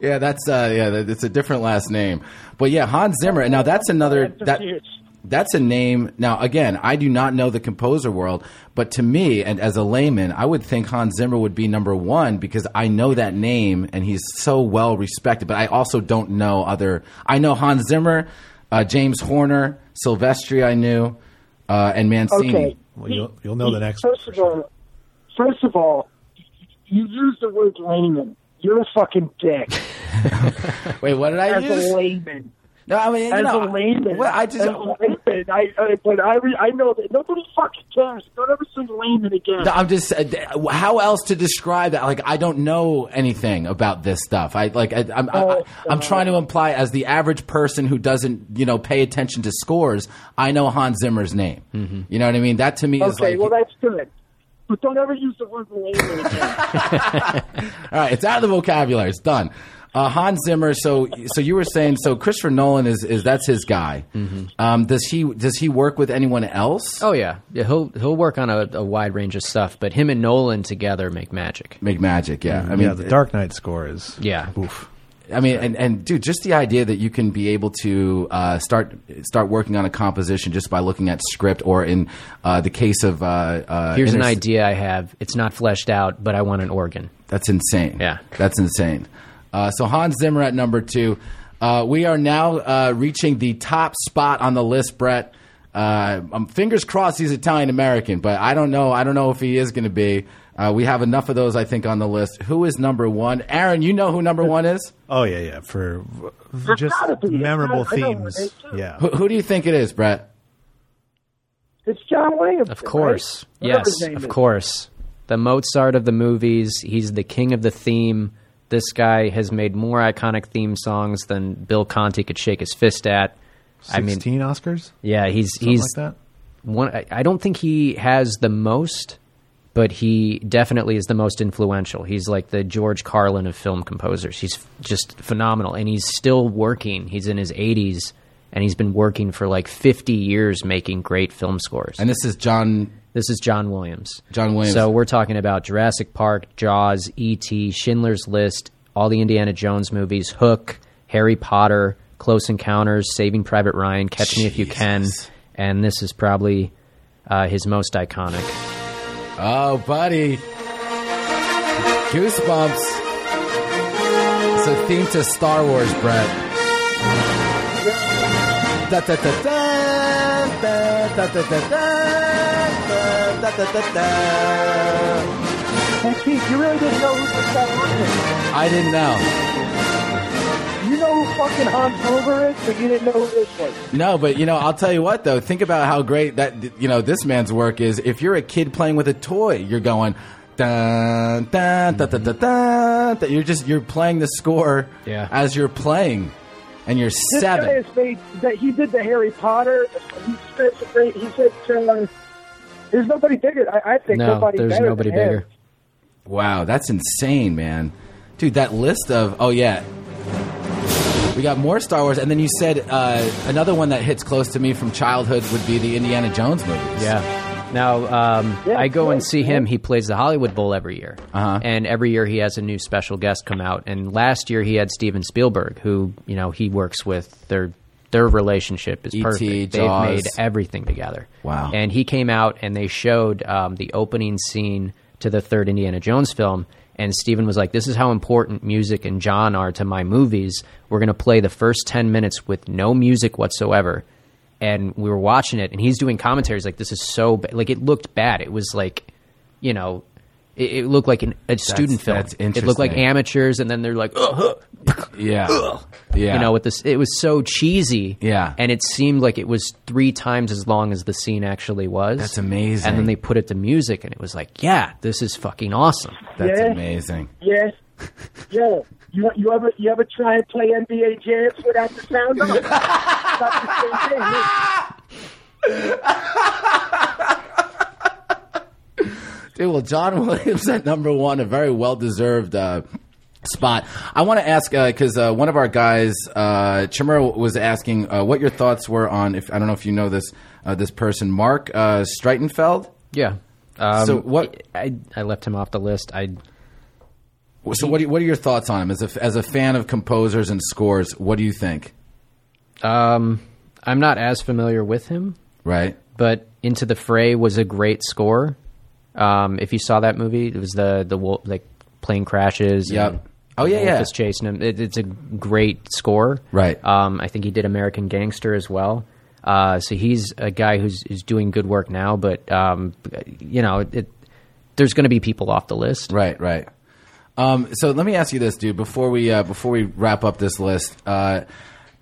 [SPEAKER 1] yeah, that's uh, yeah, that, it's a different last name, but yeah, Hans Zimmer. Now that's another
[SPEAKER 2] That's a
[SPEAKER 1] that.
[SPEAKER 2] huge.
[SPEAKER 1] That's a name. Now, again, I do not know the composer world, but to me, and as a layman, I would think Hans Zimmer would be number one because I know that name and he's so well respected. But I also don't know other. I know Hans Zimmer, uh, James Horner, Silvestri, I knew, uh, and Mancini.
[SPEAKER 2] Okay.
[SPEAKER 7] Well, you'll, you'll know the next
[SPEAKER 2] First
[SPEAKER 7] one.
[SPEAKER 2] of all, first of all, you use the word layman. You're a fucking dick
[SPEAKER 1] Wait, what did I
[SPEAKER 2] as
[SPEAKER 1] use?
[SPEAKER 2] a layman.
[SPEAKER 1] no, I mean, you
[SPEAKER 2] As
[SPEAKER 1] know,
[SPEAKER 2] a layman,
[SPEAKER 1] well, I just.
[SPEAKER 2] as a layman, I, I but I re- I know that nobody fucking cares. Don't ever say layman again.
[SPEAKER 1] No, I'm just. Uh, d- how else to describe that? Like, I don't know anything about this stuff. I like. I, I'm. I, I,
[SPEAKER 2] Oh,
[SPEAKER 1] I'm trying to imply, as the average person who doesn't, you know, pay attention to scores, I know Hans Zimmer's name.
[SPEAKER 7] Mm-hmm.
[SPEAKER 1] You know what I mean? That to me is
[SPEAKER 2] okay,
[SPEAKER 1] like.
[SPEAKER 2] well that's good, but don't ever use the word layman again.
[SPEAKER 1] all right, it's out of the vocabulary. It's done. Uh, Hans Zimmer. So, so you were saying. So Christopher Nolan is is that's his guy.
[SPEAKER 7] Mm-hmm.
[SPEAKER 1] Um, does he does he work with anyone else?
[SPEAKER 3] Oh yeah, yeah he'll he'll work on a, a wide range of stuff, but him and Nolan together make magic.
[SPEAKER 1] Make magic. Yeah. I mean,
[SPEAKER 7] Mm-hmm. yeah, the Dark Knight score is
[SPEAKER 3] Yeah.
[SPEAKER 7] Oof.
[SPEAKER 1] I mean, and, and dude, just the idea that you can be able to uh, start start working on a composition just by looking at script, or in uh, the case of uh, uh,
[SPEAKER 3] Here's an
[SPEAKER 1] inter-
[SPEAKER 3] idea I have. It's not fleshed out, but I want an organ.
[SPEAKER 1] That's insane.
[SPEAKER 3] Yeah.
[SPEAKER 1] that's insane. Uh, so Hans Zimmer at number two. Uh, we are now uh, reaching the top spot on the list, Brett. Uh, um, fingers crossed he's Italian American, but I don't know. I don't know if he is going to be. Uh, we have enough of those, I think, on the list. Who is number one? Aaron, you know who number one is.
[SPEAKER 7] Oh yeah, yeah. For for just
[SPEAKER 2] gotta be.
[SPEAKER 7] memorable
[SPEAKER 2] I know what
[SPEAKER 7] themes.
[SPEAKER 2] they do.
[SPEAKER 7] Yeah.
[SPEAKER 1] Who, who do you think it is, Brett?
[SPEAKER 2] It's John Williams.
[SPEAKER 3] Of course,
[SPEAKER 2] right? Whatever his
[SPEAKER 3] yes,
[SPEAKER 2] name
[SPEAKER 3] of
[SPEAKER 2] is.
[SPEAKER 3] course. The Mozart of the movies. He's the king of the theme. This guy has made more iconic theme songs than Bill Conti could shake his fist at. I mean,
[SPEAKER 7] Sixteen Oscars.
[SPEAKER 3] yeah, he's
[SPEAKER 7] Something
[SPEAKER 3] he's
[SPEAKER 7] like that.
[SPEAKER 3] one. I- I don't think he has the most, but he definitely is the most influential. He's like the George Carlin of film composers. He's f- just phenomenal, and he's still working. He's in his 80s, and he's been working for like 50 years making great film scores.
[SPEAKER 1] And this is John
[SPEAKER 3] This is John Williams.
[SPEAKER 1] John Williams.
[SPEAKER 3] So we're talking about E Jurassic Park, Jaws, E.T., Schindler's List, all the Indiana Jones movies, Hook. Harry Potter, Close Encounters, Saving Private Ryan, Catch Me If You Can, and this is probably uh, his most iconic.
[SPEAKER 1] Oh, buddy. Goosebumps. It's a theme to Star Wars, Brett. Da, da, da, da, da, da, da, da, da, da, da, da, da.
[SPEAKER 2] And Keith, you really didn't know who this guy
[SPEAKER 1] I didn't know.
[SPEAKER 2] was. You know who fucking Hans Gruber is, but you didn't know who this was.
[SPEAKER 1] No, but you know, I'll tell you what though. Think about how great that you know this man's work is. If you're a kid playing with a toy, you're going dun dun dun dun dun. dun, dun. You're just you're playing the score
[SPEAKER 3] Yeah.
[SPEAKER 1] as you're playing, and you're
[SPEAKER 2] This
[SPEAKER 1] seven.
[SPEAKER 2] guy has made that he did the Harry Potter. He said, he said uh, there's nobody bigger. I, I think
[SPEAKER 3] No,
[SPEAKER 2] nobody
[SPEAKER 3] there's
[SPEAKER 2] better
[SPEAKER 3] nobody
[SPEAKER 2] than him.
[SPEAKER 3] bigger.
[SPEAKER 1] Wow, that's insane, man. Dude, that list of oh yeah. We got more Star Wars, and then you said uh, another one that hits close to me from childhood would be the Indiana Jones movies.
[SPEAKER 3] Yeah. Now um,
[SPEAKER 2] Yeah,
[SPEAKER 3] I go and
[SPEAKER 2] yeah,
[SPEAKER 3] see him. He plays the Hollywood Bowl every year,
[SPEAKER 1] Uh-huh.
[SPEAKER 3] and every year he has a new special guest come out. And last year he had Steven Spielberg, who you know he works with. Their their relationship is
[SPEAKER 1] E.T.,
[SPEAKER 3] perfect.
[SPEAKER 1] E Jaws.
[SPEAKER 3] They've made everything together.
[SPEAKER 1] Wow.
[SPEAKER 3] And he came out and they showed um, the opening scene to the third Indiana Jones film. And Steven was like, This is how important music and John are to my movies. We're going to play the first 10 minutes with no music whatsoever. And we were watching it, and he's doing commentaries like, This is so bad. Like, it looked bad. It was like, you know, it, it looked like an, a student film.
[SPEAKER 1] that's
[SPEAKER 3] It looked like
[SPEAKER 1] interesting.
[SPEAKER 3] amateurs, and then they're like, "Ugh, huh,
[SPEAKER 1] yeah, yeah.
[SPEAKER 3] you know, with this, it was so cheesy.
[SPEAKER 1] Yeah.
[SPEAKER 3] and it seemed like it was three times as long as the scene actually was.
[SPEAKER 1] That's amazing.
[SPEAKER 3] And then they put it to music, and it was like, yeah, this is fucking awesome.
[SPEAKER 1] that's
[SPEAKER 2] Yeah.
[SPEAKER 1] amazing.
[SPEAKER 2] Yes. Yeah. You, you ever you ever try and play NBA jams without the sound on? It's not the same thing.
[SPEAKER 1] Dude, well, John Williams at number one, a very well deserved uh, spot. I want to ask because uh, one of our guys, uh, Chimera, was asking uh, what your thoughts were on. If I don't know if you know this, uh, this person, Mark uh, Streitenfeld.
[SPEAKER 3] Yeah. Um,
[SPEAKER 1] So what-
[SPEAKER 3] I, I left him off the list. I
[SPEAKER 1] So, what, do you- what are your thoughts on him as a as a fan of composers and scores? What do you think?
[SPEAKER 3] um, I'm not as familiar with him,
[SPEAKER 1] Right?
[SPEAKER 3] but Into the Fray was a great score. Um, if you saw that movie, it was the the wolf, like plane crashes.
[SPEAKER 1] Yep.
[SPEAKER 3] and
[SPEAKER 1] Oh,
[SPEAKER 3] the
[SPEAKER 1] yeah,
[SPEAKER 3] wolf
[SPEAKER 1] yeah.
[SPEAKER 3] Is chasing him. It, it's a great score.
[SPEAKER 1] Right.
[SPEAKER 3] Um, I think he did American Gangster as well. Uh, so he's a guy who's is doing good work now, but um, you know, it, there's going to be people off the list.
[SPEAKER 1] Right, right. Um, so let me ask you this, dude. Before we uh, before we wrap up this list, uh,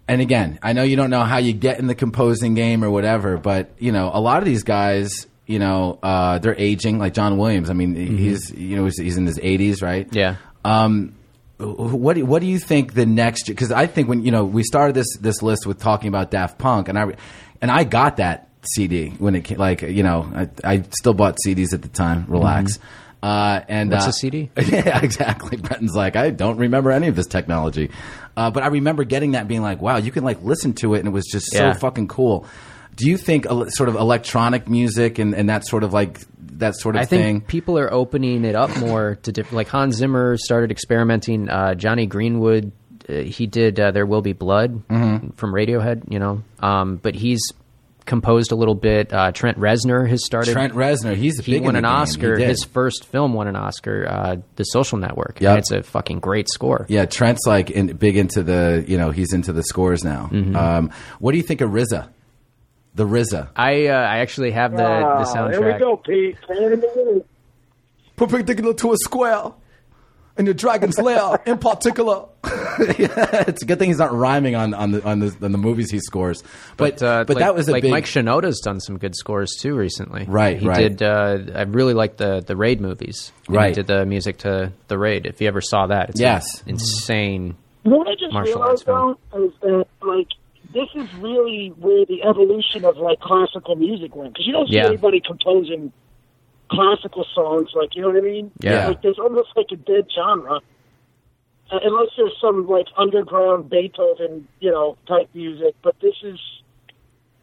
[SPEAKER 1] and again, I know you don't know how you get in the composing game or whatever, but you know, a lot of these guys, you know, uh, they're aging. Like John Williams, I mean, he's you know he's, he's in his eighties, right?
[SPEAKER 3] Yeah.
[SPEAKER 1] Um, wh- what do, what do you think the next? Because I think when you know we started this this list with talking about Daft Punk, and I and I got that CD when it came, like you know I, I still bought CDs at the time. Relax. Uh, and
[SPEAKER 3] Mm-hmm. What's
[SPEAKER 1] uh,
[SPEAKER 3] a CD?
[SPEAKER 1] yeah, exactly. Brenton's like, I don't remember any of this technology, uh, but I remember getting that, and being like, wow, you can like listen to it, and it was just
[SPEAKER 3] Yeah.
[SPEAKER 1] so fucking cool. Do you think ele- sort of electronic music and, and that sort of like that sort of
[SPEAKER 3] I think
[SPEAKER 1] thing?
[SPEAKER 3] people are opening it up more to different. Like Hans Zimmer started experimenting. Uh, Johnny Greenwood, uh, he did uh, "There Will Be Blood"
[SPEAKER 1] Mm-hmm.
[SPEAKER 3] from Radiohead, you know. Um, but he's composed a little bit. Uh, Trent Reznor has started.
[SPEAKER 1] Trent Reznor, he's
[SPEAKER 3] he
[SPEAKER 1] big in
[SPEAKER 3] won an
[SPEAKER 1] the game. He
[SPEAKER 3] Oscar.
[SPEAKER 1] did.
[SPEAKER 3] His first film won an Oscar. Uh, the Social Network.
[SPEAKER 1] Yep.
[SPEAKER 3] And it's a fucking great score.
[SPEAKER 1] Yeah, Trent's like in, big into the you know he's into the scores now.
[SPEAKER 3] Mm-hmm.
[SPEAKER 1] Um, what do you think of RZA? The RZA.
[SPEAKER 3] I uh, I actually have the, the
[SPEAKER 2] Oh,
[SPEAKER 3] soundtrack.
[SPEAKER 2] There we go, Pete. Playing in the middle.
[SPEAKER 1] Perpendicular to a square, and the dragon's lair in particular. it's a good thing he's not rhyming on on the on the, on the movies he scores. But but,
[SPEAKER 3] uh, like,
[SPEAKER 1] that was a
[SPEAKER 3] like
[SPEAKER 1] big
[SPEAKER 3] Mike Shinoda's done some good scores too recently.
[SPEAKER 1] Right,
[SPEAKER 3] he
[SPEAKER 1] right.
[SPEAKER 3] did. Uh, I really like the the Raid movies. And
[SPEAKER 1] Right.
[SPEAKER 3] he did the music to the Raid. If you ever saw that, it's
[SPEAKER 1] Yes.
[SPEAKER 3] an insane.
[SPEAKER 2] You know what I just
[SPEAKER 3] Martial arts
[SPEAKER 2] realized
[SPEAKER 3] film.
[SPEAKER 2] though is that like this is really where the evolution of like classical music went because you don't see
[SPEAKER 3] Yeah.
[SPEAKER 2] anybody composing classical songs like you know what I mean?
[SPEAKER 1] Yeah.
[SPEAKER 2] Like there's almost like a dead genre. Uh, unless there's some like underground Beethoven, you know, type music, but this is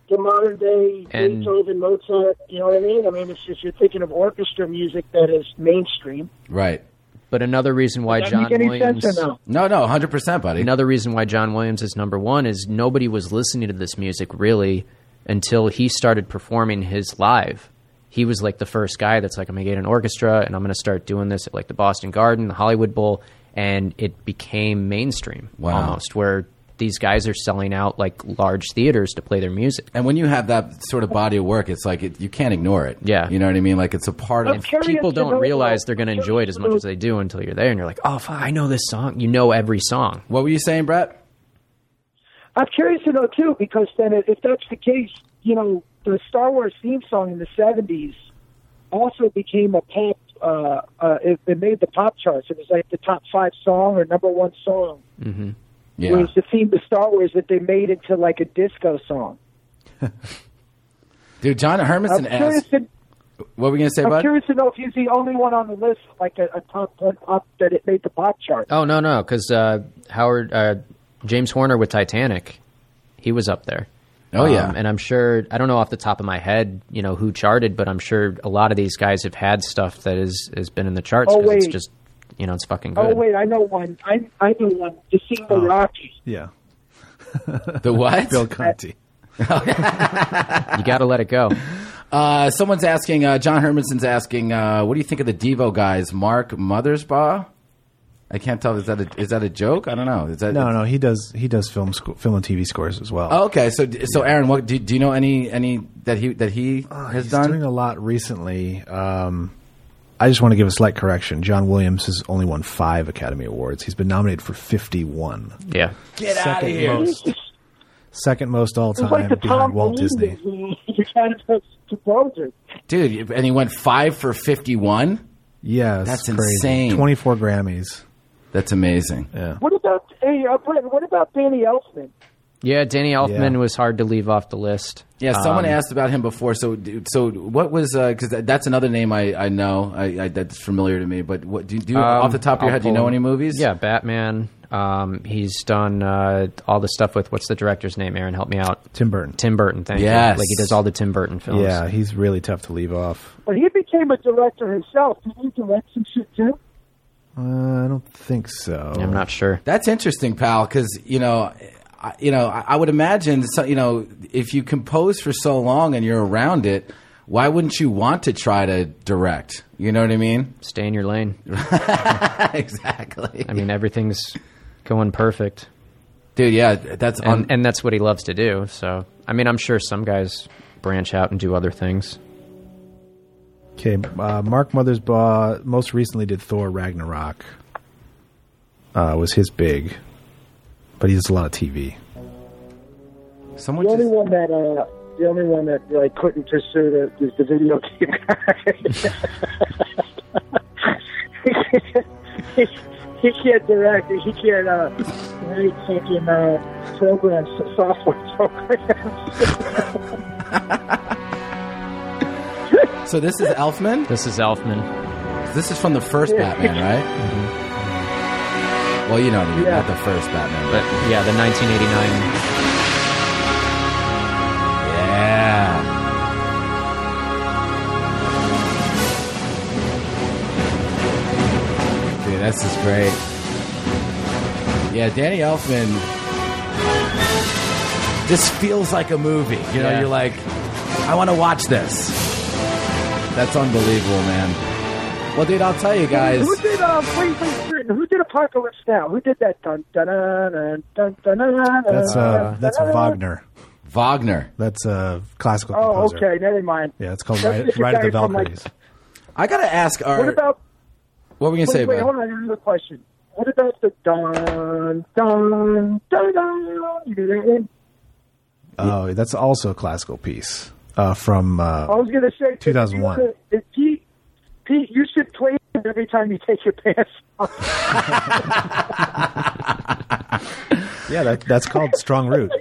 [SPEAKER 2] the modern day
[SPEAKER 3] And-
[SPEAKER 2] Beethoven, Mozart. You know what I mean? I mean, it's just you're thinking of orchestra music that is mainstream.
[SPEAKER 1] right.
[SPEAKER 3] But another reason why
[SPEAKER 2] Does that
[SPEAKER 3] John
[SPEAKER 2] make any
[SPEAKER 3] Williams.
[SPEAKER 2] sense or
[SPEAKER 1] No,
[SPEAKER 2] no?
[SPEAKER 1] no, hundred percent, buddy.
[SPEAKER 3] Another reason why John Williams is number one is nobody was listening to this music really until he started performing his live. He was like the first guy that's like, I'm going to get an orchestra and I'm going to start doing this at like the Boston Garden, the Hollywood Bowl. And it became mainstream
[SPEAKER 1] Wow.
[SPEAKER 3] almost, where these guys are selling out like large theaters to play their music.
[SPEAKER 1] And when you have that sort of body of work, it's like it, you can't ignore it.
[SPEAKER 3] Yeah.
[SPEAKER 1] you know what I mean. Like it's a part of.
[SPEAKER 2] Okay. curious
[SPEAKER 3] People
[SPEAKER 2] to
[SPEAKER 3] don't
[SPEAKER 2] know-
[SPEAKER 3] realize they're going to
[SPEAKER 2] I'm
[SPEAKER 3] enjoy it as much as they do until you're there and you're like, oh, fuck, I know this song. You know every song.
[SPEAKER 1] What were you saying, Brett?
[SPEAKER 2] I'm curious to know too, because then if if that's the case, you know, the Star Wars theme song in the '70s also became a pop. Uh, uh, it, it made the pop charts. It was like the top five song or number one song.
[SPEAKER 1] Yeah,
[SPEAKER 2] It was the theme of Star Wars that they made into like a disco song.
[SPEAKER 1] dude. John Hermanson
[SPEAKER 2] I'm curious
[SPEAKER 1] asked.
[SPEAKER 2] to
[SPEAKER 1] What were we gonna say,
[SPEAKER 2] I'm
[SPEAKER 1] bud?
[SPEAKER 2] curious to know if he's the only one on the list, like a, a top one up that it made the pop chart.
[SPEAKER 3] Oh no, no, because uh, Howard uh, James Horner with Titanic, he was up there.
[SPEAKER 1] Oh, yeah.
[SPEAKER 3] Um, and I'm sure I don't know off the top of my head, you know who charted, but I'm sure a lot of these guys have had stuff that is has been in the charts
[SPEAKER 2] Oh,
[SPEAKER 3] because it's
[SPEAKER 2] wait.
[SPEAKER 3] just you know it's fucking good.
[SPEAKER 2] Oh wait, I know one. I I know one. The scene
[SPEAKER 7] Oh.
[SPEAKER 2] the Rockies.
[SPEAKER 7] Yeah.
[SPEAKER 1] The what?
[SPEAKER 7] Bill Conti.
[SPEAKER 3] You got to let it go.
[SPEAKER 1] Uh, someone's asking. Uh, John Hermanson's asking. Uh, what do you think of the Devo guys? Mark Mothersbaugh. I can't tell. Is that a, is that a joke? I don't know. Is that
[SPEAKER 7] No, no, he does. He does film sco- film and TV scores as well.
[SPEAKER 1] Oh, okay, so so Aaron, what do, do you know any any that he that he
[SPEAKER 3] Oh,
[SPEAKER 1] has
[SPEAKER 7] he's
[SPEAKER 1] done?
[SPEAKER 7] doing a lot recently. Um, I just want to give a slight correction. John Williams has only won five Academy Awards. He's been nominated for fifty-one.
[SPEAKER 3] Yeah,
[SPEAKER 1] Get
[SPEAKER 7] second
[SPEAKER 1] outta here.
[SPEAKER 7] most, second most all
[SPEAKER 2] It's
[SPEAKER 7] time
[SPEAKER 2] like the Tom
[SPEAKER 7] behind Walt
[SPEAKER 2] Green
[SPEAKER 7] Disney.
[SPEAKER 2] movie. You kind of composer.
[SPEAKER 1] dude! And he went five for fifty-one.
[SPEAKER 7] Yeah, it's
[SPEAKER 1] That's
[SPEAKER 7] crazy.
[SPEAKER 1] insane.
[SPEAKER 7] Twenty-four Grammys.
[SPEAKER 1] That's amazing.
[SPEAKER 2] What about hey, uh, Brent, What about Danny Elfman?
[SPEAKER 3] yeah. Danny Elfman
[SPEAKER 7] Yeah.
[SPEAKER 3] was hard to leave off the list.
[SPEAKER 1] Yeah, someone
[SPEAKER 3] Um,
[SPEAKER 1] asked about him before. So, dude, so what was because that that's another name I, I know I, I that's familiar to me. But what do you, do you,
[SPEAKER 3] Um,
[SPEAKER 1] off the top of your
[SPEAKER 3] I'll
[SPEAKER 1] head? Do you
[SPEAKER 3] pull
[SPEAKER 1] know
[SPEAKER 3] him.
[SPEAKER 1] any movies?
[SPEAKER 3] Yeah, Batman. Um, he's done uh, all the stuff with what's the director's name? Aaron, help me out.
[SPEAKER 7] Tim Burton.
[SPEAKER 3] Tim Burton. Thank
[SPEAKER 1] Yes.
[SPEAKER 3] you. Like he does all the Tim Burton films.
[SPEAKER 7] Yeah, he's really tough to leave off.
[SPEAKER 2] But he became a director himself. Did he direct some shit too?
[SPEAKER 7] Uh, I don't think so.
[SPEAKER 3] I'm not sure.
[SPEAKER 1] That's interesting, pal. Because you know, I, you know, I, I would imagine so, you know if you compose for so long and you're around it, why wouldn't you want to try to direct? You know what I mean?
[SPEAKER 3] Stay in your lane.
[SPEAKER 1] exactly,
[SPEAKER 3] I mean, everything's going perfect,
[SPEAKER 1] dude. Yeah, that's
[SPEAKER 3] and,
[SPEAKER 1] on.
[SPEAKER 3] and that's what he loves to do. So, I mean, I'm sure some guys branch out and do other things.
[SPEAKER 7] Okay, uh, Mark Mothersbaugh most recently did Thor Ragnarok. Uh, was his big, but he does a lot of TV.
[SPEAKER 1] someone
[SPEAKER 2] The only
[SPEAKER 1] just,
[SPEAKER 2] one that uh, the only one that like couldn't pursue the, is the video game guy. he, he can't direct. He can't. Uh, he can't even, uh, programs, software programs.
[SPEAKER 1] so this is Elfman.
[SPEAKER 3] This is Elfman.
[SPEAKER 1] This is from the first Batman, right? Well, you know, what I mean,
[SPEAKER 2] Yeah.
[SPEAKER 1] not the first Batman,
[SPEAKER 3] But yeah, the 1989.
[SPEAKER 1] but yeah. Dude, this is great. Yeah, Danny Elfman. This feels like a movie. You know,
[SPEAKER 3] Yeah.
[SPEAKER 1] you're like, I want to watch this. That's unbelievable, man. Well, dude, I'll tell you guys.
[SPEAKER 2] Who did uh, wait, wait, wait, who did Apocalypse Now? Who did that? Dun dun dun dun dun dun. dun, dun
[SPEAKER 7] That's uh,
[SPEAKER 2] dun,
[SPEAKER 7] that's
[SPEAKER 2] dun, dun.
[SPEAKER 7] Wagner.
[SPEAKER 1] Wagner.
[SPEAKER 7] That's a classical
[SPEAKER 2] Oh,
[SPEAKER 7] composer.
[SPEAKER 2] okay, never mind.
[SPEAKER 7] Yeah, it's called
[SPEAKER 2] That's
[SPEAKER 7] Ride,
[SPEAKER 2] just a
[SPEAKER 7] Ride of the
[SPEAKER 2] guy from, like-
[SPEAKER 7] Valkyries.
[SPEAKER 1] I gotta ask. Our,
[SPEAKER 2] What about?
[SPEAKER 1] What were we gonna say
[SPEAKER 2] Wait, wait,
[SPEAKER 1] about?
[SPEAKER 2] hold on. I have another question. What about the dun dun dun dun? You know that one?
[SPEAKER 7] Oh, that's also a classical piece uh, from. Uh,
[SPEAKER 2] I was gonna say
[SPEAKER 7] 2001.
[SPEAKER 2] if you- if Pete, Pete, you should play it every time you take your pants off.
[SPEAKER 7] Yeah, that, that's called Strong Root.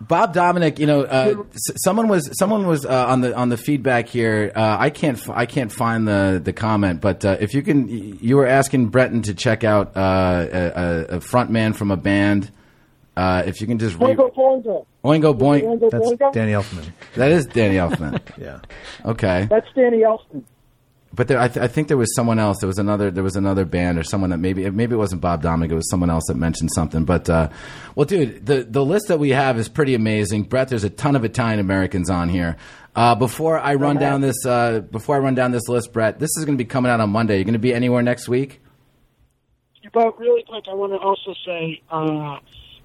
[SPEAKER 1] Bob Dominic, you know, uh, s- someone was someone was uh, on the on the feedback here. Uh, I can't f- I can't find the the comment, but uh, if you can, y- you were asking Breton to check out uh, a, a, a front man from a band. Uh, if you can just re-
[SPEAKER 2] Boingo boingo.
[SPEAKER 1] Oingo Boing,
[SPEAKER 2] Boingo
[SPEAKER 7] That's
[SPEAKER 2] boingo.
[SPEAKER 7] Danny Elfman.
[SPEAKER 1] that is Danny Elfman.
[SPEAKER 7] Yeah,
[SPEAKER 1] Okay,
[SPEAKER 2] That's Danny Elfman.
[SPEAKER 1] But there, I, th- I think there was someone else. There was another. There was another band or someone that maybe maybe it wasn't Bob Dominik. It was someone else that mentioned something. But uh, well, dude, the the list that we have is pretty amazing. Brett, there's a ton of Italian Americans on here. Uh, before I run down this, uh, before I run down this list, Brett, this is going to be coming out on Monday. You're going to be anywhere next week?
[SPEAKER 2] But really quick, I want to also say, uh,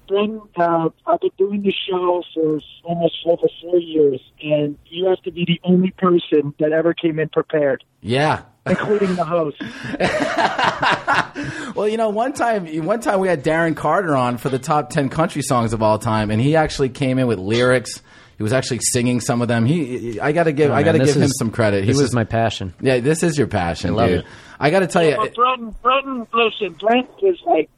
[SPEAKER 2] Brendan, uh, I've been doing the show for almost over four years, and you have to be the only person that ever came in prepared,
[SPEAKER 1] Yeah.
[SPEAKER 2] including the host.
[SPEAKER 1] Well, you know, one time, one time we had Darren Carter on for the top ten country songs of all time, and he actually came in with lyrics. He was actually singing some of them. He, I got to give, I got to
[SPEAKER 3] Oh, Man, this
[SPEAKER 1] give him
[SPEAKER 3] is-
[SPEAKER 1] some credit. He
[SPEAKER 3] this
[SPEAKER 1] was
[SPEAKER 3] is my passion.
[SPEAKER 1] Yeah, this is your passion, I
[SPEAKER 3] love
[SPEAKER 1] dude.
[SPEAKER 3] it.
[SPEAKER 1] I got to tell you,
[SPEAKER 2] But Brendan, Brendan, listen, Brendan is like,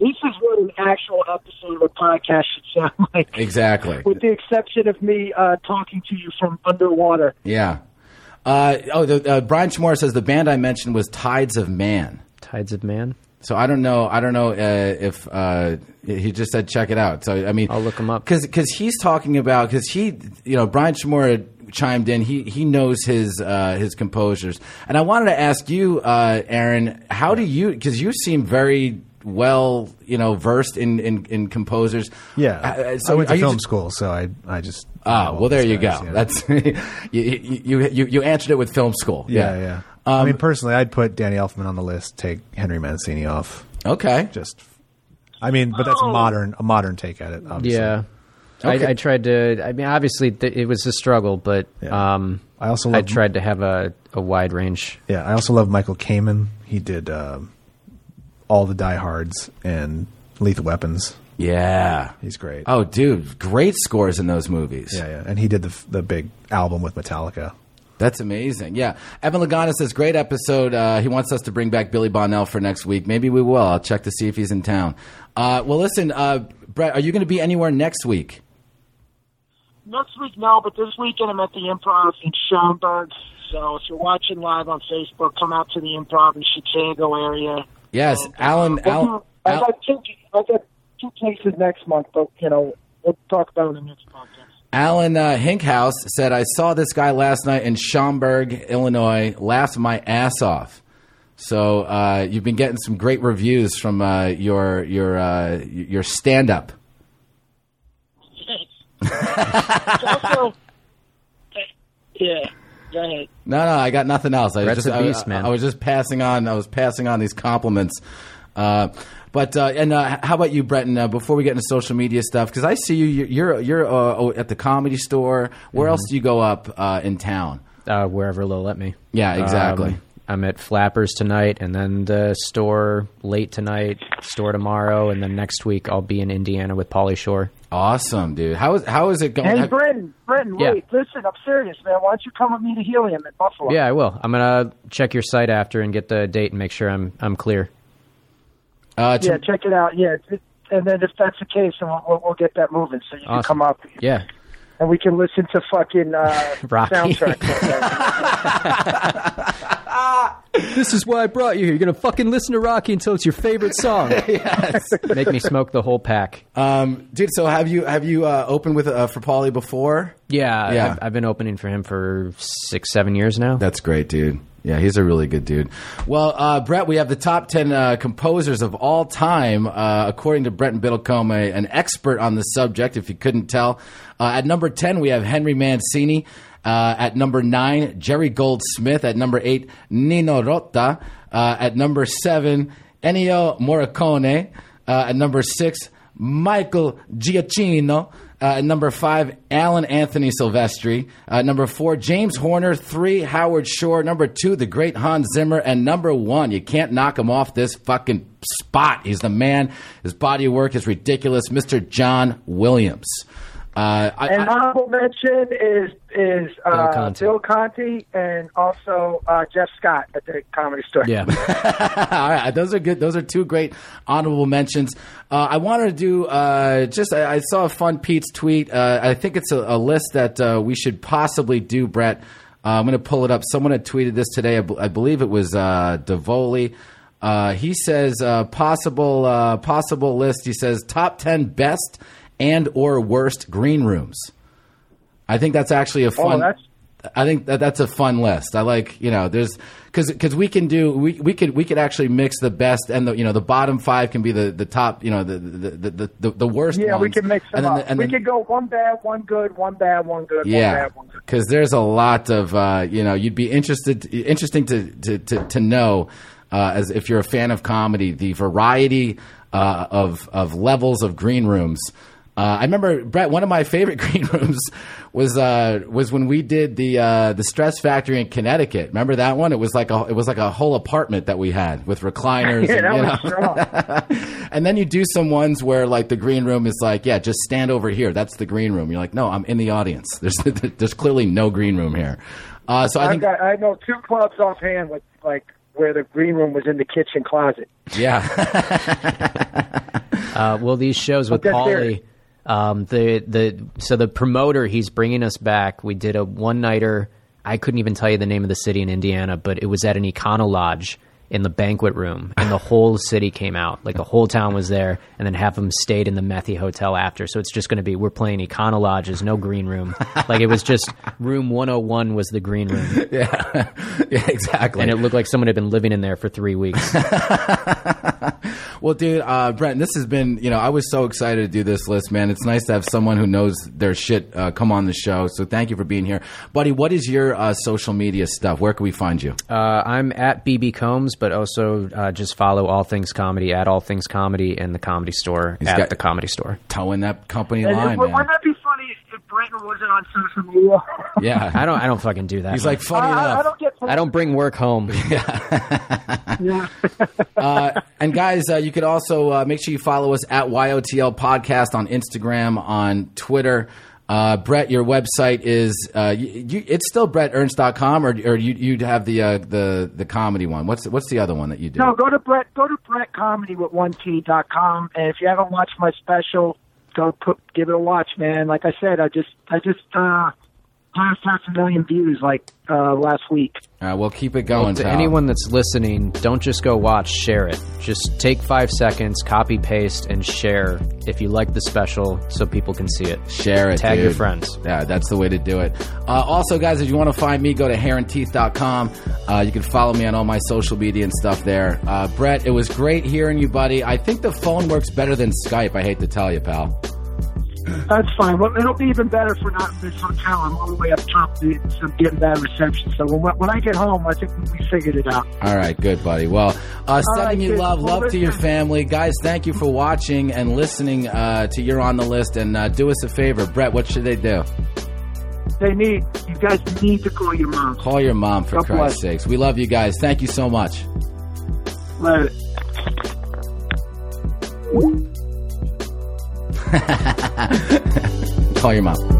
[SPEAKER 2] this is what an actual episode of a podcast should sound like.
[SPEAKER 1] exactly.
[SPEAKER 2] With the exception of me uh, talking to you from underwater.
[SPEAKER 1] Yeah. Uh, oh, the, uh, Brian Chamora says the band I mentioned was Tides of Man.
[SPEAKER 3] Tides of Man.
[SPEAKER 1] So I don't know. I don't know uh, if uh, he just said check it out. So I mean,
[SPEAKER 3] I'll look him up.
[SPEAKER 1] because he's talking about because he you know Brian Shimura chimed in. He he knows his uh, his composers, and I wanted to ask you, uh, Aaron, how do you because you seem very well you know versed in in, in composers.
[SPEAKER 7] Yeah,
[SPEAKER 1] Uh,
[SPEAKER 7] I
[SPEAKER 1] so
[SPEAKER 7] went
[SPEAKER 1] are
[SPEAKER 7] to
[SPEAKER 1] you
[SPEAKER 7] film
[SPEAKER 1] just-
[SPEAKER 7] school, so I I just.
[SPEAKER 1] Ah,
[SPEAKER 7] Oh,
[SPEAKER 1] well, there you go.
[SPEAKER 7] Yeah.
[SPEAKER 1] That's you, you, you you answered it with film school.
[SPEAKER 7] yeah, yeah.
[SPEAKER 1] Um,
[SPEAKER 7] I mean, personally, I'd put Danny Elfman on the list. Take Henry Mancini off.
[SPEAKER 1] Okay.
[SPEAKER 7] Just, I mean, but that's a
[SPEAKER 2] Oh.
[SPEAKER 7] modern a modern take at it. Obviously.
[SPEAKER 3] Yeah.
[SPEAKER 1] Okay.
[SPEAKER 3] I, I tried to. I mean, obviously, th- it was a struggle, but
[SPEAKER 7] Yeah.
[SPEAKER 3] um,
[SPEAKER 7] I also
[SPEAKER 3] I
[SPEAKER 7] love-
[SPEAKER 3] tried to have a, a wide range.
[SPEAKER 7] Yeah, I also love Michael Kamen. He did um all the Die Hards and Lethal Weapons.
[SPEAKER 1] Yeah.
[SPEAKER 7] He's great.
[SPEAKER 1] Oh, dude, great scores in those movies.
[SPEAKER 7] yeah, yeah. And he did the f- the big album with Metallica.
[SPEAKER 1] That's amazing. Yeah. Evan Lagana says, great episode. Uh, he wants us to bring back Billy Bonnell for next week. Maybe we will. I'll check to see if he's in town. Uh, well, listen, uh, Brett, are you going to be anywhere next week?
[SPEAKER 2] Next week, no, but this weekend I'm at the Improv in Schaumburg. So if you're watching live on Facebook, come out to the Improv in Chicago area.
[SPEAKER 1] Yes. Alan. Alan,
[SPEAKER 2] I
[SPEAKER 1] Al-
[SPEAKER 2] got two. I got two places next month, but you know we'll talk about it in the next podcast.
[SPEAKER 1] Alan uh, Hinkhouse said, I saw this guy last night in Schaumburg, Illinois, laughed my ass off. So uh, you've been getting some great reviews from uh, your your uh, your stand up.
[SPEAKER 2] It's also, yeah, go ahead.
[SPEAKER 1] No, no, I got nothing else. I
[SPEAKER 3] Brett's
[SPEAKER 1] was just,
[SPEAKER 3] a beast,
[SPEAKER 1] I,
[SPEAKER 3] man.
[SPEAKER 1] I was just passing on. I was passing on these compliments. Uh, but uh, and uh, how about you, Bretton? Uh, before we get into social media stuff, because I see you, you're you're, you're uh, oh, at the comedy store. Where else do you go up uh, in town?
[SPEAKER 3] Uh, wherever they'll let me.
[SPEAKER 1] Yeah, exactly.
[SPEAKER 3] Um, I'm at Flappers tonight, and then the store late tonight, store tomorrow, and then next week I'll be in Indiana with Polly Shore.
[SPEAKER 1] Awesome, dude. How is how is it going?
[SPEAKER 2] Hey,
[SPEAKER 1] Have-
[SPEAKER 2] Brendan, Brendan,
[SPEAKER 3] Yeah.
[SPEAKER 2] wait, listen, I'm serious, man. Why don't you come with me to Helium in Buffalo?
[SPEAKER 3] Yeah, I will. I'm gonna check your site after and get the date and make sure I'm I'm clear.
[SPEAKER 1] uh, to-
[SPEAKER 2] yeah, check it out. Yeah, it- and then if that's the case, then we'll, we'll, we'll get that moving. So you can
[SPEAKER 3] Awesome.
[SPEAKER 2] come up
[SPEAKER 3] Yeah,
[SPEAKER 2] and we can listen to fucking uh,
[SPEAKER 3] Rocky.
[SPEAKER 2] soundtrack.
[SPEAKER 3] this is why I brought you here. You're gonna fucking listen to Rocky until it's your favorite song. Make me smoke the whole pack.
[SPEAKER 1] um, dude. So have you have you uh, opened with uh, for Pauly before?
[SPEAKER 3] Yeah,
[SPEAKER 1] Yeah.
[SPEAKER 3] I've, I've been opening for him for six, seven years now.
[SPEAKER 1] That's great, dude. Yeah, he's a really good dude. Well, uh, Brett, we have the top 10 uh, composers of all time, uh, according to Brett and Biddlecombe, a- an expert on the subject, if you couldn't tell. Uh, at number 10, we have Henry Mancini. Uh, at number 9, Jerry Goldsmith. At number 8, Nino Rota. Uh, at number 7, Ennio Morricone. Uh, at number 6, Michael Giacchino. Uh, at number five, Alan Anthony Silvestri. Uh, number four, James Horner. Three, Howard Shore. Number two, the great Hans Zimmer. And number one, you can't knock him off this fucking spot. He's the man. His body of work is ridiculous. Mr. John Williams. Uh, I,
[SPEAKER 2] and
[SPEAKER 1] I-
[SPEAKER 2] honorable mention is is uh,
[SPEAKER 3] Bill Conti.
[SPEAKER 2] Bill Conti and also uh, Jeff Scott at the Comedy Store.
[SPEAKER 3] Yeah,
[SPEAKER 1] All right, those are good. Those are two great honorable mentions. Uh, I wanted to do uh, just. I, I saw a fun Pete's tweet. Uh, I think it's a, a list that uh, we should possibly do, Brett. Uh, I'm going to pull it up. Someone had tweeted this today. I, b- I believe it was uh, Davoli. Uh, he says uh, possible uh, possible list. He says top ten best and or worst green rooms. I think that's actually a
[SPEAKER 2] Oh,
[SPEAKER 1] fun.
[SPEAKER 2] that's
[SPEAKER 1] I think that that's a fun list. I like you know there's because because we can do we, we could we could actually mix the best and the you know the bottom five can be the, the top you know the the the, the- the, the worst
[SPEAKER 2] Yeah, we
[SPEAKER 1] ones.
[SPEAKER 2] can mix them
[SPEAKER 1] and then
[SPEAKER 2] up.
[SPEAKER 1] the- and
[SPEAKER 2] we
[SPEAKER 1] then-
[SPEAKER 2] could go one bad, one good, one bad, one good, one
[SPEAKER 1] yeah
[SPEAKER 2] bad, one good.
[SPEAKER 1] because there's a lot of uh, you know you'd be interested interesting to to to, to know uh, as if you're a fan of comedy the variety uh, of of levels of green rooms. Uh, I remember Brett. One of my favorite green rooms was uh, was when we did the uh, the Stress Factory in Connecticut. Remember that one? It was like a it was like a whole apartment that we had with recliners.
[SPEAKER 2] Yeah,
[SPEAKER 1] and,
[SPEAKER 2] that
[SPEAKER 1] you
[SPEAKER 2] was
[SPEAKER 1] know.
[SPEAKER 2] strong.
[SPEAKER 1] and then you do some ones where like the green room is like, yeah, just stand over here. That's the green room. You're like, no, I'm in the audience. There's there's clearly no green room here. Uh, so I
[SPEAKER 2] I've
[SPEAKER 1] think,
[SPEAKER 2] got, I know two clubs offhand with like where the green room was in the kitchen closet.
[SPEAKER 1] yeah,
[SPEAKER 3] Uh, well, these shows with
[SPEAKER 2] But that's fair.
[SPEAKER 3] Paulie, um, the the so the promoter he's bringing us back. We did a one nighter. I couldn't even tell you the name of the city in Indiana, but it was at an Econo Lodge in the banquet room, and the whole city came out. Like the whole town was there, and then half of them stayed in the Methy Hotel after. So it's just going to be we're playing Econo Lodges, no green room. Like it was just room one hundred and one was the green room,
[SPEAKER 1] yeah, exactly.
[SPEAKER 3] and it looked like someone had been living in there for three weeks.
[SPEAKER 1] Well, dude, uh, Brent, this has been, you know, I was so excited to do this list, man. It's nice to have someone who knows their shit uh, come on the show. So thank you for being here. Buddy, what is your uh, social media stuff? Where can we find you?
[SPEAKER 3] Uh, I'm at BB Combs, but also uh, just follow All Things Comedy at All Things Comedy and the Comedy Store at
[SPEAKER 1] got-
[SPEAKER 3] the Comedy Store.
[SPEAKER 1] Towing that company
[SPEAKER 2] And
[SPEAKER 1] line,
[SPEAKER 2] it, would-
[SPEAKER 1] man.
[SPEAKER 2] wouldn't that be funny if Britain wasn't on social media?
[SPEAKER 1] Yeah.
[SPEAKER 3] I don't. I don't fucking do that.
[SPEAKER 1] He's like,
[SPEAKER 2] I,
[SPEAKER 1] funny
[SPEAKER 2] Uh, I, I
[SPEAKER 1] enough.
[SPEAKER 2] don't get.
[SPEAKER 3] I don't bring work home.
[SPEAKER 1] uh, and guys, uh, you could also uh, make sure you follow us at YOTL Podcast on Instagram, on Twitter. Uh, Brett, your website is uh, you, you, it's still bretternst.com or, or you, you'd have the uh, the the comedy one. What's what's the other one that you do?
[SPEAKER 2] No, go to Brett. Go to Brett Comedy with one T dot com, and if you haven't watched my special, go put give it a watch, man. Like I said, I just I just uh, passed half a million views like uh, last week.
[SPEAKER 1] Uh, we'll keep it going.
[SPEAKER 3] to
[SPEAKER 1] pal.
[SPEAKER 3] anyone that's listening, don't just go watch. Share it. Just take five seconds, copy paste, and share if you like the special, so people can see it.
[SPEAKER 1] Share it.
[SPEAKER 3] Tag
[SPEAKER 1] dude.
[SPEAKER 3] your friends.
[SPEAKER 1] Yeah, that's the way to do it. Uh, also, guys, if you want to find me, go to heronteeth.com. Uh, you can follow me on all my social media and stuff there. Uh, Brett, it was great hearing you, buddy. I think the phone works better than Skype. I hate to tell you, pal.
[SPEAKER 2] That's fine. Well, it'll be even better for not this hotel. I'm all the way up top, dude, so I'm getting bad reception. So when, when I get home, I think we figured it out.
[SPEAKER 1] All right, good, buddy. Well, uh,
[SPEAKER 2] All
[SPEAKER 1] sending
[SPEAKER 2] right,
[SPEAKER 1] you
[SPEAKER 2] dude.
[SPEAKER 1] love,
[SPEAKER 2] Well,
[SPEAKER 1] love to your
[SPEAKER 2] listen.
[SPEAKER 1] family. Guys, thank you for watching and listening uh, to You're on the List. And uh, do us a favor, Brett, what should they do?
[SPEAKER 2] They need you guys need to call your mom.
[SPEAKER 1] Call your mom, for
[SPEAKER 2] God bless.
[SPEAKER 1] Christ's sakes. We love you guys. Thank you so much.
[SPEAKER 2] Let it.
[SPEAKER 1] Call your mom.